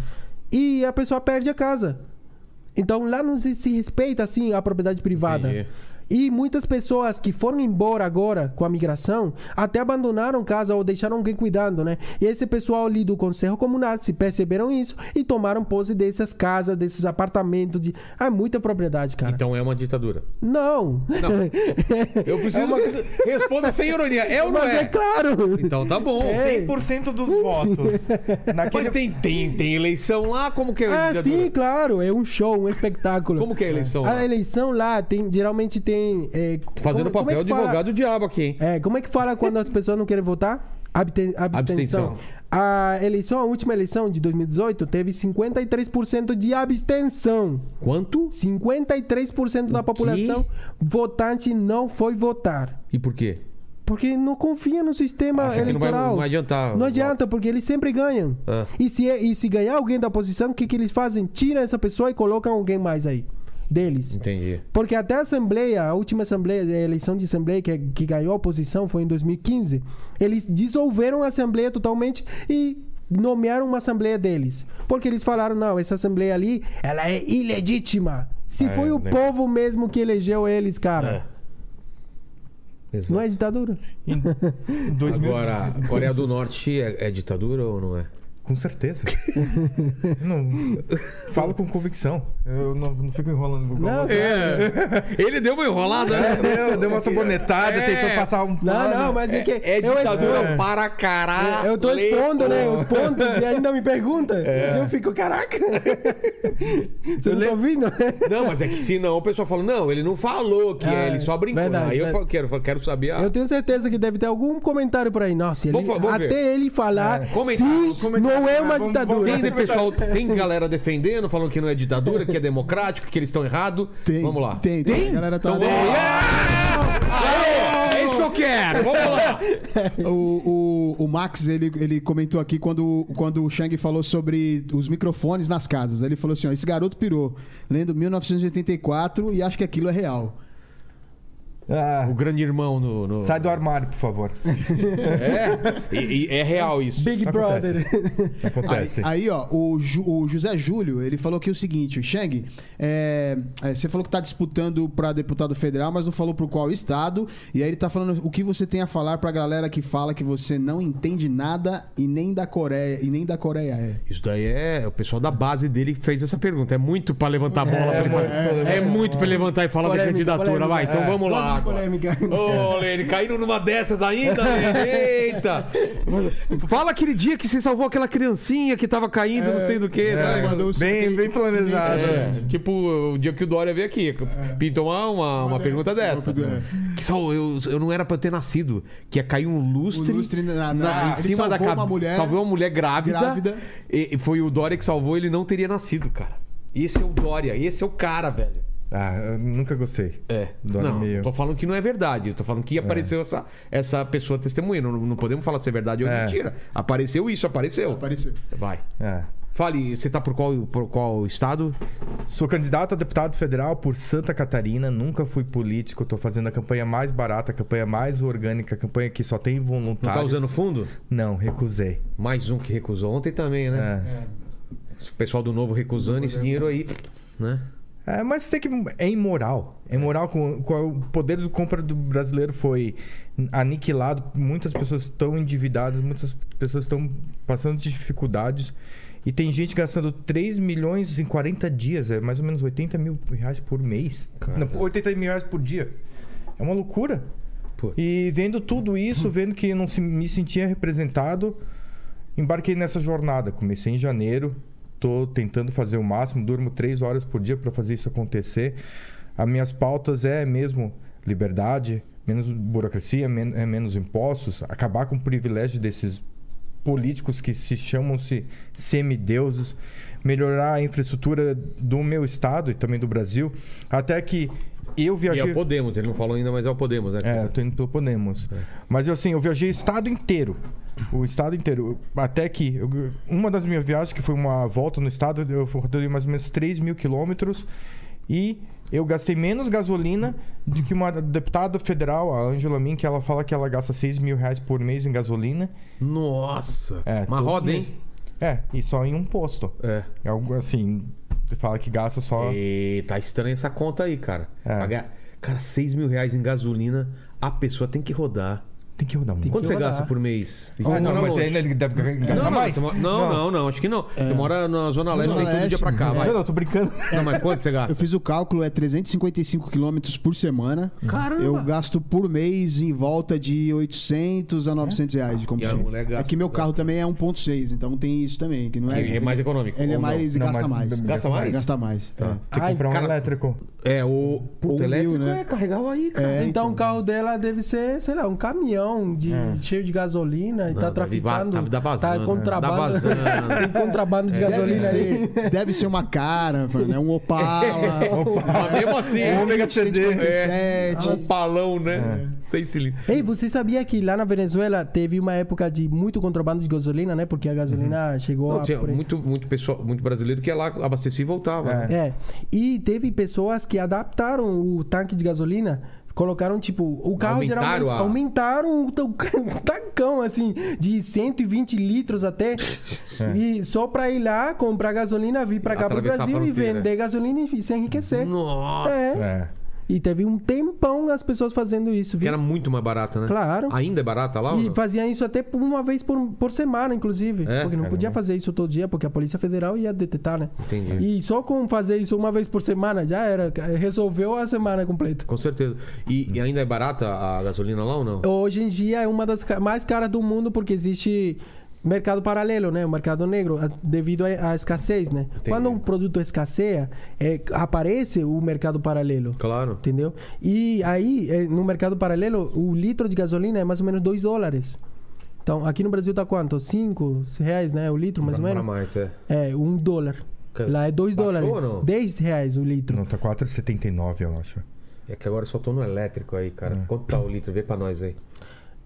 Speaker 5: e a pessoa perde a casa. Então lá não se, se respeita assim a propriedade privada.
Speaker 1: Entendi.
Speaker 5: E muitas pessoas que foram embora agora com a migração até abandonaram casa ou deixaram alguém cuidando, né? E esse pessoal ali do Conselho Comunal se perceberam isso e tomaram posse dessas casas, desses apartamentos. De... Ah, é muita propriedade, cara.
Speaker 1: Então é uma ditadura.
Speaker 5: Não.
Speaker 1: [laughs]
Speaker 5: É
Speaker 1: Eu preciso. que- Responda sem ironia. É ou não
Speaker 5: Mas
Speaker 1: é?
Speaker 5: é claro. É.
Speaker 1: Então tá bom.
Speaker 4: 100% dos
Speaker 1: [laughs]
Speaker 4: votos. Naquele...
Speaker 1: Mas tem, tem, tem eleição lá? Como que é
Speaker 5: Ah,
Speaker 1: ditadura?
Speaker 5: sim, claro. É um show, um espetáculo.
Speaker 1: Como que é a eleição?
Speaker 5: A eleição lá tem, geralmente tem. é,
Speaker 1: Fazendo
Speaker 5: como- como é
Speaker 1: papel
Speaker 5: que
Speaker 1: de
Speaker 5: fala?
Speaker 1: advogado do diabo aqui, hein?
Speaker 5: É, como é que fala quando as pessoas não querem votar? Abten- abstenção.
Speaker 1: Abstenção.
Speaker 5: A eleição, a última eleição de 2018, teve 53% de abstenção.
Speaker 1: Quanto?
Speaker 5: 53% da
Speaker 1: quê?
Speaker 5: população votante não foi votar.
Speaker 1: E por quê?
Speaker 5: Porque não confia no sistema
Speaker 1: Acha que não vai-
Speaker 5: eleitoral.
Speaker 1: não vai adiantar.
Speaker 5: Não adianta, porque eles sempre ganham.
Speaker 1: Ah.
Speaker 5: E, se, é, e se ganhar alguém da oposição, o que, que eles fazem? Tiram essa pessoa e colocam alguém mais aí. Deles.
Speaker 1: Entendi.
Speaker 5: Porque até a Assembleia, a última Assembleia, a eleição de Assembleia que, é, que ganhou a oposição foi em 2015, eles dissolveram a Assembleia totalmente e nomearam uma Assembleia deles. Porque eles falaram, não, essa Assembleia ali, ela é ilegítima. Se
Speaker 1: É,
Speaker 5: foi o
Speaker 1: né?
Speaker 5: povo mesmo que elegeu eles, cara.
Speaker 1: É. Exato.
Speaker 5: Não é ditadura?
Speaker 4: Em em 2000...
Speaker 1: Agora, Coreia do Norte é, é ditadura ou não é? [laughs]
Speaker 4: Com certeza. não, falo com convicção. Eu não, não fico enrolando com
Speaker 5: Não,
Speaker 1: É. Ele deu uma enrolada, né?
Speaker 4: É, Deu, deu uma sabonetada,
Speaker 1: É.
Speaker 4: tentou passar um
Speaker 5: não,
Speaker 4: pano.
Speaker 5: não, mas é, que.
Speaker 1: É
Speaker 5: eu
Speaker 1: ditadura
Speaker 5: expo-
Speaker 1: para caralho.
Speaker 5: Eu tô expondo,
Speaker 1: [laughs]
Speaker 5: né? Os pontos e ainda me pergunta.
Speaker 1: É.
Speaker 5: Eu fico, caraca. [laughs] Você não tá ouvindo?
Speaker 1: Não, mas é que se não, o pessoal fala, não, ele não falou que é,
Speaker 5: Ah,
Speaker 1: ele só brincou.
Speaker 5: verdade,
Speaker 1: Aí eu
Speaker 5: verdade.
Speaker 1: falo, quero, quero saber. ah,
Speaker 5: Eu tenho certeza que deve ter algum comentário por aí. Nossa, ele-
Speaker 1: Vamos fa- vamos ver. É,
Speaker 5: até ele falar
Speaker 1: Comentário,
Speaker 5: sim,
Speaker 4: comentário,
Speaker 5: não é uma
Speaker 4: mas vamos-
Speaker 5: ditadura.
Speaker 1: Tem, de pessoal, tem galera defendendo, falando que não é ditadura, que é democrático, que eles estão errados.
Speaker 3: Tem.
Speaker 1: Vamos lá. Então
Speaker 3: Tem, tem. A galera tá.
Speaker 1: Aê, é isso que eu quero. Vamos lá.
Speaker 3: O, o, o Max, ele, ele comentou aqui quando, quando o Shang falou sobre os microfones nas casas. Ele falou assim: ó, esse garoto pirou, lendo 1984 e acho que aquilo é real.
Speaker 1: O
Speaker 4: Ah,
Speaker 1: grande irmão no. no-
Speaker 4: sai do armário, por favor.
Speaker 1: É, e- e é real isso.
Speaker 5: Big
Speaker 4: Acontece.
Speaker 5: Brother.
Speaker 3: Aí,
Speaker 4: Acontece.
Speaker 3: aí, ó, o, Ju- o José Júlio, ele falou aqui o seguinte: Shang, é, é, você falou que tá disputando pra deputado federal, mas não falou pro qual estado. E aí ele tá falando o que você tem a falar pra galera que fala que você não entende nada e nem da Coreia, e nem da Coreia é.
Speaker 1: Isso daí é o pessoal da base dele que fez essa pergunta. É muito pra levantar a bola. pra ele fazer. É, muito pra levantar e falar da
Speaker 5: Polêmica,
Speaker 1: candidatura.
Speaker 5: polêmica.
Speaker 1: Vai, então
Speaker 5: É.
Speaker 1: vamos
Speaker 5: Gosto de
Speaker 1: lá. agora.
Speaker 5: polêmica.
Speaker 3: [laughs] É.
Speaker 1: Ô, Lene, caíram numa dessas ainda, Lene? Eita! Fala aquele dia que você salvou aquela criancinha que tava caindo,
Speaker 3: É,
Speaker 1: não sei do que. um
Speaker 3: Mandou os-
Speaker 4: Bem, bem planejado.
Speaker 3: assim.
Speaker 1: Tipo, o dia que o Dória veio aqui,
Speaker 3: É.
Speaker 1: pintou uma, uma, uma pergunta dessa. Que só, eu, eu não era pra eu ter nascido. Que ia cair um lustre,
Speaker 3: Um lustre na- na-
Speaker 1: em
Speaker 3: ele
Speaker 1: cima da
Speaker 3: salvou
Speaker 1: cabeça.
Speaker 3: uma mulher-
Speaker 1: salvou uma mulher grávida.
Speaker 3: Grávida.
Speaker 1: E, e foi o Dória que salvou, ele não teria nascido, cara. Esse é o Dória, esse é o cara, velho.
Speaker 4: Ah, eu nunca gostei.
Speaker 1: É,
Speaker 4: Dória
Speaker 1: não,
Speaker 4: meio-
Speaker 1: tô falando que não é verdade. eu Tô falando que apareceu essa, essa pessoa testemunha. Não, não podemos falar se é verdade ou
Speaker 4: É.
Speaker 1: mentira. Apareceu isso, apareceu.
Speaker 3: Apareceu.
Speaker 1: Vai.
Speaker 4: É.
Speaker 1: Fale, você tá por qual, por qual estado?
Speaker 4: Sou candidato a deputado federal por Santa Catarina, nunca fui político, tô fazendo a campanha mais barata, a campanha mais orgânica, a campanha que só tem
Speaker 1: Não
Speaker 4: voluntários.
Speaker 1: tá usando fundo?
Speaker 4: Não, recusei.
Speaker 1: Mais um que recusou ontem também, né?
Speaker 4: É.
Speaker 1: O pessoal do Novo recusando esse dinheiro aí, né?
Speaker 4: É, mas tem que. É imoral. É imoral. Com, com o poder de compra do brasileiro foi aniquilado. Muitas pessoas estão endividadas, muitas pessoas estão passando dificuldades. E tem gente gastando 3 milhões em 40 dias. É mais ou menos 80 mil reais por mês.
Speaker 1: Cara.
Speaker 4: Não, 80 mil reais por dia. É uma loucura.
Speaker 1: Pô.
Speaker 4: E vendo tudo isso, vendo que eu não se- me sentia representado, embarquei nessa jornada. Comecei em janeiro, tô tentando fazer o máximo, durmo três horas por dia para fazer isso acontecer. As minhas pautas é mesmo liberdade, menos burocracia, men- é menos impostos, acabar com o privilégio desses políticos que se chamam se semideuses, melhorar a infraestrutura do meu estado e também do Brasil, até que eu
Speaker 1: E é
Speaker 4: viajei
Speaker 1: o Podemos, ele não falou ainda, mas é o Podemos, né?
Speaker 4: é, eu tô indo pelo Podemos. Mas assim, eu viajei o estado inteiro. O estado inteiro. Até que eu- uma das minhas viagens, que foi uma volta no estado, eu rodei mais ou menos 3 mil quilômetros e eu gastei menos gasolina do que uma deputada federal, a Angela Min, que ela fala que ela gasta 6 mil reais por mês em gasolina.
Speaker 1: Nossa!
Speaker 4: É, assim.
Speaker 1: uma
Speaker 4: todos
Speaker 1: roda,
Speaker 4: nos-
Speaker 1: hein?
Speaker 6: É, e só em um posto.
Speaker 1: É.
Speaker 6: É algo assim, você fala que gasta só.
Speaker 1: E tá estranha essa conta aí, cara.
Speaker 6: É.
Speaker 1: Pagar, cara, 6 mil reais em gasolina, a pessoa tem que rodar.
Speaker 6: Tem que rodar muito.
Speaker 1: Quanto você
Speaker 5: rodar.
Speaker 1: gasta por mês? Isso
Speaker 6: Ah,
Speaker 1: é
Speaker 6: não,
Speaker 1: normal.
Speaker 6: mas ainda ele deve
Speaker 4: é
Speaker 6: gastar
Speaker 1: não, não,
Speaker 6: mais.
Speaker 1: você mo- não, não, não, acho que não. Você mora na Zona Leste,
Speaker 3: Zona
Speaker 1: vem todo dia
Speaker 3: Leste,
Speaker 1: pra
Speaker 4: né?
Speaker 1: cá, vai.
Speaker 6: Não, não, tô brincando.
Speaker 1: Não, mas quanto você
Speaker 3: Eu
Speaker 1: gasta?
Speaker 3: fiz o cálculo, é 355 quilômetros por semana.
Speaker 1: Caramba!
Speaker 3: Eu gasto por mês em volta de 800
Speaker 5: É?
Speaker 3: a 900
Speaker 1: E
Speaker 3: reais de
Speaker 1: um a
Speaker 3: combustível.
Speaker 1: mulher
Speaker 3: É
Speaker 1: gasta-
Speaker 3: que meu carro também é 1.6, então tem isso também. Que não é,
Speaker 1: Que é mais econômico,
Speaker 3: Ele é
Speaker 1: ou não?
Speaker 3: mais e
Speaker 6: Não,
Speaker 3: gasta
Speaker 6: mas-
Speaker 3: mais.
Speaker 1: Gasta mais? Tá.
Speaker 3: Gasta mais. é.
Speaker 6: Tem que
Speaker 5: Ai,
Speaker 6: comprar um
Speaker 1: cara.
Speaker 6: elétrico.
Speaker 1: É, o. Puta,
Speaker 3: mil,
Speaker 1: elétrico
Speaker 3: né?
Speaker 1: é carregava aí, cara.
Speaker 3: É,
Speaker 5: então,
Speaker 3: então.
Speaker 5: o carro dela deve ser, sei lá, um caminhão de- cheio de gasolina e
Speaker 1: É. Não,
Speaker 5: tá
Speaker 1: deve-
Speaker 5: traficando.
Speaker 1: tá- dá vazando, né?
Speaker 5: tá contrabando.
Speaker 1: Dá vazando. É,
Speaker 5: tem contrabando de
Speaker 3: Deve
Speaker 5: gasolina aí.
Speaker 3: ser, [laughs] deve ser uma cara, né? um
Speaker 1: [laughs]
Speaker 3: Opala,
Speaker 1: Mas mesmo assim,
Speaker 3: um
Speaker 1: é,
Speaker 6: Ômega CD.
Speaker 1: um palão, né? Seis cilindros.
Speaker 5: Ei, você sabia que lá na Venezuela teve uma época de muito contrabando de gasolina, né? Porque a gasolina chegou
Speaker 1: Uhum. Não,
Speaker 5: a
Speaker 1: tinha
Speaker 5: por aí.
Speaker 1: muito, muito, pessoal, muito brasileiro que ia lá, abastecia e voltava. né?
Speaker 5: É. E teve pessoas que adaptaram o tanque de gasolina. Colocaram, tipo, o carro
Speaker 1: Aumentaram
Speaker 5: geralmente.
Speaker 1: a-
Speaker 5: Aumentaram o, ta- o [laughs] tacão, assim, de 120 litros até. E só pra ir lá, comprar gasolina, vir pra cá
Speaker 1: É.
Speaker 5: pro
Speaker 1: Atravessar a
Speaker 5: Brasil e
Speaker 1: fronteira.
Speaker 5: vender gasolina e se enriquecer.
Speaker 1: Nossa!
Speaker 5: É.
Speaker 6: É.
Speaker 5: E teve um tempão as pessoas fazendo isso,
Speaker 1: Que
Speaker 5: viu?
Speaker 1: era muito mais barata, né?
Speaker 5: Claro.
Speaker 1: Ainda é barata lá? ou
Speaker 5: E
Speaker 1: não?
Speaker 5: fazia isso até por uma vez por, por semana, inclusive.
Speaker 1: É,
Speaker 5: porque não podia fazer isso todo dia, porque a Polícia Federal ia detetar, né?
Speaker 1: Entendi.
Speaker 5: E só com fazer isso uma vez por semana já era. Resolveu a semana completa.
Speaker 1: Com certeza. E, e ainda é barata a gasolina lá ou não?
Speaker 5: Hoje em dia é uma das ca- mais caras do mundo porque existe mercado paralelo, né? O mercado negro, a- devido à à escassez, né? Quando o produto escasseia, é, aparece o mercado paralelo.
Speaker 1: Claro.
Speaker 5: Entendeu? E aí, eh, no mercado paralelo, o litro de gasolina é mais ou menos 2 dólares. Então, aqui no Brasil tá quanto? 5 reais, né? O litro, mais ou
Speaker 1: Pra
Speaker 5: menos?
Speaker 1: mais, é.
Speaker 5: É, 1 um dólar.
Speaker 1: Cara,
Speaker 5: Lá é 2
Speaker 1: baixou
Speaker 5: dólares.
Speaker 1: ou não?
Speaker 5: 10 reais o litro.
Speaker 6: Não, tá 4,79, eu acho.
Speaker 1: É que agora eu só tô no elétrico aí, cara. Quanto tá o litro? Vê pra nós aí.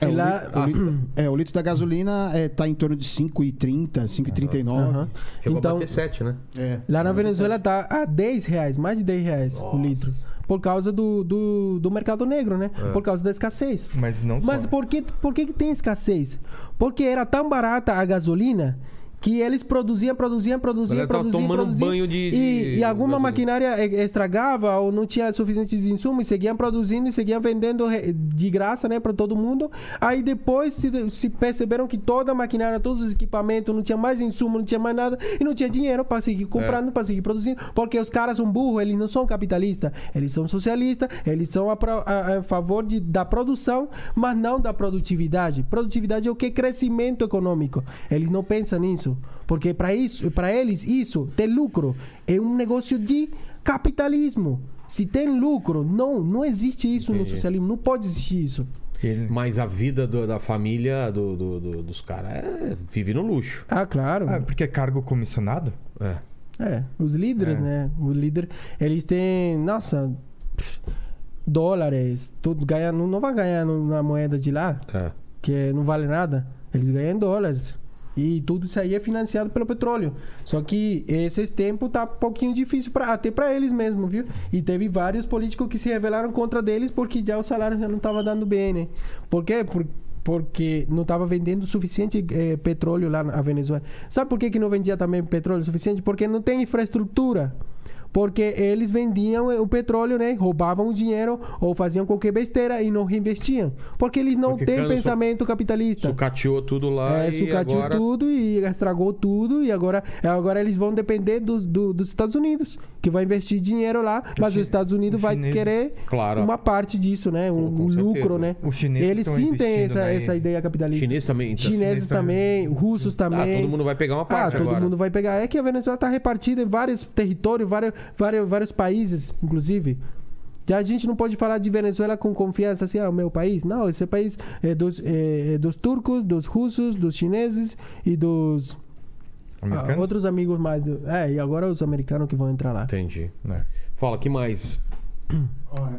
Speaker 3: É,
Speaker 5: E
Speaker 3: o,
Speaker 5: lá-
Speaker 3: li- o li- é, o litro da gasolina é, tá em torno de 5,30, 5,39.
Speaker 5: Aham.
Speaker 1: Chegou a
Speaker 5: Então,
Speaker 1: bater 7, né?
Speaker 3: É.
Speaker 5: lá na Venezuela tá a 10 reais, mais de 10 reais o litro. Por causa do, do, do mercado negro, né?
Speaker 1: É.
Speaker 5: Por causa da escassez.
Speaker 6: Mas não
Speaker 5: Mas
Speaker 6: só.
Speaker 5: por que, por que, que tem escassez? Porque era tão barata a gasolina que eles produziam, produziam, produziam,
Speaker 1: Galera tava
Speaker 5: produziam,
Speaker 1: tomando um
Speaker 5: produziam,
Speaker 1: banho de-
Speaker 5: e,
Speaker 1: de
Speaker 5: e
Speaker 1: gasolina.
Speaker 5: alguma maquinária e- estragava ou não tinha suficientes insumos e seguiam produzindo e seguiam vendendo re- de graça, né, para todo mundo. Aí depois se, de- se perceberam que toda a maquinária, todos os equipamentos, não tinha mais insumo, não tinha mais nada e não tinha dinheiro para seguir
Speaker 1: É.
Speaker 5: comprando, para seguir produzindo, porque os caras são burros, eles não são capitalistas, eles são socialistas, eles são a, pro- a- a favor de, da produção, mas não da produtividade. Produtividade é o que crescimento econômico. Eles não pensam nisso, porque para isso, para eles isso ter lucro é um negócio de capitalismo. Se tem lucro, não, não existe isso no socialismo, não pode existir isso.
Speaker 6: Ele-
Speaker 1: Mas a vida do- da família do- do- do- dos caras é, vive no luxo.
Speaker 5: Ah, claro.
Speaker 6: Ah, porque é cargo comissionado?
Speaker 1: É.
Speaker 5: É, os líderes, né? O líder, eles têm, nossa, pff, dólares, tudo ganha, não, não vai ganhar no- na moeda de lá,
Speaker 1: é.
Speaker 5: que não vale nada. Eles ganham em dólares. E tudo isso aí é financiado pelo petróleo. Só que esses tempos tá um pouquinho difícil pra, até para eles mesmo, viu? E teve vários políticos que se revelaram contra deles porque já o salário já não estava dando bem, né? Por quê? Por- porque não estava vendendo o suficiente eh, petróleo lá na Venezuela. Sabe por que, que não vendia também petróleo o suficiente? Porque não tem infraestrutura. Porque eles vendiam eh, o petróleo, né? Roubavam o dinheiro ou faziam qualquer besteira e não reinvestiam. Porque eles não
Speaker 1: Porque
Speaker 5: têm
Speaker 1: cansa-
Speaker 5: pensamento capitalista.
Speaker 1: Sucateou tudo lá
Speaker 5: É,
Speaker 1: e
Speaker 5: sucateou
Speaker 1: agora...
Speaker 5: tudo e estragou tudo. E agora, agora eles vão depender dos, do- dos Estados Unidos, que vai investir dinheiro lá, mas os Estados Unidos vai
Speaker 6: chineses-
Speaker 5: querer
Speaker 1: Claro.
Speaker 5: uma parte disso, né? Um,
Speaker 1: Com- com
Speaker 5: um
Speaker 1: certeza.
Speaker 5: lucro, né?
Speaker 6: Os chineses
Speaker 5: Eles
Speaker 6: estão
Speaker 5: sim têm
Speaker 6: investindo
Speaker 5: essa,
Speaker 6: na-
Speaker 5: essa ideia capitalista.
Speaker 1: Chinês também, então.
Speaker 5: Chineses
Speaker 6: Chineses
Speaker 5: também, russos também.
Speaker 1: Ah, todo mundo vai pegar uma
Speaker 5: Ah,
Speaker 1: parte
Speaker 5: todo
Speaker 1: agora.
Speaker 5: mundo vai pegar. É que a Venezuela está repartida em vários territórios, vários, vários, vários países, inclusive. Já a gente não pode falar de Venezuela com confiança assim, ah, o meu país. Não, esse país é dos, é, é dos turcos, dos russos, dos chineses e dos ah,
Speaker 6: Americano?
Speaker 5: outros amigos mais. do- É,
Speaker 6: Né.
Speaker 5: e agora os americanos que vão entrar lá.
Speaker 1: Entendi.
Speaker 6: É.
Speaker 1: Fala, que mais?
Speaker 3: Ó, é,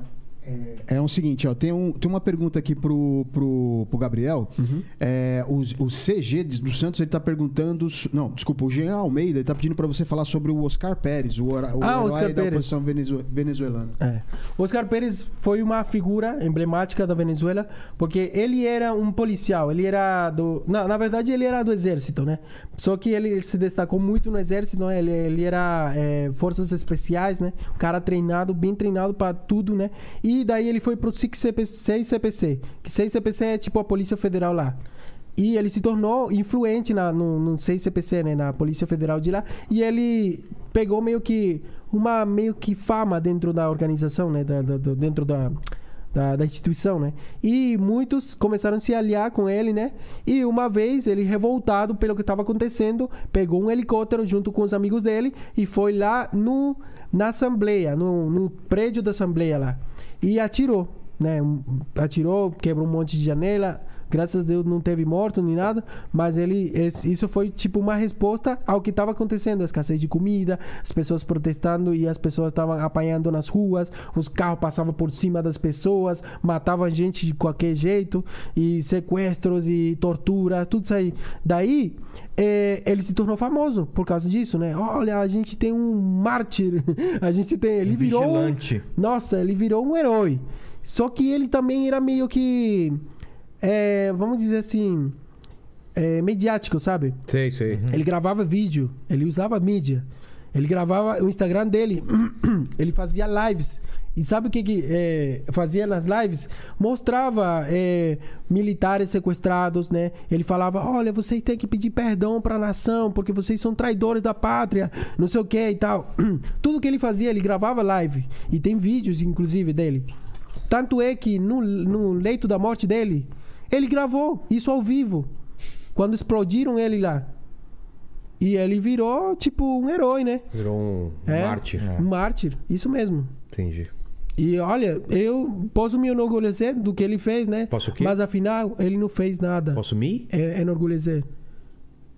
Speaker 3: É o seguinte, ó, tem, um, tem uma pergunta aqui pro, pro, pro Gabriel.
Speaker 5: Uhum.
Speaker 3: É, o, o CG do Santos, ele tá perguntando. s- Não, desculpa, o Jean Almeida ele tá pedindo pra você falar sobre o Oscar Pérez, o, hora- o
Speaker 5: Ah,
Speaker 3: herói
Speaker 5: Oscar
Speaker 3: da
Speaker 5: Pérez.
Speaker 3: oposição venezu- venezuelana.
Speaker 5: É. Oscar Pérez foi uma figura emblemática da Venezuela, porque ele era um policial, ele era do... Na, na verdade, ele era do exército, né? Só que ele se destacou muito no exército, né? ele, ele era é, forças especiais, né? Um cara treinado, bem treinado para tudo, né? E daí ele foi pro 6CPC, que 6CPC é tipo a Polícia Federal lá. E ele se tornou influente na, no, no 6CPC, né? Na Polícia Federal de lá. E ele pegou meio que uma meio que fama dentro da organização, né? Da, da- do- dentro da, da, da instituição, né? E muitos começaram a se aliar com ele, né? E uma vez ele revoltado pelo que estava acontecendo, pegou um helicóptero junto com os amigos dele e foi lá no na assembleia, no, no prédio da assembleia lá e atirou, né? Um- Atirou, quebrou um monte de janela. Graças a Deus não teve morto nem nada, mas ele esse- isso foi tipo uma resposta ao que estava acontecendo, a escassez de comida, as pessoas protestando e as pessoas estavam apanhando nas ruas, os carros passavam por cima das pessoas, matavam gente de qualquer jeito e sequestros e tortura, tudo isso aí. Daí eh, ele se tornou famoso por causa disso, né? Olha, a gente tem um mártir, [laughs] a gente tem ele virou um-
Speaker 4: Vigilante.
Speaker 5: nossa, ele virou um herói. Só que ele também era meio que. é, vamos dizer assim. é, mediático, sabe?
Speaker 1: Sei, sei.
Speaker 5: Ele gravava vídeo, ele usava mídia. Ele gravava o Instagram dele, [clears throat] ele fazia lives. E sabe o que, que eh, fazia nas lives? Mostrava eh, militares sequestrados, né? Ele falava: olha, vocês têm que pedir perdão para a nação, porque vocês são traidores da pátria, não sei o que e tal. [clears throat] Tudo que ele fazia, ele gravava live. E tem vídeos, inclusive, dele. Tanto é que no- no leito da morte dele, ele gravou isso ao vivo. Quando explodiram ele lá. E ele virou, tipo, um herói, né?
Speaker 1: Virou um
Speaker 5: É.
Speaker 1: mártir.
Speaker 5: Um mártir, isso mesmo.
Speaker 1: Entendi.
Speaker 5: E olha, eu posso me enorgulhecer do que ele fez, né?
Speaker 1: Posso o quê?
Speaker 5: Mas afinal, ele não fez nada.
Speaker 1: Posso me
Speaker 5: É, enorgulhecer.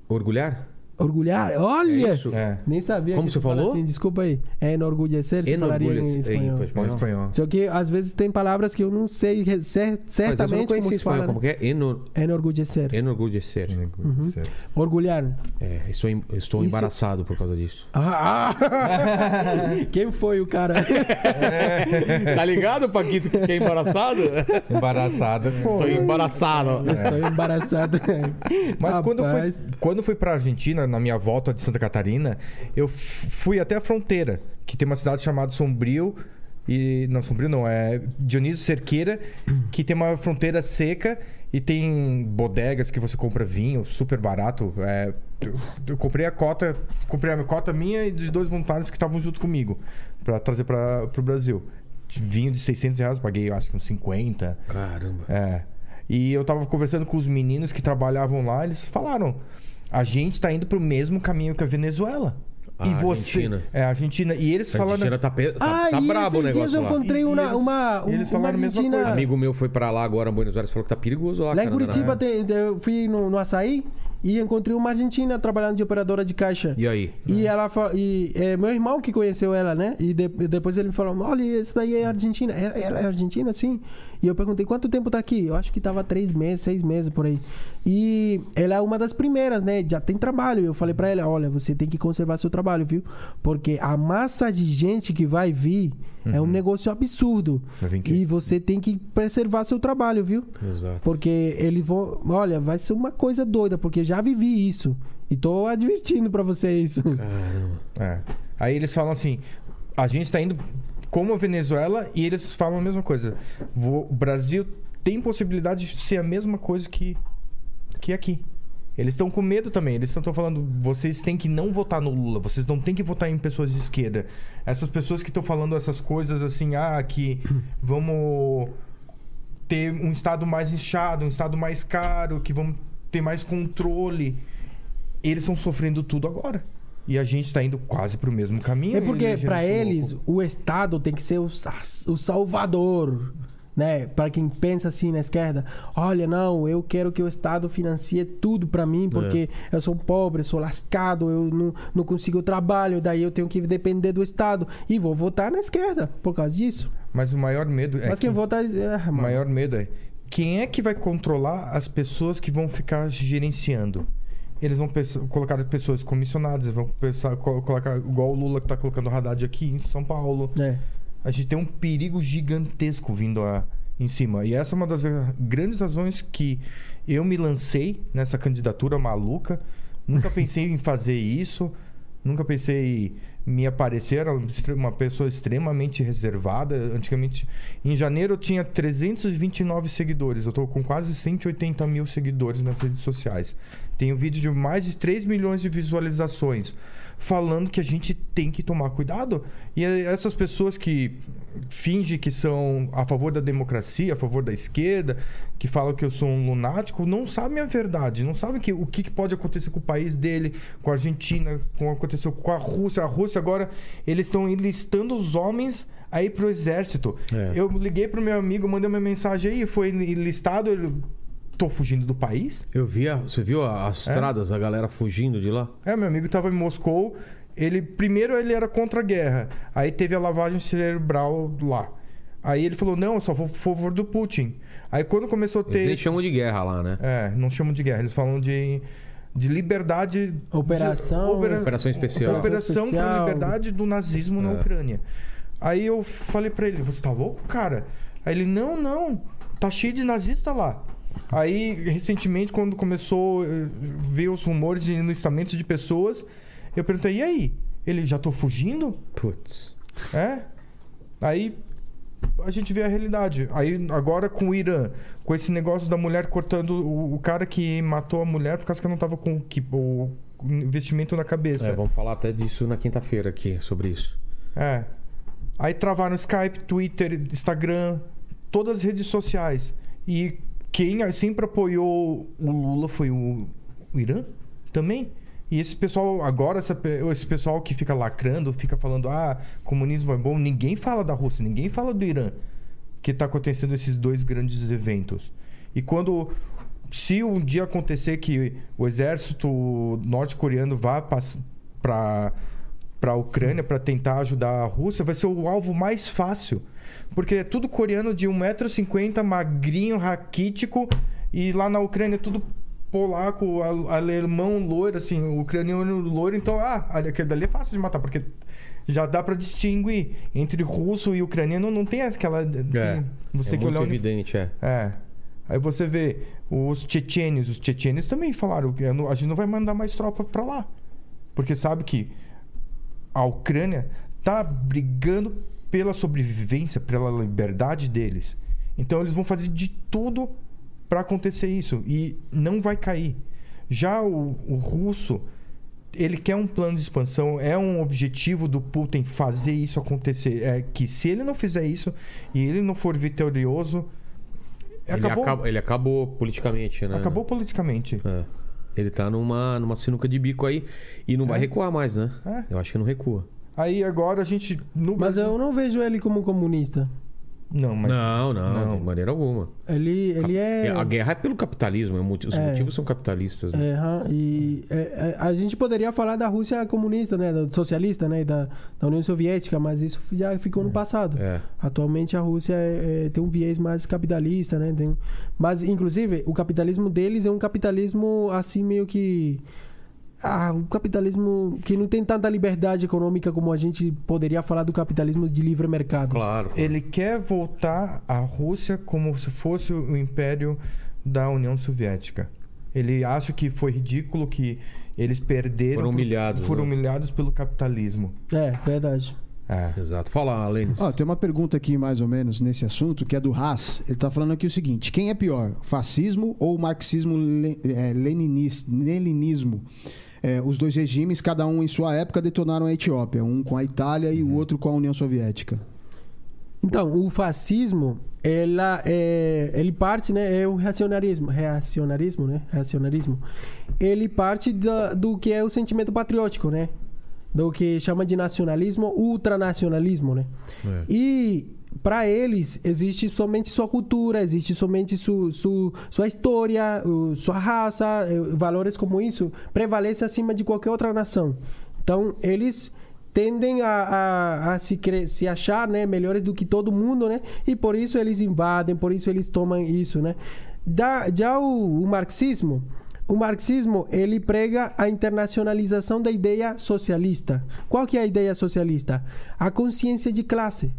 Speaker 1: orgulhar?
Speaker 5: Orgulhar? Olha!
Speaker 1: É isso?
Speaker 4: É.
Speaker 5: Nem sabia.
Speaker 1: Como
Speaker 5: que
Speaker 1: você
Speaker 5: se fala
Speaker 1: falou?
Speaker 5: Assim, desculpa aí. É enorgulhecer, se falaria em
Speaker 1: Enorgulha-se.
Speaker 5: espanhol.
Speaker 1: Em
Speaker 4: Bom
Speaker 1: espanhol.
Speaker 4: espanhol.
Speaker 5: Só que às vezes tem palavras que eu não sei re- cer-
Speaker 1: Mas eu não
Speaker 5: certamente como
Speaker 1: conhecia
Speaker 5: se
Speaker 1: espanhol.
Speaker 5: fala.
Speaker 1: Como É.
Speaker 5: Como
Speaker 1: que é? Enor...
Speaker 5: Enorgulhecer.
Speaker 1: Enorgulhecer.
Speaker 4: né?
Speaker 5: Uhum.
Speaker 4: Certo.
Speaker 5: Orgulhar.
Speaker 1: É, estou, em- estou
Speaker 5: Isso-
Speaker 1: embaraçado por causa disso. [laughs]
Speaker 5: Ah! Quem foi o cara?
Speaker 1: tá ligado, Paquito, que é embaraçado?
Speaker 4: Embaraçada.
Speaker 1: Estou embaraçado.
Speaker 5: Estou embaraçado.
Speaker 4: Mas quando eu, fui,
Speaker 5: Rapaz.
Speaker 4: quando eu fui pra Argentina, na minha volta de Santa Catarina, eu f- fui até a fronteira, que tem uma cidade chamada Sombrio. E, não, Sombrio não, é Dionísio Cerqueira, que tem uma fronteira seca e tem bodegas que você compra vinho super barato. É, eu, eu comprei a cota, comprei a cota minha e dos dois voluntários que estavam junto comigo pra trazer para pro Brasil. Vinho de 600 reais, eu paguei eu acho que uns 50.
Speaker 1: Caramba.
Speaker 4: É. E eu tava conversando com os meninos que trabalhavam lá, eles falaram: a gente tá indo pro mesmo caminho que a Venezuela.
Speaker 1: A
Speaker 4: e você.
Speaker 1: Ah, Argentina.
Speaker 4: É, a Argentina. E eles
Speaker 1: A
Speaker 4: falando.
Speaker 1: Argentina tá, pe... tá,
Speaker 5: Ah,
Speaker 1: tá
Speaker 5: e
Speaker 1: brabo o
Speaker 5: esses dias
Speaker 1: negócio
Speaker 5: eu
Speaker 1: lá.
Speaker 5: encontrei
Speaker 4: E
Speaker 5: uma,
Speaker 4: eles-
Speaker 5: uma, um-
Speaker 4: eles
Speaker 5: uma
Speaker 4: falaram a mesma
Speaker 5: argentina...
Speaker 4: coisa.
Speaker 1: Amigo meu foi pra lá agora, em Buenos Aires, falou que tá perigoso lá.
Speaker 5: Lá em
Speaker 1: cara, né?
Speaker 5: Curitiba tem- tem- eu fui no, no açaí e encontrei uma argentina trabalhando de operadora de caixa.
Speaker 1: E aí?
Speaker 5: E ela fa- e é meu irmão que conheceu ela, né? E de- depois ele me falou: olha, essa daí é argentina. "É- Ela é argentina, sim. E eu perguntei: quanto tempo tá aqui? Eu acho que tava três meses, seis meses por aí. E ela é uma das primeiras, né? Já tem trabalho. Eu falei pra ela: olha, você tem que conservar seu trabalho, viu? Porque a massa de gente que vai vir é um negócio absurdo.
Speaker 4: Vai vir quem?
Speaker 5: E você tem que preservar seu trabalho, viu?
Speaker 1: Exato.
Speaker 5: Porque ele vão. Olha, vai ser uma coisa doida, porque já vivi isso. E tô advertindo pra você [laughs] isso.
Speaker 1: Caramba.
Speaker 4: É. Aí eles falam assim: a gente tá indo como a Venezuela e eles falam a mesma coisa. Vo- O Brasil tem possibilidade de ser a mesma coisa que, que aqui. Eles estão com medo também. Eles estão falando: vocês têm que não votar no Lula, vocês não têm que votar em pessoas de esquerda. Essas pessoas que estão falando essas coisas assim, ah,
Speaker 5: [clears throat]
Speaker 4: que vamos ter um estado mais inchado, um estado mais caro, que vamos ter mais controle. Eles estão sofrendo tudo agora. E a gente está indo quase pro mesmo caminho.
Speaker 5: É porque
Speaker 4: elegendo
Speaker 5: pra
Speaker 4: esse
Speaker 5: eles
Speaker 4: louco.
Speaker 5: o Estado tem que ser o, sa- o salvador, né? Para quem pensa assim na esquerda, olha não, eu quero que o Estado financie tudo pra mim
Speaker 4: É.
Speaker 5: porque eu sou pobre, sou lascado, eu não, não consigo trabalho, daí eu tenho que depender do Estado e vou votar na esquerda por causa disso.
Speaker 4: Mas o maior medo é.
Speaker 5: Mas quem
Speaker 4: que-
Speaker 5: vota. É,
Speaker 4: O
Speaker 5: mano.
Speaker 4: maior medo é quem é que vai controlar as pessoas que vão ficar gerenciando? Eles vão pes- colocar as pessoas comissionadas, eles vão pensar- co- colocar igual o Lula que está colocando o Haddad aqui em São Paulo.
Speaker 5: É.
Speaker 4: A gente tem um perigo gigantesco vindo a, em cima. E essa é uma das ra- grandes razões que eu me lancei nessa candidatura maluca. Nunca pensei em fazer isso. Nunca pensei em me aparecer. Era um extre- uma pessoa extremamente reservada. Antigamente, em janeiro, eu tinha 329 seguidores. Eu estou com quase 180 mil seguidores nas redes sociais. Tenho vídeo de mais de 3 milhões de visualizações falando que a gente tem que tomar cuidado. E eh, essas pessoas que fingem que são a favor da democracia, a favor da esquerda, que falam que eu sou um lunático, não sabem a verdade, não sabem que, o que que pode acontecer com o país dele, com a Argentina, com o que aconteceu com a Rússia. A Rússia agora, eles estão enlistando os homens aí pro exército.
Speaker 1: É.
Speaker 4: Eu liguei pro meu amigo, mandei uma mensagem aí, foi enlistado, ele... Tô fugindo do país?
Speaker 1: Eu vi, a- você viu a- as estradas, a galera fugindo de lá?
Speaker 4: É, meu amigo estava em Moscou. Ele primeiro ele era contra a guerra. Aí teve a lavagem cerebral lá. Aí ele falou: "Não, eu só vou a favor do Putin". Aí quando começou a ter
Speaker 1: Eles nem chamam de guerra lá, né?
Speaker 4: É, não chamam de guerra, eles falam de de liberdade
Speaker 5: Operação,
Speaker 4: de,
Speaker 1: Operação especial.
Speaker 4: Operação para
Speaker 5: Social.
Speaker 4: liberdade do nazismo na
Speaker 1: É.
Speaker 4: Ucrânia. Aí eu falei pra ele: "Você tá louco, cara?". Aí ele: "Não, não. Tá cheio de nazista lá". Aí, recentemente, quando começou a ver os rumores de enlistamentos de pessoas, eu perguntei, e aí? Ele, já tô fugindo?
Speaker 1: Putz.
Speaker 4: É? Aí a gente vê a realidade. Aí agora com o Irã, com esse negócio da mulher cortando o, o cara que matou a mulher por causa que ela não tava com o que- o investimento na cabeça.
Speaker 1: É, vamos falar até disso na quinta-feira aqui, sobre isso.
Speaker 4: É. Aí travaram Skype, Twitter, Instagram, todas as redes sociais. E quem sempre apoiou o Lula foi o, o Irã também. E esse pessoal, agora, essa pe- esse pessoal que fica lacrando, fica falando, ah, comunismo é bom, ninguém fala da Rússia, ninguém fala do Irã. Que está acontecendo esses dois grandes eventos. E quando se um dia acontecer que o exército norte-coreano vá para para a Ucrânia para tentar ajudar a Rússia, vai ser o alvo mais fácil. Porque é tudo coreano de 1,50m, magrinho, raquítico, e lá na Ucrânia é tudo polaco, al- alemão loiro, assim, ucraniano loiro. Então, ah, ali- aquele dali é fácil de matar, porque já dá para distinguir entre russo e ucraniano, não tem aquela. assim,
Speaker 1: É,
Speaker 4: você
Speaker 1: é
Speaker 4: tem
Speaker 1: muito
Speaker 4: que olhar o uniforme.
Speaker 1: evidente, é.
Speaker 4: É. Aí você vê os tchetênios, os tchetênios também falaram que a gente não vai mandar mais tropa pra lá. Porque sabe que a Ucrânia tá brigando pela sobrevivência, pela liberdade deles. Então eles vão fazer de tudo pra acontecer isso e não vai cair. Já o, o russo, ele quer um plano de expansão, é um objetivo do Putin fazer isso acontecer. É que se ele não fizer isso e ele não for vitorioso,
Speaker 1: Ele,
Speaker 4: acabou,
Speaker 1: acaba- ele acabou politicamente, né?
Speaker 4: acabou politicamente.
Speaker 1: É. Ele tá numa, numa sinuca de bico aí e não vai recuar mais, né?
Speaker 4: É.
Speaker 1: Eu acho que não recua.
Speaker 4: Aí agora a gente no
Speaker 5: Mas
Speaker 4: Brasil-
Speaker 5: eu não vejo ele como comunista.
Speaker 4: não, mas
Speaker 1: não, não,
Speaker 4: não.
Speaker 1: de maneira alguma.
Speaker 5: Ele, ele é.
Speaker 1: A guerra é pelo capitalismo, é o motivo- os
Speaker 5: É.
Speaker 1: motivos são capitalistas. Né?
Speaker 5: É, aham, e é, é, a gente poderia falar da Rússia comunista, né, da socialista, né, da, da União Soviética, mas isso já ficou no passado.
Speaker 1: É.
Speaker 5: Atualmente a Rússia é, é, tem um viés mais capitalista, né, tem, mas inclusive o capitalismo deles é um capitalismo assim meio que ah, o capitalismo que não tem tanta liberdade econômica como a gente poderia falar do capitalismo de livre mercado.
Speaker 1: Claro.
Speaker 4: ele quer voltar à Rússia como se fosse o império da União Soviética. Ele acha que foi ridículo que eles perderam
Speaker 1: Foram humilhados,
Speaker 4: foram
Speaker 1: né?
Speaker 4: humilhados pelo capitalismo.
Speaker 5: É, verdade.
Speaker 4: É.
Speaker 1: Exato. Fala, Lênis.
Speaker 3: Ó, tem uma pergunta aqui, mais ou menos, nesse assunto, que é do Haas. Ele tá falando aqui o seguinte: quem é pior, fascismo ou marxismo le- é, leninis- leninismo? É, os dois regimes, cada um em sua época, detonaram a Etiópia, um com a Itália
Speaker 5: Uhum.
Speaker 3: e o outro com a União Soviética.
Speaker 5: Então, o fascismo, ela é, ele parte, né, é o reacionarismo, reacionarismo, né, reacionarismo. Ele parte da- do que é o sentimento patriótico, né, do que chama de nacionalismo, ultranacionalismo, né.
Speaker 1: É.
Speaker 5: E para eles existe somente sua cultura, existe somente su, su- sua história, o- sua é, raça, eh, valores como isso prevalecem acima de qualquer outra nação. Então, eles tendem a, a- a se, cre- se achar né, melhores do que todo mundo, né? E por isso eles invadem, por isso eles tomam isso, né? Da, já o, o marxismo, o marxismo ele prega a internacionalização da ideia socialista. Qual que é a ideia socialista? A consciência de classe.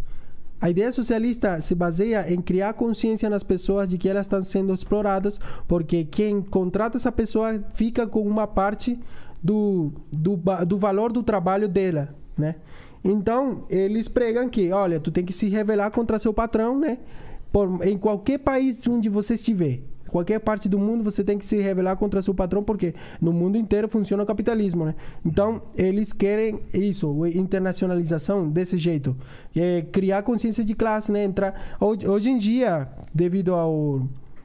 Speaker 5: A ideia socialista se baseia em criar consciência nas pessoas de que elas estão sendo exploradas, porque quem contrata essa pessoa fica com uma parte do, do, ba- do valor do trabalho dela, né? Então, eles pregam que, olha, tu tem que se revelar contra seu patrão, né? Por- em qualquer país onde você estiver, qualquer parte do mundo você tem que se revelar contra seu patrão porque no mundo inteiro funciona o capitalismo, né? Então eles querem isso, o- internacionalização desse jeito, é, criar consciência de classe, né? Entrar hoje, hoje em dia devido ao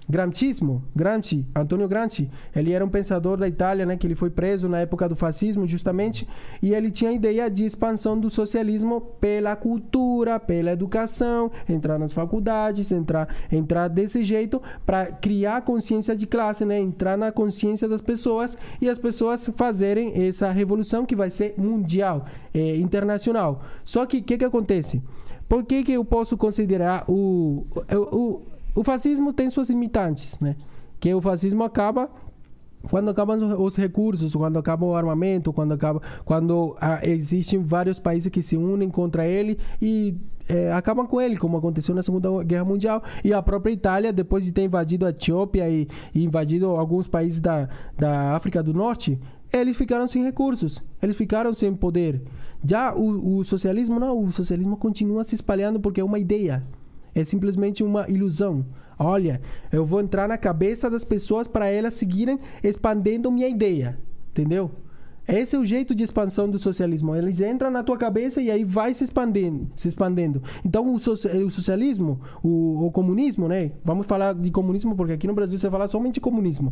Speaker 5: Gramscismo, Gramsci, Antonio Gramsci, ele era um pensador da Itália, né, que ele foi preso na época do fascismo, justamente, e ele tinha a ideia de expansão do socialismo pela cultura, pela educação, entrar nas faculdades, entrar, entrar desse jeito para criar consciência de classe, né, entrar na consciência das pessoas e as pessoas fazerem essa revolução que vai ser mundial, eh, internacional. Só que o que que acontece? Por que que eu posso considerar o- o- o o fascismo tem suas limitantes, né? Que o fascismo acaba quando acabam os- os recursos, quando acaba o armamento, quando acaba, quando ah, existem vários países que se unem contra ele e eh, acabam com ele, como aconteceu na Segunda Guerra Mundial e a própria Itália depois de ter invadido a Etiópia e, e invadido alguns países da, da África do Norte, eles ficaram sem recursos, eles ficaram sem poder. Já o, o socialismo não, o socialismo continua se espalhando porque é uma ideia. É simplesmente uma ilusão. Olha, eu vou entrar na cabeça das pessoas para elas seguirem expandindo minha ideia. Entendeu? Esse é o jeito de expansão do socialismo. Eles entram na tua cabeça e aí vai se expandindo, se expandindo. Então o, soci- o socialismo, o, o comunismo, né? Vamos falar de comunismo porque aqui no Brasil você fala somente comunismo.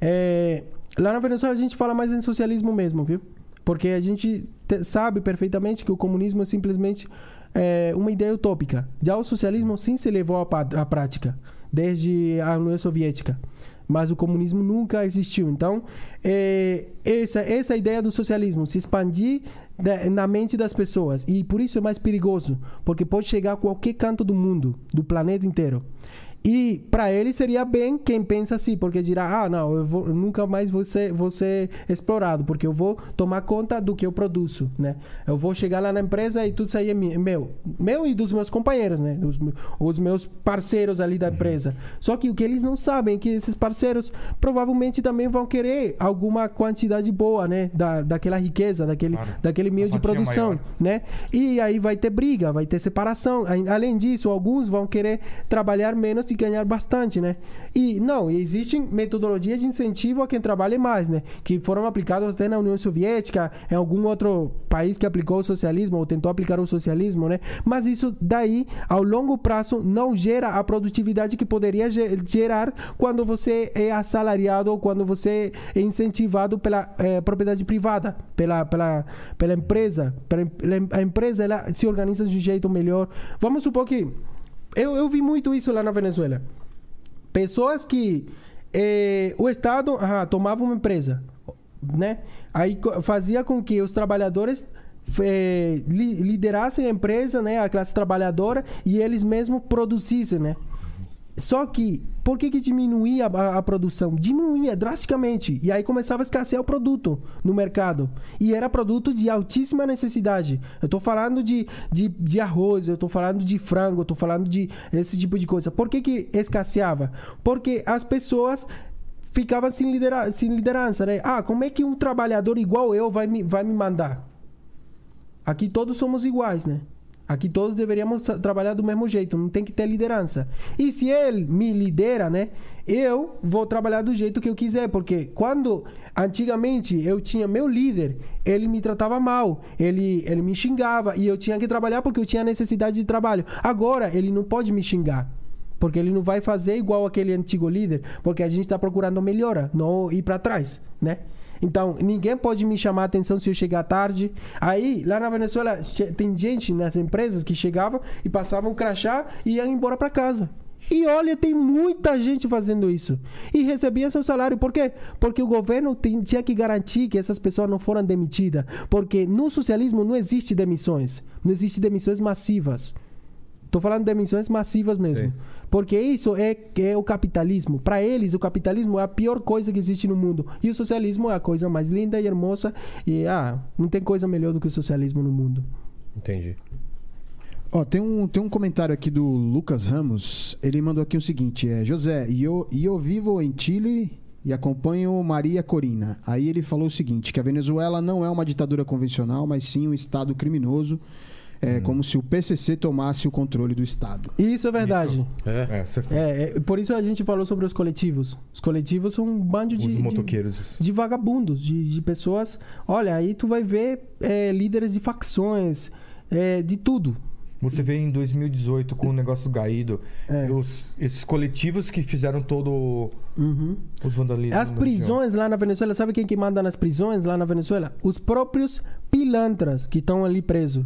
Speaker 5: É, lá na Venezuela a gente fala mais em socialismo mesmo, viu? Porque a gente te- sabe perfeitamente que o comunismo é simplesmente é, uma ideia utópica. Já o socialismo sim se levou à, pa- à prática, desde a União Soviética. Mas o comunismo nunca existiu. Então, é, essa, essa ideia do socialismo se expandir da- na mente das pessoas. E por isso é mais perigoso, porque pode chegar a qualquer canto do mundo, do planeta inteiro. E para ele seria bem quem pensa assim, porque dirá: ah, não, eu, vou- eu nunca mais vou ser, vou ser explorado, porque eu vou tomar conta do que eu produzo, né? Eu vou chegar lá na empresa e tudo isso aí é mi- meu. Meu e dos meus companheiros, né? Os, me- os meus parceiros ali da empresa. Só que o que eles não sabem é que esses parceiros provavelmente também vão querer alguma quantidade boa, né? Da, daquela riqueza, daquele, daquele meio de
Speaker 6: fatia
Speaker 5: produção
Speaker 6: maior.
Speaker 5: né? E aí vai ter briga, vai ter separação. Ai- Além disso, alguns vão querer trabalhar menos e ganhar bastante, né? E não, e existem metodologias de incentivo a quem trabalha mais, né? Que foram aplicadas até na União Soviética, em algum outro país que aplicou o socialismo ou tentou aplicar o socialismo, né? Mas isso daí, ao longo prazo, não gera a produtividade que poderia ge- gerar quando você é assalariado ou quando você é incentivado pela eh, propriedade privada, pela, pela, pela empresa. Pela, em- pela em- a empresa ela se organiza de um jeito melhor. Vamos supor que. Eu, eu vi muito isso lá na Venezuela. Pessoas que eh, o Estado ah, tomava uma empresa, né? Aí co- fazia com que os trabalhadores eh, li- liderassem a empresa, né? A classe trabalhadora e eles mesmos produzissem, né? Só que, por que, que diminuía a, a produção? Diminuía drasticamente. E aí começava a escassear o produto no mercado. E era produto de altíssima necessidade. Eu tô falando de, de, de arroz, eu tô falando de frango, eu tô falando de esse tipo de coisa. Por que, que escasseava? Porque as pessoas ficavam sem, lidera sem liderança, né? Ah, como é que um trabalhador igual eu vai me, vai me mandar? Aqui todos somos iguais, né? Aqui todos deveríamos sa- trabalhar do mesmo jeito, não tem que ter liderança. E se ele me lidera, né? Eu vou trabalhar do jeito que eu quiser, porque quando antigamente eu tinha meu líder, ele me tratava mal, ele, ele me xingava e eu tinha que trabalhar porque eu tinha necessidade de trabalho. Agora ele não pode me xingar. Porque ele não vai fazer igual aquele antigo líder, porque a gente está procurando melhora, não ir para trás, né? Então, ninguém pode me chamar a atenção se eu chegar tarde. Aí, lá na Venezuela, che- tem gente nas empresas que chegava e passava um crachá e ia embora para casa. E olha, tem muita gente fazendo isso. E recebia seu salário. Por quê? Porque o governo tem- tinha que garantir que essas pessoas não foram demitidas. Porque no socialismo não existe demissões. Não existe demissões massivas. Tô falando de demissões massivas mesmo. Porque isso é, é o capitalismo. Para eles, o capitalismo é a pior coisa que existe no mundo. E o socialismo é a coisa mais linda e hermosa. E, ah, não tem coisa melhor do que o socialismo no mundo.
Speaker 1: Entendi.
Speaker 3: Ó, tem um, tem um comentário aqui do Lucas Ramos. Ele mandou aqui o seguinte: é, José, e eu, e eu vivo em Chile e acompanho Maria Corina. Aí ele falou o seguinte: que a Venezuela não é uma ditadura convencional, mas sim um Estado criminoso.
Speaker 1: Hum.
Speaker 3: É como se o PCC tomasse o controle do Estado.
Speaker 5: Isso é verdade.
Speaker 6: É, acertou.
Speaker 5: É, é, por isso a gente falou sobre os coletivos. Os coletivos são um bando de,
Speaker 6: Os
Speaker 5: de-
Speaker 6: motoqueiros.
Speaker 5: de vagabundos, de, de pessoas. Olha, aí tu vai ver é, líderes de facções, é, de tudo.
Speaker 6: Você vê em 2018 com o negócio do Gaído,
Speaker 5: É.
Speaker 6: os- esses coletivos que fizeram todo o-
Speaker 5: Uhum.
Speaker 6: os vandalismos.
Speaker 5: As
Speaker 6: na
Speaker 5: [laughs] prisões lá na Venezuela, sabe quem que manda nas prisões lá na Venezuela? Os próprios pilantras que estão ali presos.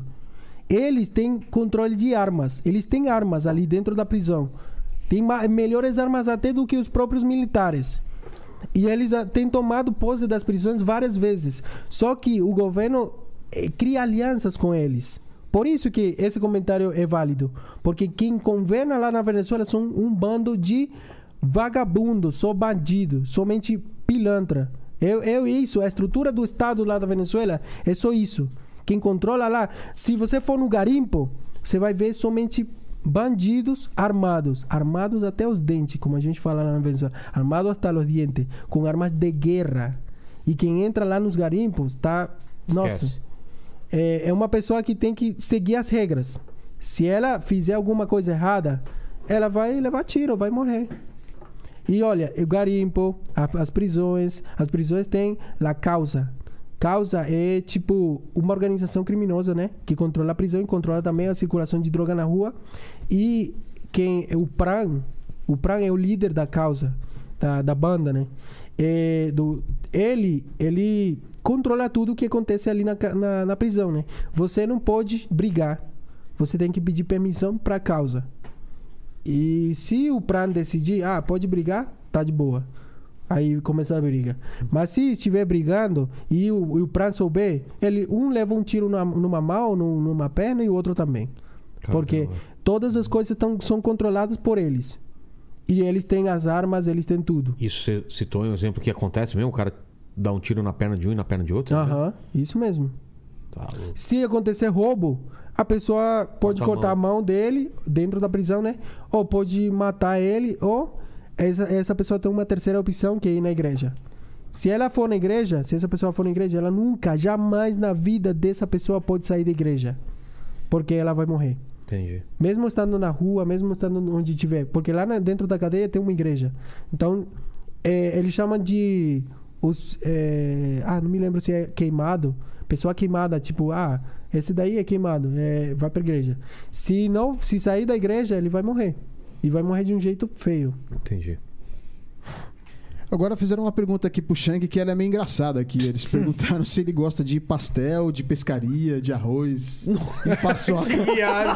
Speaker 5: Eles têm controle de armas. Eles têm armas ali dentro da prisão. Tem ma- melhores armas até do que os próprios militares. E eles ah, têm tomado posse das prisões várias vezes. Só que o governo eh, cria alianças com eles. Por isso que esse comentário é válido. Porque quem governa lá na Venezuela são um bando de vagabundos, só bandido, somente pilantra. Eu, eu isso, a estrutura do Estado lá da Venezuela é só isso. Quem controla lá, se você for no garimpo, você vai ver somente bandidos armados, armados até os dentes, como a gente fala lá na Venezuela, armados até os dentes, com armas de guerra. E quem entra lá nos garimpos tá, nossa, é, é uma pessoa que tem que seguir as regras. Se ela fizer alguma coisa errada, ela vai levar tiro, vai morrer. E olha, o garimpo, a- as prisões, as prisões têm La Causa. Causa é tipo uma organização criminosa, né? Que controla a prisão e controla também a circulação de droga na rua. E quem é o Pran, o Pran é o líder da causa, da, da banda, né? É, do, ele, ele controla tudo o que acontece ali na, ca- na, na prisão, né? Você não pode brigar. Você tem que pedir permissão para causa. E se o Prano decidir, ah, pode brigar, tá de boa. Aí começa a briga. Mas se estiver brigando e o, e o Prano souber, ele, um leva um tiro na- numa mão, num- numa perna e o outro também. Porque todas as coisas tão, são controladas por eles. E eles têm as armas, eles têm tudo.
Speaker 1: Isso você citou um exemplo que acontece mesmo? O cara dá um tiro na perna de um e na perna de outro? né?
Speaker 5: Aham, isso mesmo.
Speaker 1: Tá louco.
Speaker 5: Se acontecer roubo, a pessoa pode
Speaker 1: Corta a
Speaker 5: cortar a mão. dele dentro da prisão, né? Ou pode matar ele, ou essa, essa pessoa tem uma terceira opção que é ir na igreja. Se ela for na igreja, se essa pessoa for na igreja, ela nunca, jamais na vida dessa pessoa pode sair da igreja. Porque ela vai morrer.
Speaker 1: Entendi.
Speaker 5: Mesmo estando na rua, mesmo estando onde tiver. Porque lá na- dentro da cadeia tem uma igreja. Então, é, eles chamam de. Os, é, ah, não me lembro se é queimado. Pessoa queimada, tipo, ah, esse daí é queimado, é, vai pra igreja. Se não, se sair da igreja, ele vai morrer. E vai morrer de um jeito feio.
Speaker 1: Entendi.
Speaker 3: Agora fizeram uma pergunta aqui pro Shang que ela é meio engraçada
Speaker 1: [laughs]
Speaker 3: aqui. Eles perguntaram se ele gosta de pastel, de pescaria, de arroz, de
Speaker 6: [laughs]
Speaker 1: [laughs]
Speaker 3: paçoca.
Speaker 6: Viagem.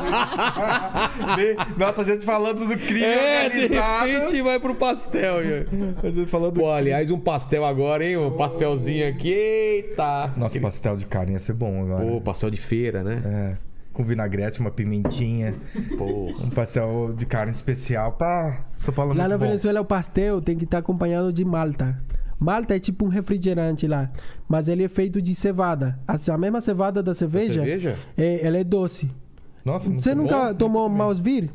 Speaker 6: Nossa, a gente falando do crime
Speaker 7: É, de
Speaker 6: organizado.
Speaker 7: repente vai pro pastel, gente.
Speaker 6: A gente falando
Speaker 7: Pô, aliás, um pastel agora, hein? Um pastelzinho aqui. Eita!
Speaker 6: Nossa,
Speaker 7: Aquele-
Speaker 6: pastel de carne ia ser bom agora.
Speaker 7: Pô, pastel de feira, né?
Speaker 6: É, com vinagrete, uma pimentinha,
Speaker 5: É.
Speaker 7: Porra.
Speaker 6: um pastel de carne especial. Pá, São Paulo é
Speaker 5: Lá
Speaker 6: muito
Speaker 5: na
Speaker 6: bom.
Speaker 5: Venezuela, o pastel tem que estar acompanhado de malta. Malta é tipo um refrigerante lá, mas ele é feito de cevada. A a mesma cevada da cerveja,
Speaker 7: cerveja?
Speaker 5: É, ela é doce.
Speaker 6: Nossa, muito
Speaker 5: Você
Speaker 6: bom.
Speaker 5: nunca tomou Mausvir?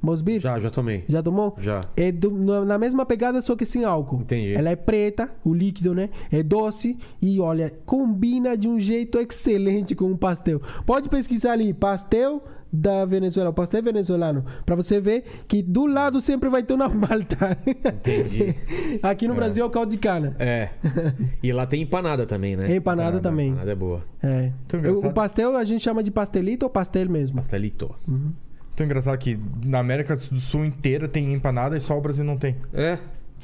Speaker 5: Mausvir?
Speaker 7: Já, já tomei.
Speaker 5: Já tomou?
Speaker 7: Já.
Speaker 5: É do- na na mesma pegada, só que sem álcool.
Speaker 7: Entendi.
Speaker 5: Ela é preta, o líquido, né? É doce e, olha, combina de um jeito excelente com o pastel. Pode pesquisar ali, pastel da Venezuela, pastel venezuelano, pra você ver que do lado sempre vai ter uma [laughs] malta.
Speaker 7: Entendi.
Speaker 5: [laughs] Aqui no Brasil é o caldo de cana. [laughs]
Speaker 7: É. E lá tem empanada também, né?
Speaker 5: É empanada também.
Speaker 7: Empanada é boa.
Speaker 5: É.
Speaker 6: Então,
Speaker 5: Eu-
Speaker 6: engraçado.
Speaker 5: O pastel a gente chama de pastelito ou pastel mesmo?
Speaker 7: Pastelito.
Speaker 5: Hum.
Speaker 6: Tão engraçado que na América do Sul inteira tem empanada e só o Brasil não tem.
Speaker 7: É.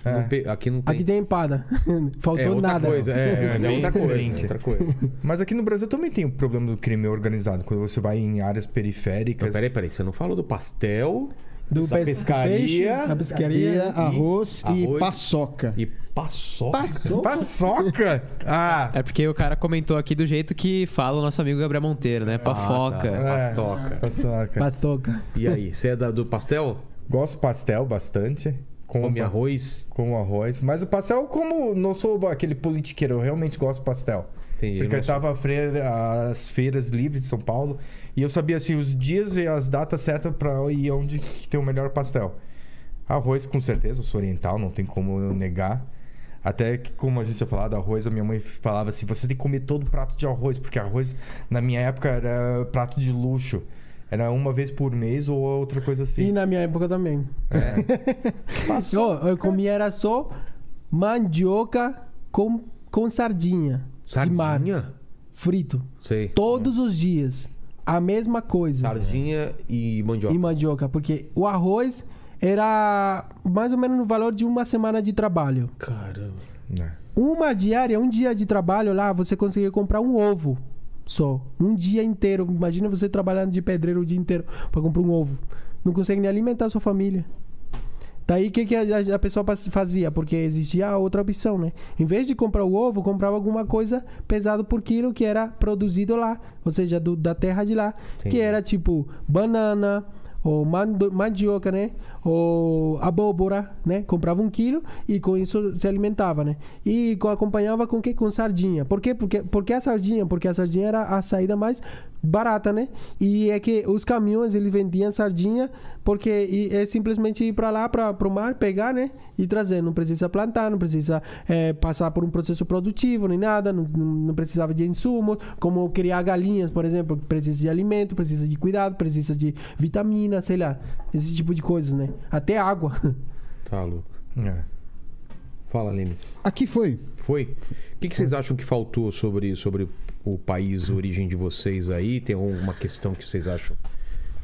Speaker 6: É.
Speaker 7: Não pe- Aqui não tem.
Speaker 5: Aqui tem empada. [laughs] Faltou
Speaker 7: é outra
Speaker 5: nada.
Speaker 7: coisa. É,
Speaker 6: É
Speaker 7: é,
Speaker 6: bem
Speaker 7: outra coisa.
Speaker 6: diferente.
Speaker 7: é outra coisa.
Speaker 6: Mas aqui no Brasil também tem o
Speaker 7: Então,
Speaker 6: problema do crime organizado. Quando você vai em áreas periféricas.
Speaker 7: Não, peraí, peraí. Você não falou do pastel
Speaker 8: do
Speaker 4: Essa
Speaker 8: pes-
Speaker 4: pescaria.
Speaker 8: peixe, a pescaria.
Speaker 3: E arroz e
Speaker 1: Arroz.
Speaker 3: paçoca.
Speaker 1: E paçoca.
Speaker 5: [laughs]
Speaker 4: Paçoca? Ah,
Speaker 2: É porque o cara comentou aqui do jeito que fala o nosso amigo Gabriel Monteiro,
Speaker 1: Ah,
Speaker 2: né?
Speaker 1: tá.
Speaker 2: Pafoca.
Speaker 4: É.
Speaker 1: Paçoca.
Speaker 4: paçoca.
Speaker 8: Paçoca.
Speaker 1: E aí, você é da- do pastel?
Speaker 4: Gosto de pastel bastante. Com
Speaker 1: Come arroz?
Speaker 4: Como arroz. Mas o pastel, como não sou aquele politiqueiro, eu realmente gosto de pastel.
Speaker 1: Entendi.
Speaker 4: Porque eu
Speaker 1: Nossa.
Speaker 4: estava às feiras livres de São Paulo e eu sabia assim os dias e as datas certas para ir onde que tem o melhor pastel. Arroz, com certeza, eu sou oriental, não tem como eu negar. Até que, como a gente tinha falado, arroz, a minha mãe falava assim: você tem que comer todo prato de arroz, porque arroz, na minha época, era prato de luxo. Era uma vez por mês ou outra coisa assim.
Speaker 5: E na minha época também. [laughs] Oh,
Speaker 8: Paçoca.
Speaker 5: Eu, eu comia era só mandioca com, com sardinha. De mar.
Speaker 1: Sardinha?
Speaker 5: Frito.
Speaker 1: Sei.
Speaker 5: Todos os dias. A mesma coisa.
Speaker 1: Sardinha e mandioca.
Speaker 5: E mandioca. Porque o arroz era mais ou menos no valor de uma semana de trabalho.
Speaker 1: Caramba.
Speaker 4: Né?
Speaker 5: Uma diária, um dia de trabalho lá, você conseguia comprar um ovo só. Um dia inteiro. Imagina você trabalhando de pedreiro o dia inteiro para comprar um ovo. Não consegue nem alimentar sua família. Daí o que, que a, a- a pessoa pas- fazia? Porque existia a outra opção, né? Em vez de comprar o ovo, comprava alguma coisa pesada por quilo que era produzido lá, ou seja, do- da terra de lá, que era tipo banana ou mando- mandioca, né? Ou abóbora, né? Comprava um quilo e com isso se alimentava, né? E co- acompanhava com que? Com sardinha. Por quê? Porque, porque a sardinha? Porque a sardinha era a saída mais barata, né? E é que os caminhões eles vendiam sardinha porque e- é simplesmente ir para lá, para o mar, pegar, né? E trazer. Não precisa plantar, não precisa eh, passar por um processo produtivo nem nada, não, não- não precisava de insumos, como criar galinhas, por exemplo, que precisa de alimento, precisa de cuidado, precisa de vitamina, sei lá, esse tipo de coisas, né? Até água.
Speaker 1: Tá louco.
Speaker 4: É.
Speaker 1: Fala, Lemes.
Speaker 3: Aqui foi.
Speaker 1: Foi? O que, que vocês acham que faltou sobre, sobre o país, a origem de vocês aí? Tem alguma questão que vocês acham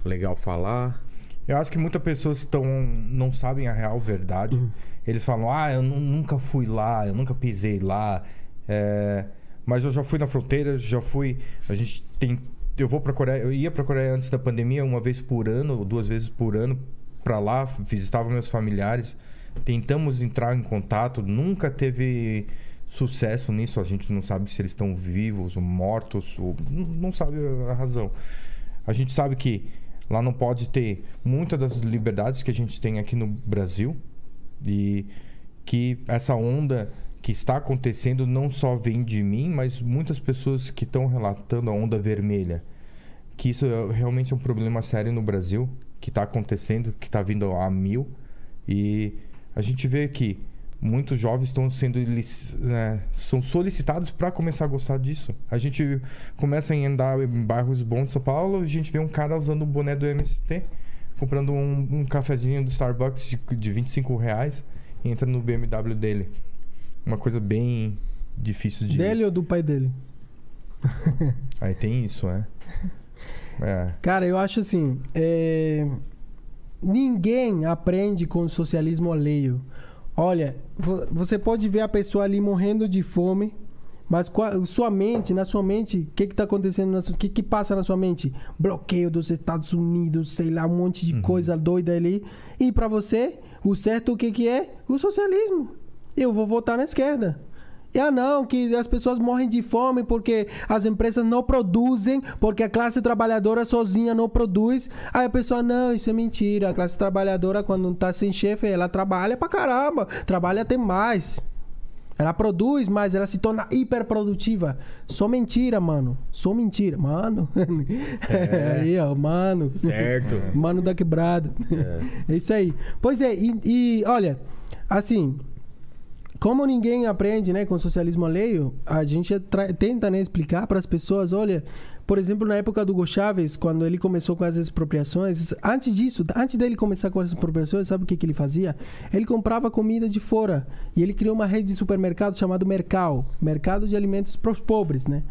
Speaker 1: legal falar?
Speaker 4: Eu acho que muitas pessoas estão não sabem a real verdade. Eles falam, ah, eu nu- nunca fui lá, eu nunca pisei lá. É, mas eu já fui na fronteira, já fui. A gente tem. Eu vou pra Coreia, eu ia pra Coreia antes da pandemia, uma vez por ano, ou duas vezes por ano, pra lá, visitava meus familiares. Tentamos entrar em contato, nunca teve sucesso nisso. A gente não sabe se eles estão vivos ou mortos, ou, n- não sabe a razão. A gente sabe que lá não pode ter muitas das liberdades que a gente tem aqui no Brasil e que essa onda que está acontecendo não só vem de mim, mas muitas pessoas que estão relatando a onda vermelha. Que isso é realmente um problema sério no Brasil, que está acontecendo, que está vindo a mil. E a gente vê que muitos jovens estão sendo eles, né, são solicitados para começar a gostar disso. A gente começa a andar em bairros bons de São Paulo, a gente vê um cara usando o boné do MST, comprando um, um cafezinho do Starbucks de, de 25 reais e entra no BMW dele. Uma coisa bem difícil de.
Speaker 5: Dele ou do pai dele?
Speaker 4: Aí tem isso, né? [laughs] É.
Speaker 5: Cara, eu acho assim. é, Ninguém aprende com o socialismo alheio. Olha, vo- você pode ver a pessoa ali morrendo de fome, mas qua- sua mente, na sua mente, o que que tá acontecendo? O que que passa na sua mente? Bloqueio dos Estados Unidos, sei lá, um monte de coisa doida ali. E para você, o certo o que que é? O socialismo. Eu vou votar na esquerda. E, Ah, não, que as pessoas morrem de fome porque as empresas não produzem, porque a classe trabalhadora sozinha não produz. Aí a pessoa, não, isso é mentira. A classe trabalhadora, quando não tá sem chefe, ela trabalha pra caramba, trabalha até mais. Ela produz mais, ela se torna hiperprodutiva. Só mentira, mano. Só mentira. Mano. [laughs] Aí, ó, mano.
Speaker 1: Certo.
Speaker 5: É. Mano da quebrada. [laughs] É, isso aí. Pois é, e, e, olha, assim, como ninguém aprende, né, com o socialismo alheio, a gente tra- tenta, né, explicar para as pessoas, olha, por exemplo, na época do Hugo Chávez, quando ele começou com as expropriações, antes disso, antes dele começar com as expropriações, sabe o que, que ele fazia? Ele comprava comida de fora e ele criou uma rede de supermercado chamado Mercal, Mercado de Alimentos para os Pobres, né?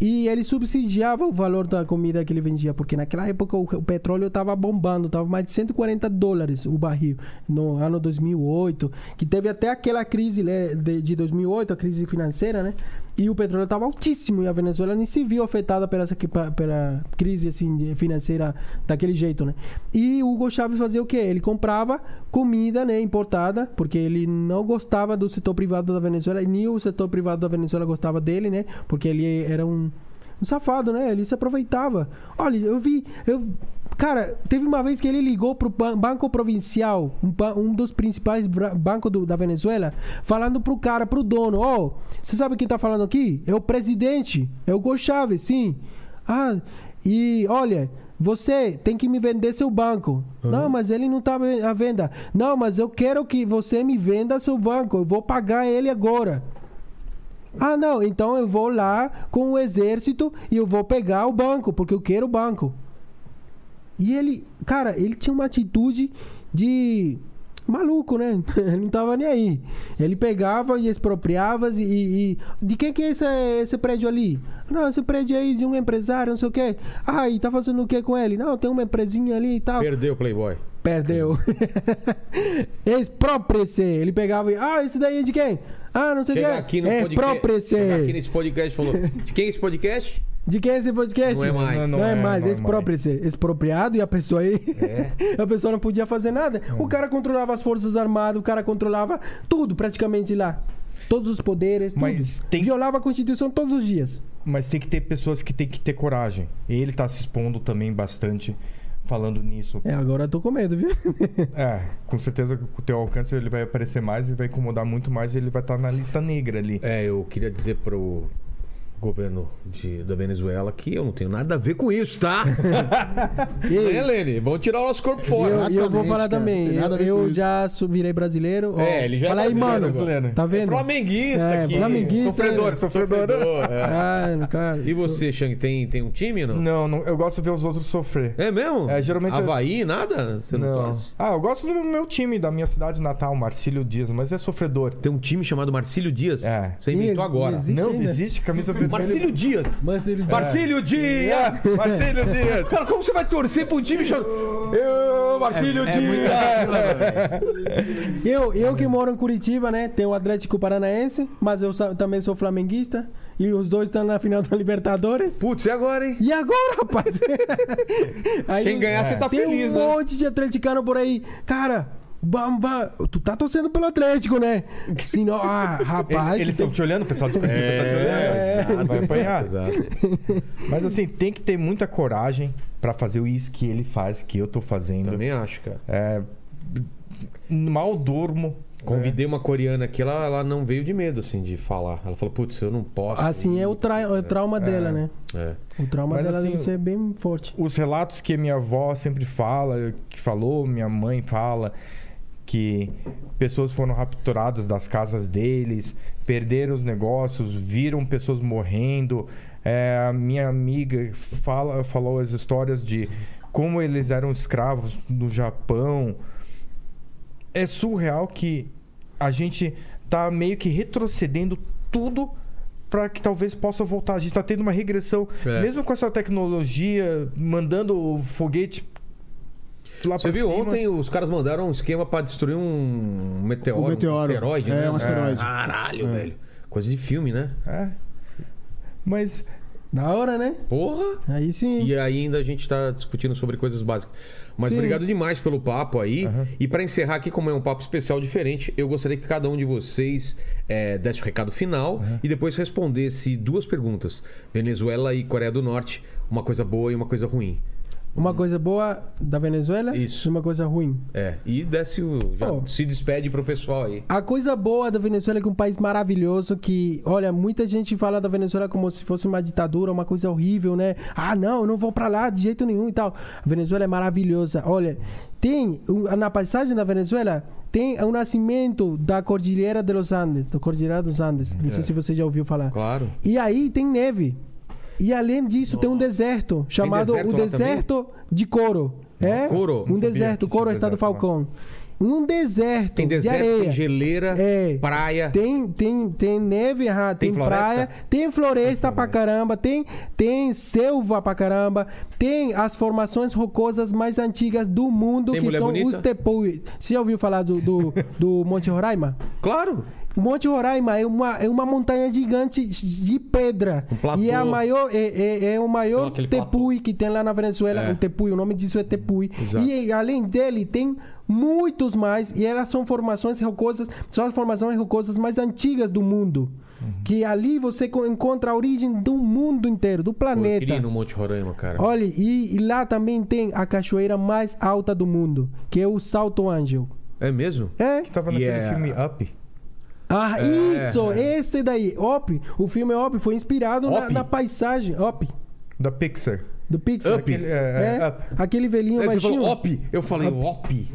Speaker 5: E ele subsidiava o valor da comida que ele vendia, porque naquela época o, o petróleo estava bombando, estava mais de 140 dólares o barril no ano 2008, que teve até aquela crise né, de, de 2008, a crise financeira, né? E o petróleo estava altíssimo e a Venezuela nem se viu afetada pela, essa- pela- pela crise assim, de- financeira daquele jeito, né? E o Hugo Chávez fazia o quê? Ele comprava comida né, importada, porque ele não gostava do setor privado da Venezuela e nem o setor privado da Venezuela gostava dele, né? Porque ele era um, um safado, né? Ele se aproveitava. Olha, eu vi... Eu, cara, teve uma vez que ele ligou pro ban- Banco Provincial, um, ba- um dos principais bra- bancos do- da Venezuela, falando pro cara, pro dono, ó, você sabe quem tá falando aqui? É o presidente, é o Hugo Chávez, sim. Ah, e olha, você tem que me vender seu banco. Não, mas ele não tá à venda. Não, mas eu quero que você me venda seu banco, eu vou pagar ele agora. Ah, não, então eu vou lá com o exército e eu vou pegar o banco, porque eu quero o banco. E ele, cara, ele tinha uma atitude de maluco, né? [laughs] Ele não tava nem aí. Ele pegava e expropriava e, e- de quem que é esse, esse prédio ali? Não, esse prédio aí de um empresário, não sei o quê. Ah, e tá fazendo o que com ele? Não, tem uma empresinha ali e tal.
Speaker 1: Perdeu o Playboy.
Speaker 5: Perdeu. [laughs] Expropria-se. Ele pegava e. Ah, esse daí é de quem? Ah, não sei o quê.
Speaker 1: Chega aqui no podcast.
Speaker 5: Expropria-se.
Speaker 1: Chega aqui nesse podcast e falou: De quem é esse podcast?
Speaker 5: De quem é esse podcast?
Speaker 1: Não é mais.
Speaker 5: Não,
Speaker 4: Não, não
Speaker 5: é,
Speaker 4: é,
Speaker 5: mais.
Speaker 4: não é
Speaker 5: Expropriar-se. Expropriado e a pessoa aí.
Speaker 1: É.
Speaker 5: [laughs] a pessoa não podia fazer nada. O cara controlava as forças armadas, o cara controlava tudo praticamente lá. Todos os poderes, tudo.
Speaker 4: Mas tem-
Speaker 5: Violava a Constituição todos os dias.
Speaker 4: Mas tem que ter pessoas que tem que ter coragem. Ele tá se expondo também bastante falando nisso.
Speaker 5: É, agora eu tô com
Speaker 1: [laughs]
Speaker 5: medo, viu?
Speaker 4: É, com certeza com o teu alcance ele vai aparecer mais e vai incomodar muito mais e ele vai estar na lista negra ali.
Speaker 1: É, eu queria dizer pro governo de- da Venezuela que eu não tenho nada a ver com isso,
Speaker 5: [laughs]
Speaker 1: tá?
Speaker 5: E-
Speaker 1: né, Lene? Vamos tirar o nosso corpo
Speaker 5: E
Speaker 1: fora.
Speaker 5: eu, e eu vou
Speaker 3: Exatamente,
Speaker 5: falar
Speaker 3: cara.
Speaker 5: também.
Speaker 3: Tem nada a ver
Speaker 5: eu
Speaker 3: com
Speaker 5: eu
Speaker 3: isso.
Speaker 5: já su- virei brasileiro. ó.
Speaker 1: É, ele já é
Speaker 5: Fala aí,
Speaker 1: brasileiro
Speaker 5: mano.
Speaker 4: agora.
Speaker 5: Tá vendo?
Speaker 1: Flamenguista
Speaker 5: É,
Speaker 1: aqui.
Speaker 5: flamenguista. né?
Speaker 4: Sofredor, sofredor.
Speaker 1: Sofredor,
Speaker 5: [laughs]
Speaker 1: é.
Speaker 5: Ah, cara.
Speaker 1: E você, Shang, tem, tem um time não?
Speaker 4: Não, não, eu gosto de ver os outros sofrer.
Speaker 1: É mesmo?
Speaker 4: É, geralmente eu-
Speaker 1: Havaí, nada? Você não, torce?
Speaker 4: Ah, eu gosto do meu time, da minha cidade natal, Marcílio Dias, mas é sofredor.
Speaker 1: Tem um time chamado Marcílio Dias?
Speaker 4: É.
Speaker 1: Você inventou
Speaker 5: Ex-
Speaker 1: agora.
Speaker 5: existe É.
Speaker 4: não,
Speaker 5: ainda?
Speaker 4: desiste, camisa vermelha.
Speaker 1: Marcílio Dias!
Speaker 5: Marcelo
Speaker 1: Marcílio Dias!
Speaker 4: É, Marcílio Dias!
Speaker 1: Cara, como você vai torcer pra um time chamado. Eu, Marcílio
Speaker 2: É
Speaker 1: Dias!
Speaker 2: muita sílaba, velho.
Speaker 5: Eu, eu que moro em Curitiba, né? Tem o Atlético Paranaense, mas eu sa- também sou flamenguista. E os dois estão na final da Libertadores.
Speaker 1: Putz, e agora, hein?
Speaker 5: E agora,
Speaker 1: [laughs]
Speaker 5: rapaz? Aí
Speaker 1: Quem ganhar, você tá
Speaker 5: tem
Speaker 1: feliz,
Speaker 5: um
Speaker 1: né?
Speaker 5: monte de atleticano por aí. Cara, bam, bam, tu tá torcendo pelo Atlético, né? Se não,
Speaker 1: [laughs]
Speaker 5: ah, rapaz.
Speaker 4: Eles estão te olhando, o pessoal de
Speaker 1: É.
Speaker 4: Curitiba tá te olhando. vai apanhar. Mas assim, tem que ter muita coragem pra fazer isso que ele faz, que eu tô fazendo.
Speaker 1: Também acho, cara.
Speaker 4: É, mal durmo.
Speaker 1: Convidei uma coreana aqui, ela, ela não veio de medo, assim, de falar. Ela falou, putz, eu não posso.
Speaker 5: Assim é o, tra- é o trauma dela, né?
Speaker 1: É.
Speaker 5: O trauma
Speaker 4: Mas
Speaker 5: dela
Speaker 4: assim,
Speaker 5: deve ser bem forte.
Speaker 4: Os relatos que minha avó sempre fala, que falou, minha mãe fala, que pessoas foram rapturadas das casas deles, perderam os negócios, viram pessoas morrendo. É, a minha amiga fala, falou as histórias de como eles eram escravos no Japão. é surreal que a gente tá meio que retrocedendo tudo para que talvez possa voltar. A gente tá tendo uma regressão,
Speaker 1: É.
Speaker 4: mesmo com essa tecnologia, mandando o foguete
Speaker 3: Ah,
Speaker 4: lá
Speaker 1: Você
Speaker 4: pra
Speaker 1: viu
Speaker 4: cima.
Speaker 1: ontem os caras mandaram um esquema pra destruir um meteoro,
Speaker 3: Um meteoro.
Speaker 1: um asteroide,
Speaker 3: É,
Speaker 1: né?
Speaker 3: um asteroide.
Speaker 1: Caralho,
Speaker 3: É.
Speaker 1: velho. Coisa de filme, né?
Speaker 4: É. Mas
Speaker 5: Da hora, né?
Speaker 1: Porra!
Speaker 5: Aí sim.
Speaker 1: E ainda a gente tá discutindo sobre coisas básicas. Mas
Speaker 5: Sim.
Speaker 1: obrigado demais pelo papo aí. E pra encerrar aqui, como é um papo especial diferente, eu gostaria que cada um de vocês eh, desse o recado final e depois respondesse duas perguntas: Venezuela e Coreia do Norte, uma coisa boa e uma coisa ruim.
Speaker 5: Uma coisa boa da Venezuela
Speaker 1: Isso.
Speaker 5: e uma coisa ruim.
Speaker 1: É. E desse o. Já
Speaker 5: Pô.
Speaker 1: se despede pro pessoal aí.
Speaker 5: A coisa boa da Venezuela é que é um país maravilhoso que, olha, muita gente fala da Venezuela como se fosse uma ditadura, uma coisa horrível, né? Ah, não, eu não vou pra lá de jeito nenhum e tal. A Venezuela é maravilhosa. Olha, tem um- na paisagem da Venezuela tem o nascimento da Cordilheira de los Andes, da Cordilheira dos Andes. Não sei se você já ouviu falar.
Speaker 1: É. Claro.
Speaker 5: E aí tem neve. E além disso, tem um deserto chamado
Speaker 1: deserto
Speaker 5: o
Speaker 1: lá
Speaker 5: deserto de Coro. É?
Speaker 1: Coro. Não
Speaker 5: Um
Speaker 4: sabia
Speaker 5: deserto,
Speaker 4: que
Speaker 5: Coro é
Speaker 4: tinha
Speaker 5: estado
Speaker 4: deserto lá.
Speaker 5: Falcão. Um deserto,
Speaker 1: Tem
Speaker 5: de
Speaker 1: deserto,
Speaker 5: areia.
Speaker 1: tem geleira,
Speaker 5: É.
Speaker 1: praia.
Speaker 5: Tem, tem, tem neve, ah, tem,
Speaker 1: Tem floresta?
Speaker 5: praia, tem floresta pra caramba, tem, tem selva pra caramba, tem as formações rocosas mais antigas do mundo,
Speaker 1: Tem
Speaker 5: que
Speaker 1: mulher
Speaker 5: são
Speaker 1: bonita?
Speaker 5: os tepuis. Você já ouviu falar do, do, do Monte Roraima?
Speaker 1: Claro.
Speaker 5: Um Monte Roraima é uma, é uma montanha gigante de pedra.
Speaker 1: Um platô.
Speaker 5: e é, a maior, é, é, é o
Speaker 9: Não,
Speaker 5: maior
Speaker 9: aquele
Speaker 5: tepui que tem lá na Venezuela.
Speaker 1: É.
Speaker 5: O tepui, o nome disso é tepui.
Speaker 1: Exato.
Speaker 5: E além dele, tem muitos mais. E elas são formações rocosas, são as formações rocosas mais antigas do mundo.
Speaker 1: Uhum.
Speaker 5: Que ali você co- encontra a origem do mundo inteiro, do
Speaker 1: Pô, eu queria ir
Speaker 5: planeta.
Speaker 1: no Monte Roraima, cara.
Speaker 5: Olha, e, e lá também tem a cachoeira mais alta do mundo, que é o Salto Ángel.
Speaker 1: É mesmo?
Speaker 5: É?
Speaker 4: Tava naquele
Speaker 1: Yeah.
Speaker 4: filme Up.
Speaker 5: Ah,
Speaker 1: É.
Speaker 5: isso! Esse daí, Op. O filme Op foi inspirado na,
Speaker 1: Op?
Speaker 5: na paisagem Op
Speaker 4: Da Pixar.
Speaker 5: do Pixar.
Speaker 1: Up?
Speaker 4: Aquele, é,
Speaker 5: É,
Speaker 4: é, Up.
Speaker 5: aquele velhinho
Speaker 1: É, você
Speaker 5: baixinho.
Speaker 1: falou op, eu falei
Speaker 5: [laughs]
Speaker 1: op.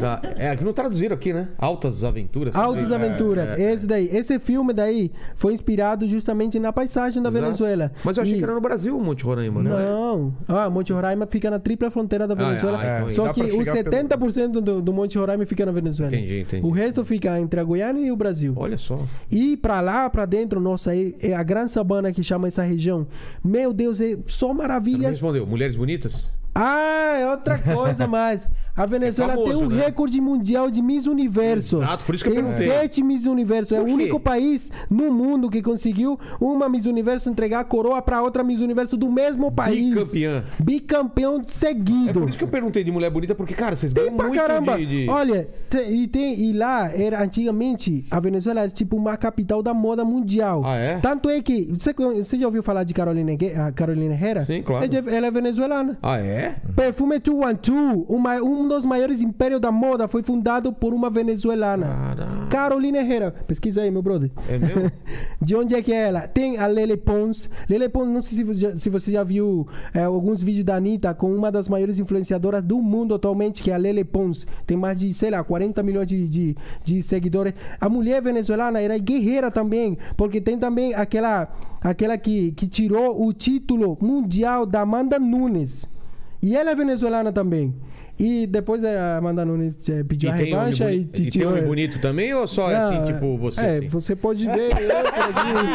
Speaker 1: Tá, é, não traduziram aqui, né? Altas aventuras.
Speaker 5: Altas
Speaker 1: talvez.
Speaker 5: Aventuras,
Speaker 1: É, é, é.
Speaker 5: esse daí. Esse filme daí foi inspirado justamente na paisagem da
Speaker 1: Exato.
Speaker 5: Venezuela.
Speaker 1: Mas eu achei
Speaker 5: E-
Speaker 1: que era no Brasil o Monte Roraima, não, é?
Speaker 5: Não. Ah, Monte Roraima fica na tripla fronteira da
Speaker 1: Ah, é,
Speaker 5: Venezuela.
Speaker 1: ah, então é.
Speaker 5: Só
Speaker 4: Dá
Speaker 5: que
Speaker 4: pra
Speaker 5: os
Speaker 4: chegar pelo-
Speaker 5: 70% do, do Monte Roraima fica na Venezuela.
Speaker 1: Entendi, entendi.
Speaker 5: O resto fica entre a Guiana e o Brasil.
Speaker 1: Olha só.
Speaker 5: E pra lá, pra dentro, nossa, é, é a Gran Sabana que chama essa região. Meu Deus, é só
Speaker 1: Você não
Speaker 5: maravilhas.
Speaker 1: respondeu. Mulheres bonitas?
Speaker 5: Ah, é outra coisa mais. A Venezuela
Speaker 1: É famoso,
Speaker 5: tem um
Speaker 1: né?
Speaker 5: recorde mundial de Miss Universo.
Speaker 1: Exato, por isso que eu
Speaker 5: tem
Speaker 1: perguntei.
Speaker 5: sete Miss Universo. É o
Speaker 1: Por quê?
Speaker 5: único país no mundo que conseguiu uma Miss Universo entregar a coroa pra outra Miss Universo do mesmo país.
Speaker 1: Bicampeã.
Speaker 5: Bicampeão
Speaker 1: É
Speaker 5: seguido.
Speaker 1: por isso que eu perguntei de mulher bonita, porque, cara, vocês
Speaker 5: Tem
Speaker 1: ganham
Speaker 5: pra
Speaker 1: muito
Speaker 5: caramba.
Speaker 1: de... de-
Speaker 5: Olha, te- e, tem, e lá, era, antigamente, a Venezuela era tipo uma capital da moda mundial.
Speaker 1: Ah, é?
Speaker 5: Tanto é que. Você, você já ouviu falar de Carolina, Herre- a Carolina Herrera?
Speaker 1: Sim, claro.
Speaker 5: É de- Ela é venezuelana.
Speaker 1: Ah, é?
Speaker 5: Perfume 212, uma, um dos maiores impérios da moda, foi fundado por uma venezuelana.
Speaker 1: Caralho.
Speaker 5: Carolina Herrera. Pesquisa aí, meu brother.
Speaker 1: É mesmo?
Speaker 5: [laughs] De onde é que é ela? Tem a Lele Pons. Lele Pons, não sei se você já, se você já viu é, alguns vídeos da Anitta com uma das maiores influenciadoras do mundo atualmente, que é a Lele Pons. Tem mais de, sei lá, 40 milhões de, de, de seguidores. A mulher venezuelana era guerreira também, porque tem também aquela, aquela que, que tirou o título mundial da Amanda Nunes. E ela é venezuelana também. E depois a Amanda Nunes eh, pediu
Speaker 1: E
Speaker 5: a
Speaker 1: tem, um de
Speaker 5: revancha e,
Speaker 1: boni-
Speaker 5: te
Speaker 1: e tem um
Speaker 5: tirou
Speaker 1: de
Speaker 5: ela.
Speaker 1: bonito também ou só é
Speaker 5: Não,
Speaker 1: assim, tipo, você?
Speaker 5: É,
Speaker 1: assim?
Speaker 5: você pode ver.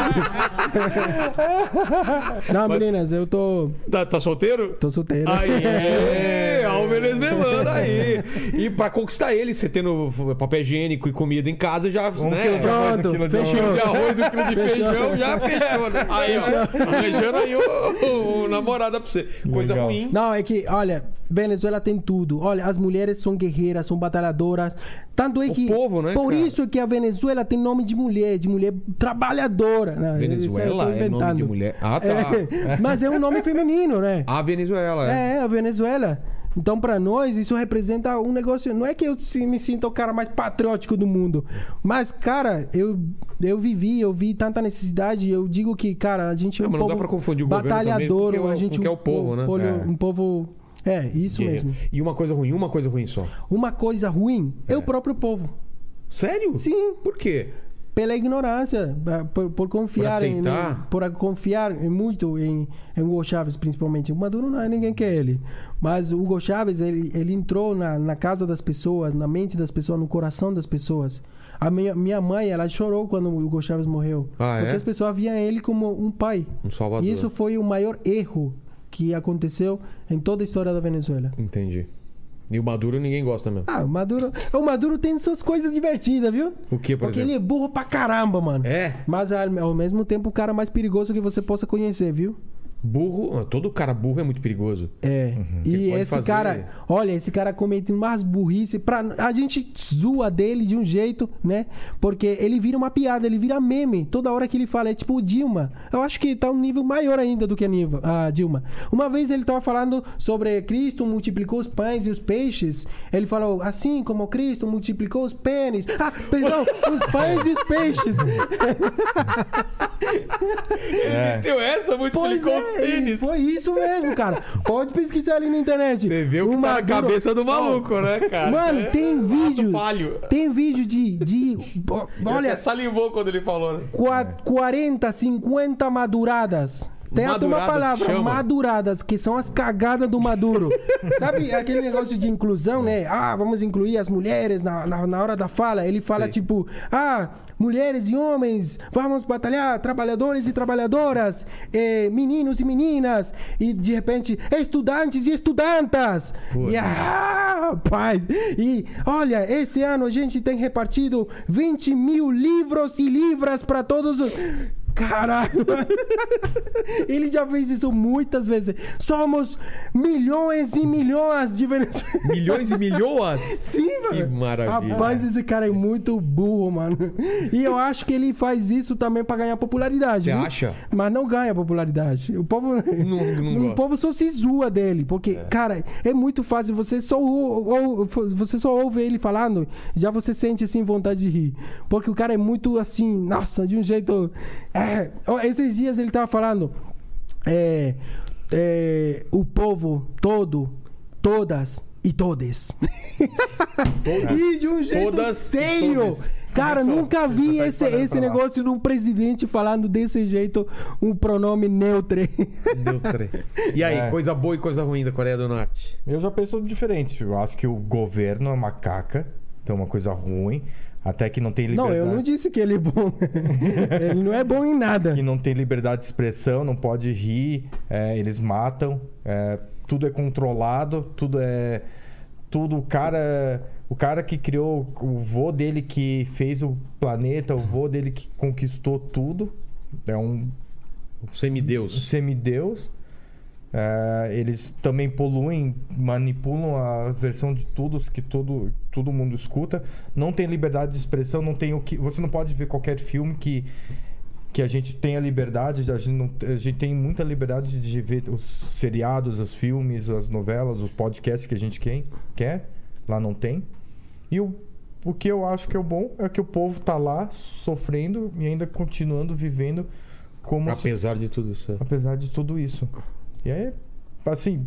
Speaker 5: eu
Speaker 1: [laughs]
Speaker 5: tô- Não, meninas, eu tô.
Speaker 1: Tá, tá solteiro?
Speaker 5: Tô solteiro. [laughs]
Speaker 1: Aí, ao venezuelano aí. E pra conquistar ele, você tendo papel higiênico e comida em casa, já, né?
Speaker 4: quilo de
Speaker 1: já-
Speaker 4: arroz, um
Speaker 5: Pronto,
Speaker 4: quilo de
Speaker 5: fechou.
Speaker 1: de arroz, um quilo de
Speaker 5: [laughs] Fechou.
Speaker 1: feijão, já fechou,
Speaker 5: [laughs]
Speaker 1: né? Aí, ó, arranjando aí o, o, o namorado pra você. Coisa
Speaker 4: Legal.
Speaker 1: ruim.
Speaker 5: Não, é que, olha, Venezuela tem tudo. Olha, as mulheres são guerreiras, são batalhadoras. Tanto é
Speaker 1: O
Speaker 5: que.
Speaker 1: povo, né,
Speaker 5: Por
Speaker 1: cara?
Speaker 5: isso que a Venezuela tem nome de mulher, de mulher trabalhadora. Não, isso aí eu tô
Speaker 1: Venezuela é nome de
Speaker 5: inventando.
Speaker 1: mulher. Ah, tá.
Speaker 5: É, mas é um nome feminino, né?
Speaker 1: A Venezuela, é.
Speaker 5: É, a Venezuela. Então, pra nós, isso representa um negócio. Não é que eu se- me sinta o cara mais patriótico do mundo, mas, cara, eu, eu vivi, eu vi tanta necessidade. Eu digo que, cara, a gente é um
Speaker 1: Não, mas não
Speaker 5: povo
Speaker 1: dá pra confundir o governo também
Speaker 5: batalhador,
Speaker 1: com o que é o-
Speaker 5: a gente
Speaker 1: com o que é
Speaker 5: um
Speaker 1: o povo, né?
Speaker 5: polio-
Speaker 1: É.
Speaker 5: Um povo. É, isso
Speaker 1: Guerreiro.
Speaker 5: mesmo.
Speaker 1: E uma coisa ruim, uma coisa ruim só.
Speaker 5: Uma coisa ruim é, o próprio povo.
Speaker 1: Sério?
Speaker 5: Sim.
Speaker 1: Por quê?
Speaker 5: Pela ignorância, ah, por, por confiar
Speaker 1: Por
Speaker 5: em,
Speaker 1: aceitar.
Speaker 5: por confiar em muito em, em Hugo Chávez, principalmente. O Maduro não é ninguém que ele. Mas o Hugo Chávez, ele, ele entrou na, na casa das pessoas, na mente das pessoas, no coração das pessoas. A minha, minha mãe, ela chorou quando o Hugo Chávez morreu.
Speaker 1: Ah, é?
Speaker 5: porque as pessoas viam ele como um pai.
Speaker 1: Um salvador.
Speaker 5: E isso foi o maior erro que aconteceu em toda a história da Venezuela.
Speaker 1: Entendi. E o Maduro ninguém gosta mesmo.
Speaker 5: Ah, o Maduro, o Maduro tem suas coisas divertidas, viu?
Speaker 1: O que, por exemplo?
Speaker 5: Porque ele é burro pra caramba, mano.
Speaker 1: É,
Speaker 5: Mas ao ao mesmo tempo o cara mais perigoso que você possa conhecer, viu?
Speaker 1: burro. Todo cara burro é muito perigoso.
Speaker 5: É.
Speaker 1: Uhum. Ele
Speaker 5: E
Speaker 1: pode
Speaker 5: esse
Speaker 1: fazer-
Speaker 5: cara, olha, esse cara comete mais burrice. Pra, a gente zoa dele de um jeito, né? Porque ele vira uma piada, ele vira meme. Toda hora que ele fala, é tipo o Dilma. Eu acho que tá um nível maior ainda do que a, Niva- a Dilma. Uma vez ele tava falando sobre Cristo multiplicou os pães e os peixes. Ele falou, assim como Cristo multiplicou os pênis. Ah,
Speaker 1: [laughs]
Speaker 5: perdão, os pães e os peixes.
Speaker 1: Meteu essa, muito
Speaker 5: Pois é, e foi isso mesmo, cara. Pode pesquisar ali na internet.
Speaker 1: Você vê o que tá na
Speaker 5: Maduro-
Speaker 1: cabeça do maluco, né, cara?
Speaker 5: Mano,
Speaker 1: É
Speaker 5: tem vídeo.
Speaker 1: falho.
Speaker 5: Tem vídeo de. de
Speaker 1: [laughs]
Speaker 5: bo-
Speaker 1: Ele
Speaker 5: olha,
Speaker 1: salivou quando ele falou, né?
Speaker 5: qua- 40, 50 maduradas. Tem até uma
Speaker 1: Maduradas,
Speaker 5: palavra,
Speaker 1: chama.
Speaker 5: maduradas, que são as cagadas do Maduro. Sabe aquele negócio de inclusão, né? Ah, vamos incluir as mulheres na, na, na hora da fala. Ele fala tipo, ah, mulheres e homens, vamos batalhar, trabalhadores e trabalhadoras, eh, meninos e meninas, e de repente, estudantes e estudantas. E, ah, rapaz! E olha, esse ano a gente tem repartido 20 mil livros e livras para todos. os- Caralho! Ele já fez isso muitas vezes. Somos milhões e milhões de venezuelanos.
Speaker 1: Milhões e
Speaker 5: [laughs]
Speaker 1: milhoas?
Speaker 5: Sim,
Speaker 1: Que
Speaker 5: mano.
Speaker 1: maravilha.
Speaker 5: Rapaz, esse cara é muito burro, mano. E eu acho que ele faz isso também pra ganhar popularidade.
Speaker 1: Você
Speaker 5: viu?
Speaker 1: acha?
Speaker 5: Mas não ganha popularidade. O povo. [laughs]
Speaker 1: Não- não gosta.
Speaker 5: o povo só se zoa dele. Porque, cara, é muito fácil. Você só, ou, ou- você só ouve ele falando, já você sente assim vontade de rir. Porque o cara é muito assim, nossa, de um jeito. É, ó, esses dias ele tava falando. É, é, o povo todo, todas e todes.
Speaker 4: É.
Speaker 5: e de um jeito
Speaker 1: Todas e
Speaker 5: sério.
Speaker 1: todes.
Speaker 5: Cara,
Speaker 1: Começou.
Speaker 5: nunca vi
Speaker 4: tá
Speaker 5: esse,
Speaker 4: espalhando
Speaker 5: esse
Speaker 4: pra lá.
Speaker 5: negócio de um presidente falando desse jeito um pronome neutro.
Speaker 1: Neutre. E aí, coisa boa e coisa ruim da Coreia do Norte?
Speaker 4: Eu já penso diferente. Eu acho que o governo é uma caca, então é uma coisa ruim. Até que não tem
Speaker 5: [laughs] Não,
Speaker 4: liberdade.
Speaker 5: eu não disse que ele
Speaker 4: [laughs]
Speaker 5: é bom. ele não é bom em nada.
Speaker 4: que não tem liberdade de expressão, não pode rir, é, eles matam, é, tudo é controlado, tudo é. Tudo o cara. O cara que criou, o vô dele que fez o planeta, o vô dele que conquistou tudo, é um
Speaker 1: Um semideus.
Speaker 4: semideus. É, eles também poluem, manipulam a versão de tudo que todo, todo mundo escuta. Não tem liberdade de expressão, não tem o que. Você não pode ver qualquer filme que, que a gente tenha liberdade. A gente, não- a gente tem muita liberdade de ver os seriados, os filmes, as novelas, os podcasts que a gente quem- quer. Lá não tem. E o, o que eu acho que é o bom é que o povo tá lá sofrendo e ainda continuando vivendo como se
Speaker 1: Apesar de tudo isso.
Speaker 4: apesar de tudo isso. E aí, assim,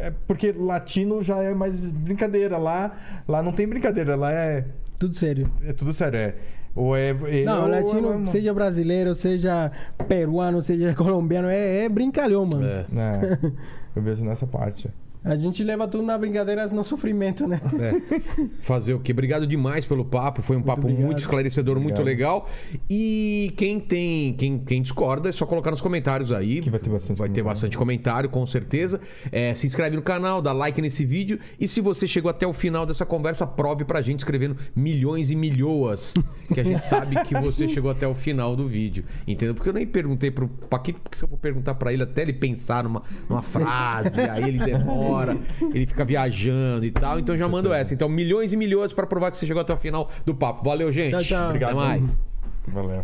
Speaker 4: é porque latino já é mais brincadeira. Lá, lá não tem brincadeira, lá é,
Speaker 5: Tudo sério.
Speaker 4: é tudo sério. É, ou é, é-
Speaker 5: Não,
Speaker 4: ou
Speaker 5: latino,
Speaker 4: é- não.
Speaker 5: seja brasileiro, seja peruano, seja [laughs] colombiano, é, é brincalhão, mano.
Speaker 1: É.
Speaker 4: É, eu vejo nessa parte.
Speaker 5: A gente leva tudo na brincadeira, no sofrimento, né?
Speaker 1: É. Fazer o quê? Obrigado demais pelo papo. Foi um papo muito,
Speaker 5: obrigado.
Speaker 1: esclarecedor, muito legal. E quem tem, quem, quem discorda, é só colocar nos comentários aí.
Speaker 4: vai ter bastante
Speaker 1: Vai ter
Speaker 4: comentário.
Speaker 1: bastante comentário, com certeza. É, se inscreve no canal, dá like nesse vídeo. E se você chegou até o final dessa conversa, prove pra gente escrevendo milhões e milhoas. Que a gente sabe que você chegou até o final do vídeo. Entendeu? Porque eu nem perguntei pro Paquito, porque se eu for perguntar pra ele até ele pensar numa, numa frase, aí ele demora, ele fica viajando e tal. Então já mando essa. Então, milhões e milhoas pra provar que você chegou até o final do papo. Valeu, gente.
Speaker 5: Tchau, tchau.
Speaker 1: Até
Speaker 4: Obrigado.
Speaker 1: mais.
Speaker 4: Valeu.